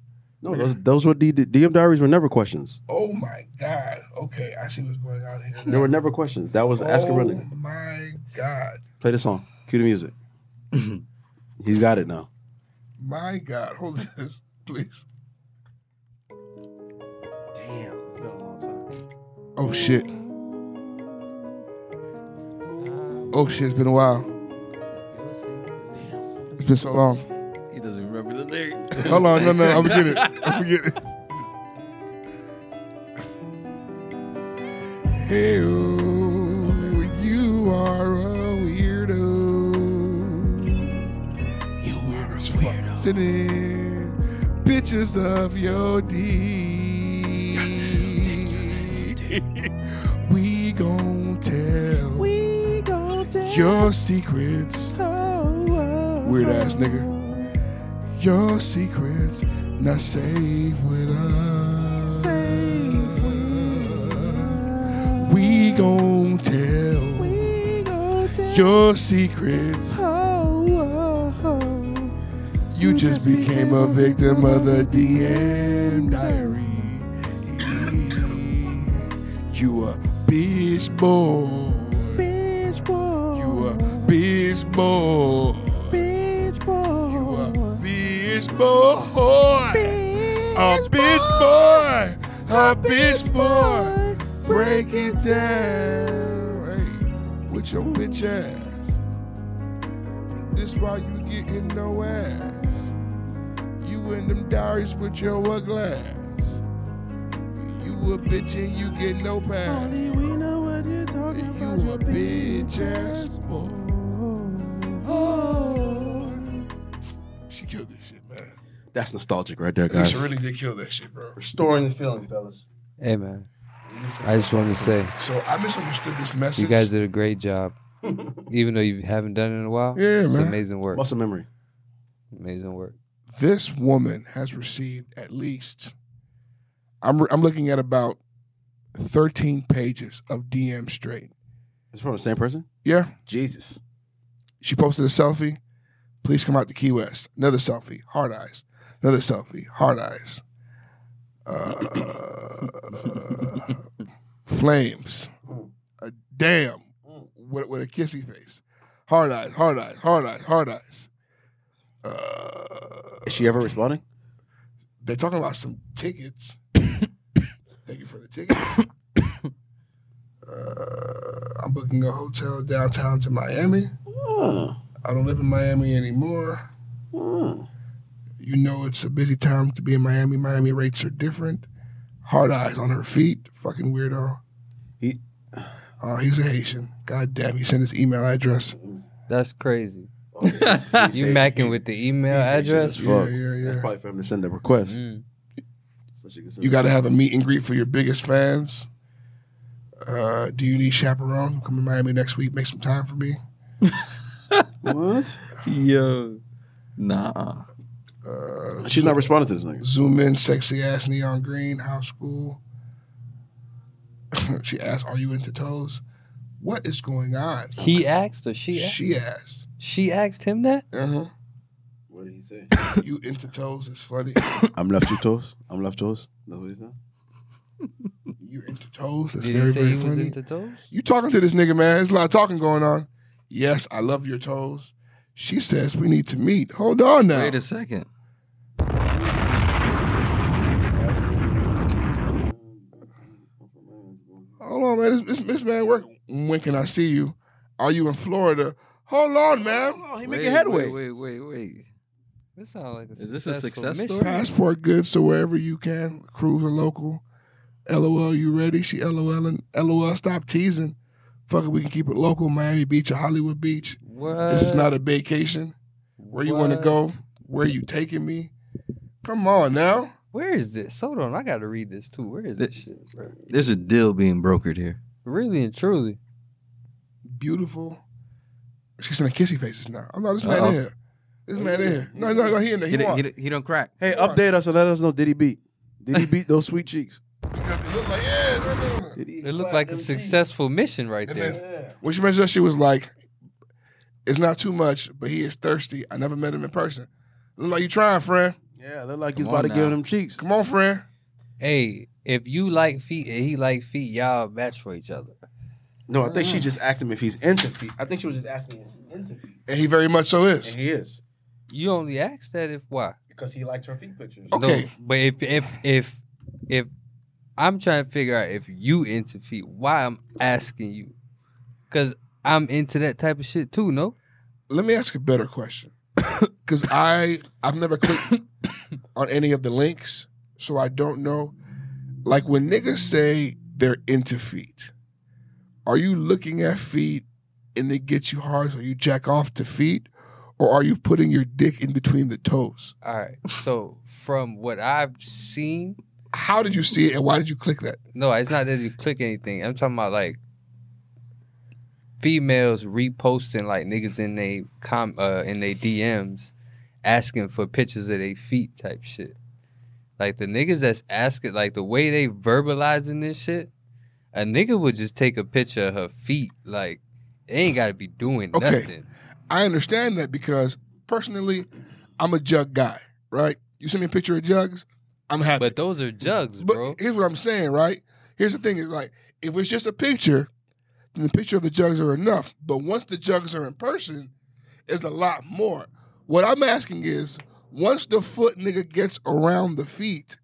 Speaker 2: No, those, those were the, the DM diaries were never questions.
Speaker 1: Oh my God. Okay, I see what's going on here.
Speaker 2: They were never questions. That was ask a real
Speaker 1: oh
Speaker 2: nigga.
Speaker 1: my God.
Speaker 2: Play the song. Cue the music. He's got it now.
Speaker 1: My God. Hold this, please.
Speaker 2: Damn, it's been a long time.
Speaker 1: Oh shit. Oh shit, it's been a while. It's been so long.
Speaker 7: He doesn't remember the lyrics.
Speaker 1: Hold on, no, no, I'm gonna get it. I'm gonna get it. Hey, you are a weirdo. You are a weirdo. Sending pictures of your dick. we gon' tell. We gon' tell your secrets. Weird ass nigga your secrets not safe with us. We gon' tell, your secrets. You, just became a victim of the DM diary. You a bitch boy. Bitch boy. You a bitch boy. Bitch boy. You a bitch boy. a bitch boy. A bitch boy. Break it down. Hey, with your bitch ass. This why you getting no ass. You in them diaries with your a glass. You a bitch and you get no pass. Only we know what you're talking about. You a bitch ass boy. Oh. She killed this shit, man.
Speaker 2: That's nostalgic right there,
Speaker 1: She
Speaker 2: guys.
Speaker 1: really did kill that shit, bro.
Speaker 2: Restoring the feeling, fellas.
Speaker 4: Hey man, I just want to say
Speaker 1: So I misunderstood this message.
Speaker 4: you guys did a great job, even though you haven't done it in a while.
Speaker 1: Yeah,
Speaker 4: it's
Speaker 1: man.
Speaker 4: amazing work.
Speaker 2: Muscle memory.
Speaker 4: Amazing work.
Speaker 1: this woman has received at least I'm I'm looking at about 13 pages of DM straight.
Speaker 2: It's from the same person.
Speaker 1: Yeah,
Speaker 2: Jesus.
Speaker 1: she posted a selfie. Please come out to Key West. Another selfie. Hard eyes. Another selfie. Hard eyes. Uh, flames. A damn. With, with a kissy face. Hard eyes. Hard eyes. Hard eyes. Hard eyes. Uh,
Speaker 2: Is she ever responding?
Speaker 1: they're talking about some tickets. Thank you for the tickets. uh, I'm booking a hotel downtown to Miami.
Speaker 2: Oh.
Speaker 1: I don't live in Miami anymore. You know it's a busy time to be in Miami. Miami rates are different. Hard eyes on her feet. Fucking weirdo.
Speaker 2: He-
Speaker 1: Uh, he's a Haitian. God damn, he sent his email address.
Speaker 4: That's crazy. You
Speaker 2: you
Speaker 4: macking with the email address?
Speaker 2: That's fuck.
Speaker 1: Yeah, yeah,
Speaker 2: That's
Speaker 1: yeah.
Speaker 2: probably for him to send the request.
Speaker 4: Mm.
Speaker 2: So she can send
Speaker 1: You
Speaker 2: it.
Speaker 1: got to have a meet and greet for your biggest fans. Uh, do you need chaperones? I'm coming to Miami next week. Make some time for me.
Speaker 2: what?
Speaker 3: Yo. Nah.
Speaker 1: Uh,
Speaker 2: She's not responding to this nigga.
Speaker 1: Zoom in, sexy ass neon green, house school. she asked, Are you into toes? What is going on?
Speaker 4: He asked or she asked?
Speaker 1: She asked.
Speaker 4: She asked him that?
Speaker 1: Uh-huh.
Speaker 2: What did he say?
Speaker 1: you into toes is funny.
Speaker 2: I'm left two toes. I'm left toes. That's what he said.
Speaker 1: You into toes is
Speaker 4: Did
Speaker 1: very,
Speaker 4: he say
Speaker 1: very
Speaker 4: he
Speaker 1: funny.
Speaker 4: was into toes?
Speaker 1: you talking to this nigga, man. There's a lot of talking going on. Yes, I love your toes. She says we need to meet. Hold on now.
Speaker 3: Wait a second.
Speaker 1: Hold on, man. This, this, this man work. When can I see you? Are you in Florida? Hold on, man.
Speaker 2: Oh, he
Speaker 3: Wait,
Speaker 2: making headway.
Speaker 3: Wait, wait, wait, wait.
Speaker 4: This sounds like a
Speaker 3: Is this a
Speaker 4: successful
Speaker 3: success
Speaker 4: mission.
Speaker 3: story?
Speaker 1: Passport good, so wherever you can, cruise or local. LOL, you ready? She LOL and LOL. Stop teasing. Fuck it, we can keep it local, Miami Beach or Hollywood Beach.
Speaker 4: What?
Speaker 1: This is not a vacation. Where you want to
Speaker 4: Uh,
Speaker 1: go?
Speaker 4: What?
Speaker 1: Where you taking me? Come on now.
Speaker 4: Where is this? Hold on, I got to read this too. Where is this,
Speaker 3: Th-
Speaker 4: shit? Bro?
Speaker 3: There's a deal being brokered here.
Speaker 4: Really and truly,
Speaker 1: Beautiful. She's sending kissy faces now. Oh no, this man
Speaker 3: Uh-oh.
Speaker 1: in here. This man in here. No, no, no, he in there. He,
Speaker 3: He, don't-
Speaker 1: want.
Speaker 3: he, don't- he don't crack.
Speaker 2: Hey, update us and let us know. Did he beat? Did he beat those sweet cheeks?
Speaker 1: Because it looked like, yeah, no, no, no.
Speaker 2: Did he?
Speaker 4: it looked like a successful mission right
Speaker 1: And
Speaker 4: there.
Speaker 1: then when she mentioned that, she was like, "It's not too much, but he is thirsty. I never met him in person. Look like you trying, friend.
Speaker 2: Yeah, look like he's
Speaker 3: Come
Speaker 2: about to
Speaker 3: on
Speaker 2: give
Speaker 3: now.
Speaker 2: them cheeks.
Speaker 1: Come on, friend.
Speaker 4: Hey, if you like feet and he like feet, y'all match for each other.
Speaker 2: No, I think
Speaker 3: Mm.
Speaker 2: she just asked him if he's into feet. I think she was just asking if he's into feet,
Speaker 1: And he very much so
Speaker 2: and
Speaker 1: is.
Speaker 2: he is
Speaker 4: You only ask that if why?
Speaker 2: Oh, because he liked her feet pictures.
Speaker 1: Okay.
Speaker 4: No, but if if if if I'm trying to figure out if you into feet. Why I'm asking you? Cause I'm into that type of shit too. No,
Speaker 1: Let me ask a better question. Because I I've never clicked on any of the links, so I don't know. Like when niggas say they're into feet, are you looking at feet and they get you hard, so you jack off to feet, or are you putting your dick in between the toes?
Speaker 4: all right. So from what I've seen,
Speaker 1: How did you see it, and why did you click that?
Speaker 4: no, it's not that you click anything. I'm talking about like females reposting like niggas in they com uh, in they DMs asking for pictures of their feet type shit. Like the niggas that's asking, like the way they verbalizing this shit, a nigga would just take a picture of her feet. Like they ain't gotta be doing
Speaker 1: Okay.
Speaker 4: nothing.
Speaker 1: I understand that because personally, I'm a jug guy, right? You send me a picture of jugs, I'm happy.
Speaker 4: But those are jugs,
Speaker 1: But
Speaker 4: bro.
Speaker 1: here's what I'm saying, right? Here's the thing is like, if it's just a picture, then the picture of the jugs are enough. But once the jugs are in person, it's a lot more. What I'm asking is, once the foot nigga gets around the feet,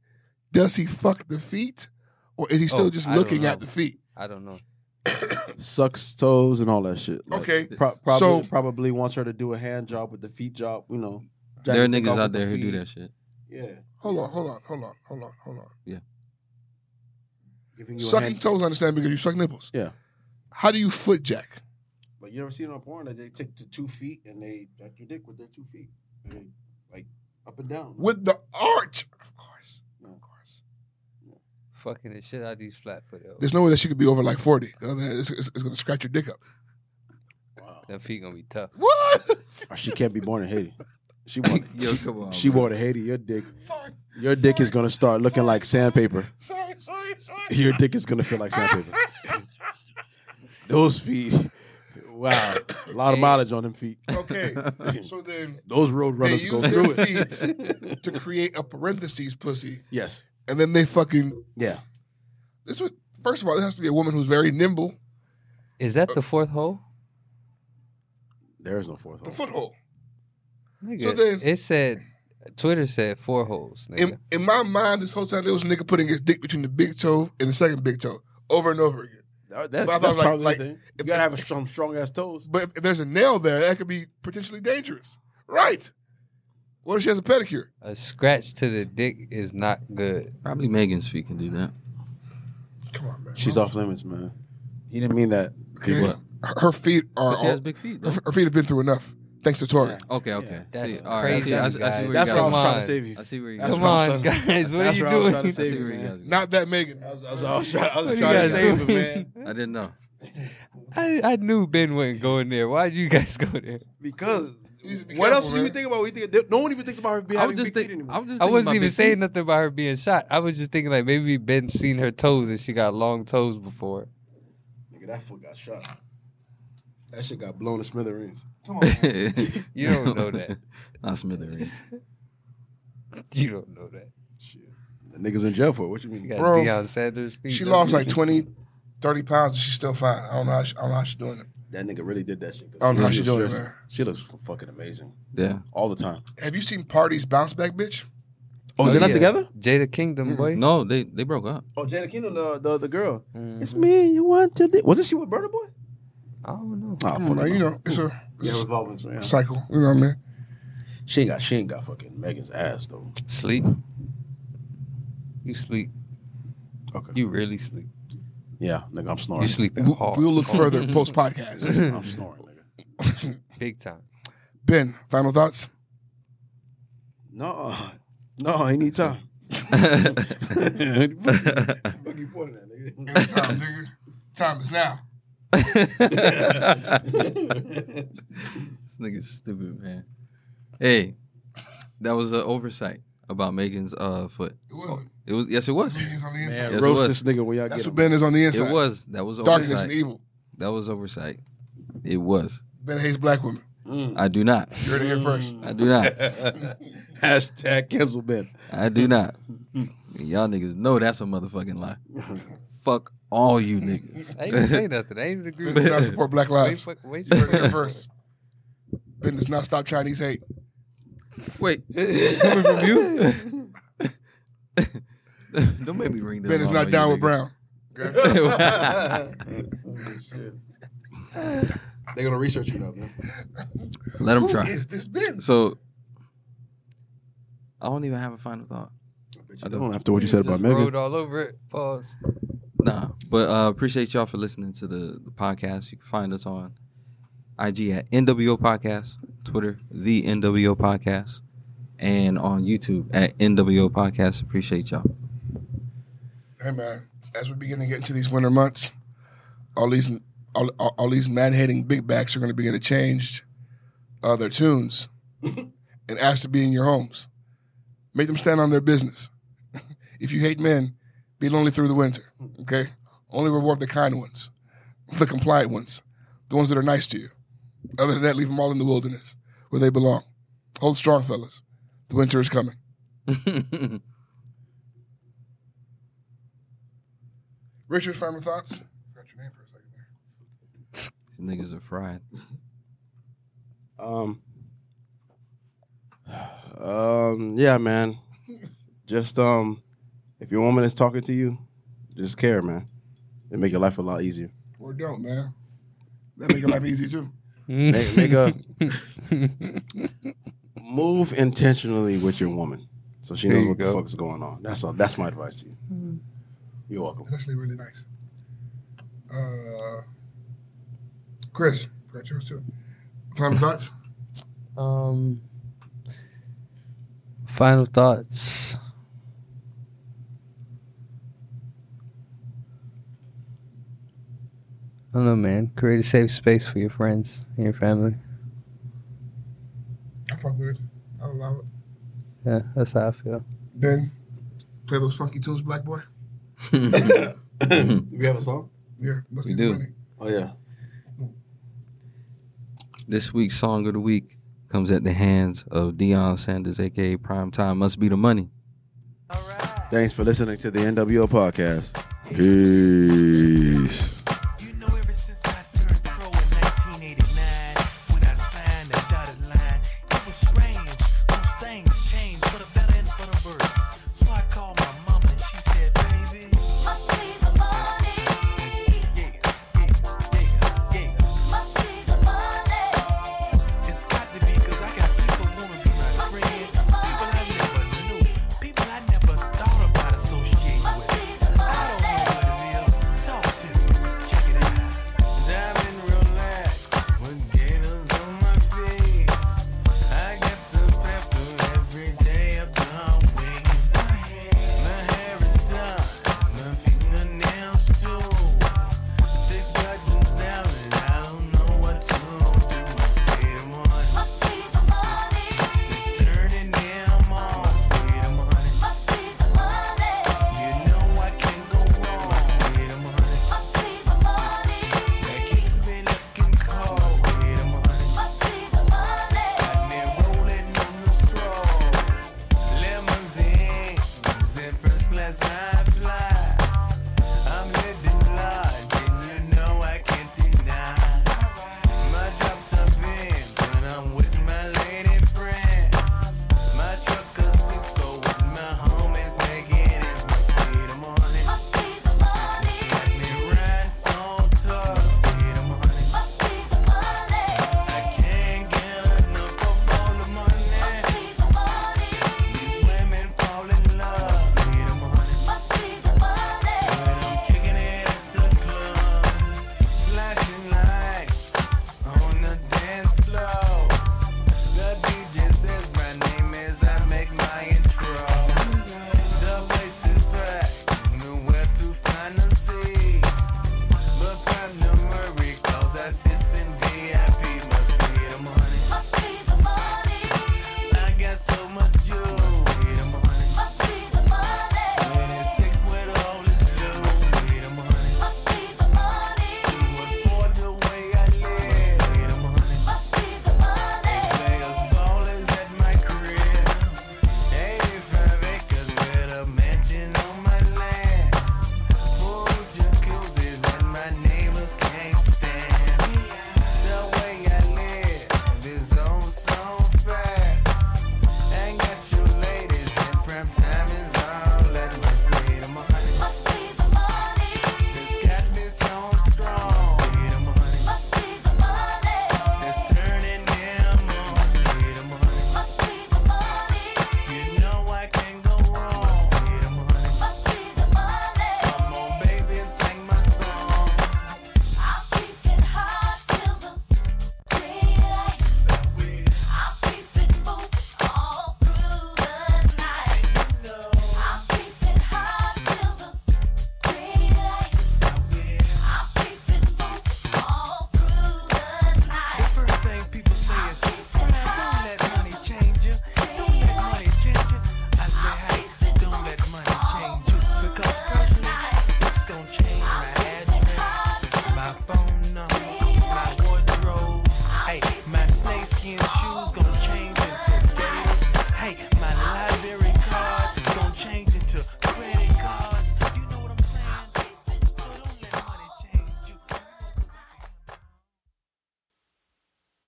Speaker 1: does he fuck the feet? Or is he still
Speaker 4: Oh,
Speaker 1: just
Speaker 4: I don't
Speaker 1: looking at
Speaker 4: know.
Speaker 1: the feet?
Speaker 4: I don't know.
Speaker 2: Sucks toes and all that shit. Like,
Speaker 1: Okay,
Speaker 2: pro- probably,
Speaker 1: so-
Speaker 2: probably wants her to do a hand job with the feet job. You know,
Speaker 3: There are
Speaker 2: jack off
Speaker 3: niggas
Speaker 2: with
Speaker 3: out
Speaker 2: the
Speaker 3: there who do
Speaker 2: feet.
Speaker 3: that shit.
Speaker 2: Yeah,
Speaker 1: Hold on, hold on, hold on, hold on, hold on.
Speaker 2: giving you a
Speaker 1: Sucking
Speaker 2: hand.
Speaker 1: toes, I understand because you suck nipples.
Speaker 2: Yeah.
Speaker 1: How do you foot jack?
Speaker 2: Like you ever seen on porn that they take the two feet and they jack your dick with their two feet, and they, like up and down.
Speaker 1: With the arch, of course. Of course.
Speaker 4: Fucking the shit out of these flat footed.
Speaker 1: There's no way that she could be over like 40. 'cause Other than that, it's, it's, it's going to scratch your dick up.
Speaker 4: Them feet gonna be tough.
Speaker 1: What?
Speaker 2: Or she can't be born in Haiti. She born.
Speaker 7: Yo, come on.
Speaker 2: she born in Haiti. Your dick.
Speaker 1: sorry,
Speaker 2: Your dick is gonna start looking like sandpaper.
Speaker 1: sorry, sorry, sorry.
Speaker 2: Your dick is gonna feel like sandpaper. Those feet. Wow, a lot of mileage on them feet.
Speaker 1: Okay, so then
Speaker 2: Those road
Speaker 1: they
Speaker 2: runners
Speaker 1: use
Speaker 2: go
Speaker 1: their
Speaker 2: through it.
Speaker 1: feet to create a parentheses pussy,
Speaker 2: Yes.
Speaker 1: and then they fucking
Speaker 2: Yeah.
Speaker 1: this. Was, first of all, this has to be a woman who's very nimble.
Speaker 4: Is
Speaker 1: Uh,
Speaker 4: that the fourth hole?
Speaker 2: There is no fourth
Speaker 1: The
Speaker 2: hole.
Speaker 1: foothole.
Speaker 4: Nigga,
Speaker 1: So then-
Speaker 4: it said Twitter said four holes. Nigga.
Speaker 1: In in my mind, this whole time there was a nigga putting his dick between the big toe and the second big toe over and over again.
Speaker 2: That- that-
Speaker 1: But I
Speaker 2: that's
Speaker 1: thought, like-
Speaker 2: probably
Speaker 1: like,
Speaker 2: the thing. You
Speaker 1: if-
Speaker 2: gotta have a strong, strong ass toes.
Speaker 1: But if, if there's a nail there, that could be potentially dangerous. Right? What if she has a pedicure?
Speaker 4: a scratch to the dick is not good.
Speaker 3: Probably Megan's feet can do that.
Speaker 1: Come on, man.
Speaker 2: She's off limits, man. He didn't mean that.
Speaker 1: Okay.
Speaker 3: What?
Speaker 1: Her- Her feet are.
Speaker 3: But she
Speaker 1: All,
Speaker 3: has big feet.
Speaker 1: her,
Speaker 3: Though.
Speaker 1: her feet have been through enough. Thanks to Tori.
Speaker 3: Okay, okay.
Speaker 4: That's
Speaker 3: See, all right, I
Speaker 4: crazy,
Speaker 3: see- I see- I see where you
Speaker 2: That's what I was
Speaker 3: guys are
Speaker 4: Come
Speaker 2: trying
Speaker 4: on.
Speaker 2: to save you.
Speaker 3: I see where you
Speaker 2: That's
Speaker 3: guys
Speaker 4: Come
Speaker 2: what
Speaker 3: are
Speaker 2: I'm
Speaker 4: on,
Speaker 2: trying to-
Speaker 4: guys, what are
Speaker 2: that's
Speaker 4: you
Speaker 2: what I was
Speaker 4: doing?
Speaker 2: trying to
Speaker 3: I see
Speaker 2: save you,
Speaker 3: where you
Speaker 2: man.
Speaker 3: guys are
Speaker 1: Not that Megan.
Speaker 2: That's what I was trying, I was trying
Speaker 4: What
Speaker 2: to
Speaker 4: you guys
Speaker 2: save him,
Speaker 4: doing?
Speaker 2: man.
Speaker 3: I didn't know.
Speaker 4: I, I knew Ben wouldn't go in there. Why'd you guys go there?
Speaker 2: Because
Speaker 1: You should be
Speaker 2: what else
Speaker 1: careful,
Speaker 2: do you
Speaker 1: man.
Speaker 2: think about? We think no one even thinks about her being
Speaker 3: I was
Speaker 2: having
Speaker 3: just
Speaker 2: big feet
Speaker 3: thinking.
Speaker 2: anymore.
Speaker 3: I was just.
Speaker 4: I
Speaker 3: thinking about
Speaker 4: wasn't even
Speaker 3: big
Speaker 4: saying
Speaker 3: feet.
Speaker 4: nothing about her being shot. I was just thinking like maybe Ben seen her toes and she got long toes before.
Speaker 2: Nigga, that foot got shot. That shit got blown to smithereens.
Speaker 4: You don't know that.
Speaker 3: Not smithereens.
Speaker 4: You don't know that.
Speaker 2: Shit. The niggas in jail for it. What you
Speaker 4: You
Speaker 2: mean?
Speaker 4: got
Speaker 1: Bro,
Speaker 4: Deion Sanders. feet.
Speaker 1: She lost like 20, 30 pounds and she's still fine. I don't know how, she, I don't know how she's doing it.
Speaker 2: That nigga really did that shit.
Speaker 1: I don't know how she
Speaker 2: She's
Speaker 1: doing it,
Speaker 2: stressed.
Speaker 1: man.
Speaker 2: She looks fucking amazing
Speaker 3: Yeah.
Speaker 2: all the time.
Speaker 1: Have you seen Party's Bounce Back Bitch?
Speaker 2: Oh, they're not
Speaker 4: yeah.
Speaker 2: together?
Speaker 4: Jada Kingdom boy.
Speaker 3: No, they they broke up.
Speaker 2: Oh, Jada Kingdom, the, the the girl.
Speaker 4: Mhm.
Speaker 2: It's me. You want to? thi- Wasn't she with Burner Boy?
Speaker 4: I don't know.
Speaker 2: Oh,
Speaker 1: I don't know. You know, it's a, it's
Speaker 2: Yeah,
Speaker 1: a
Speaker 2: revolving. So, yeah.
Speaker 1: cycle. You know what I mean?
Speaker 2: She ain't got. She ain't got fucking Megan's ass though.
Speaker 4: Sleep. You sleep.
Speaker 2: Okay.
Speaker 4: You really sleep.
Speaker 2: Yeah, nigga, I'm
Speaker 4: You
Speaker 2: snoring.
Speaker 4: sleeping
Speaker 1: We-
Speaker 4: hard.
Speaker 1: We'll look further post podcast.
Speaker 2: I'm snoring, nigga.
Speaker 4: Big time.
Speaker 1: Ben, final thoughts?
Speaker 2: No, no, anytime. Fuck you pointing at, nigga.
Speaker 1: Anytime, nigga. Time is now.
Speaker 3: This nigga's stupid, man. Hey, that was an oversight about Megan's uh foot.
Speaker 1: It wasn't.
Speaker 3: It was yes, it was.
Speaker 1: He's on the
Speaker 2: Man,
Speaker 1: inside.
Speaker 3: Yes, it
Speaker 2: roast this
Speaker 3: was.
Speaker 2: nigga when y'all
Speaker 1: That's
Speaker 2: get
Speaker 1: what
Speaker 2: him.
Speaker 1: Ben is on the inside.
Speaker 3: It was. That was
Speaker 1: Darkness
Speaker 3: oversight.
Speaker 1: and evil.
Speaker 3: That was oversight. It was.
Speaker 1: Ben hates black women.
Speaker 7: Mm.
Speaker 3: I do not.
Speaker 1: You heard it here first.
Speaker 3: I do not.
Speaker 2: Hashtag cancel Ben.
Speaker 3: I do not. Y'all niggas know that's a motherfucking lie. Fuck all you niggas.
Speaker 4: I ain't even say nothing. I ain't even agree
Speaker 1: Ben
Speaker 4: with
Speaker 1: does not
Speaker 4: that.
Speaker 1: support black
Speaker 4: Wait,
Speaker 1: lives.
Speaker 4: fuck- wait,
Speaker 1: You heard it here
Speaker 4: fuck.
Speaker 1: first. Ben does not stop Chinese hate.
Speaker 3: Wait, coming from you?
Speaker 10: Don't make me ring this.
Speaker 1: Ben
Speaker 10: alarm
Speaker 1: is
Speaker 10: on
Speaker 1: not
Speaker 10: you,
Speaker 1: down with
Speaker 10: nigga.
Speaker 1: Brown. Okay?
Speaker 7: They're gonna research you now, man.
Speaker 3: Let him
Speaker 1: Who
Speaker 3: try.
Speaker 1: is this Ben?
Speaker 3: So I don't even have a final thought.
Speaker 7: I don't after what you said about
Speaker 4: Just
Speaker 7: Megan.
Speaker 4: Rode all over it. Pause.
Speaker 3: Nah, but uh, appreciate y'all for listening to the, the podcast. You can find us on IG at NWO Podcast, Twitter, The NWO Podcast, and on YouTube at NWO Podcast. Appreciate y'all.
Speaker 1: Hey man, as we begin to get into these winter months, all these all, all, all these man hating big backs are going to begin to change uh, their tunes and ask to be in your homes. Make them stand on their business. if you hate men, be lonely through the winter. Okay, only reward the kind ones, the compliant ones, the ones that are nice to you. Other than that, leave them all in the wilderness where they belong. Hold strong, fellas. The winter is coming. Richard, final thoughts. Forgot your name for a second. there.
Speaker 3: Niggas are fried.
Speaker 7: Um, um, yeah, man. Just um, if your woman is talking to you, just care, man. It make your life a lot easier.
Speaker 1: Or don't, man. That make your life easy too.
Speaker 7: Make, make a move intentionally with your woman, so she
Speaker 4: There
Speaker 7: knows
Speaker 4: you
Speaker 7: what the
Speaker 4: go.
Speaker 7: fuck's going on. That's all. That's my advice to you. You're welcome.
Speaker 1: It's actually really nice. Uh, Chris, got yours too. Final thoughts?
Speaker 4: Um, final thoughts. I don't know, man. Create a safe space for your friends and your family.
Speaker 1: I fuck with it. I allow it.
Speaker 4: Yeah, that's how I feel.
Speaker 1: Ben, play those funky tunes, black boy.
Speaker 7: we have a song.
Speaker 1: Yeah, must
Speaker 3: We
Speaker 1: be
Speaker 3: do.
Speaker 1: Money.
Speaker 7: Oh yeah.
Speaker 3: This week's song of the week comes at the hands of Deion Sanders, aka Prime Time. Must be the money.
Speaker 7: Thanks for listening to the NWO podcast. Peace.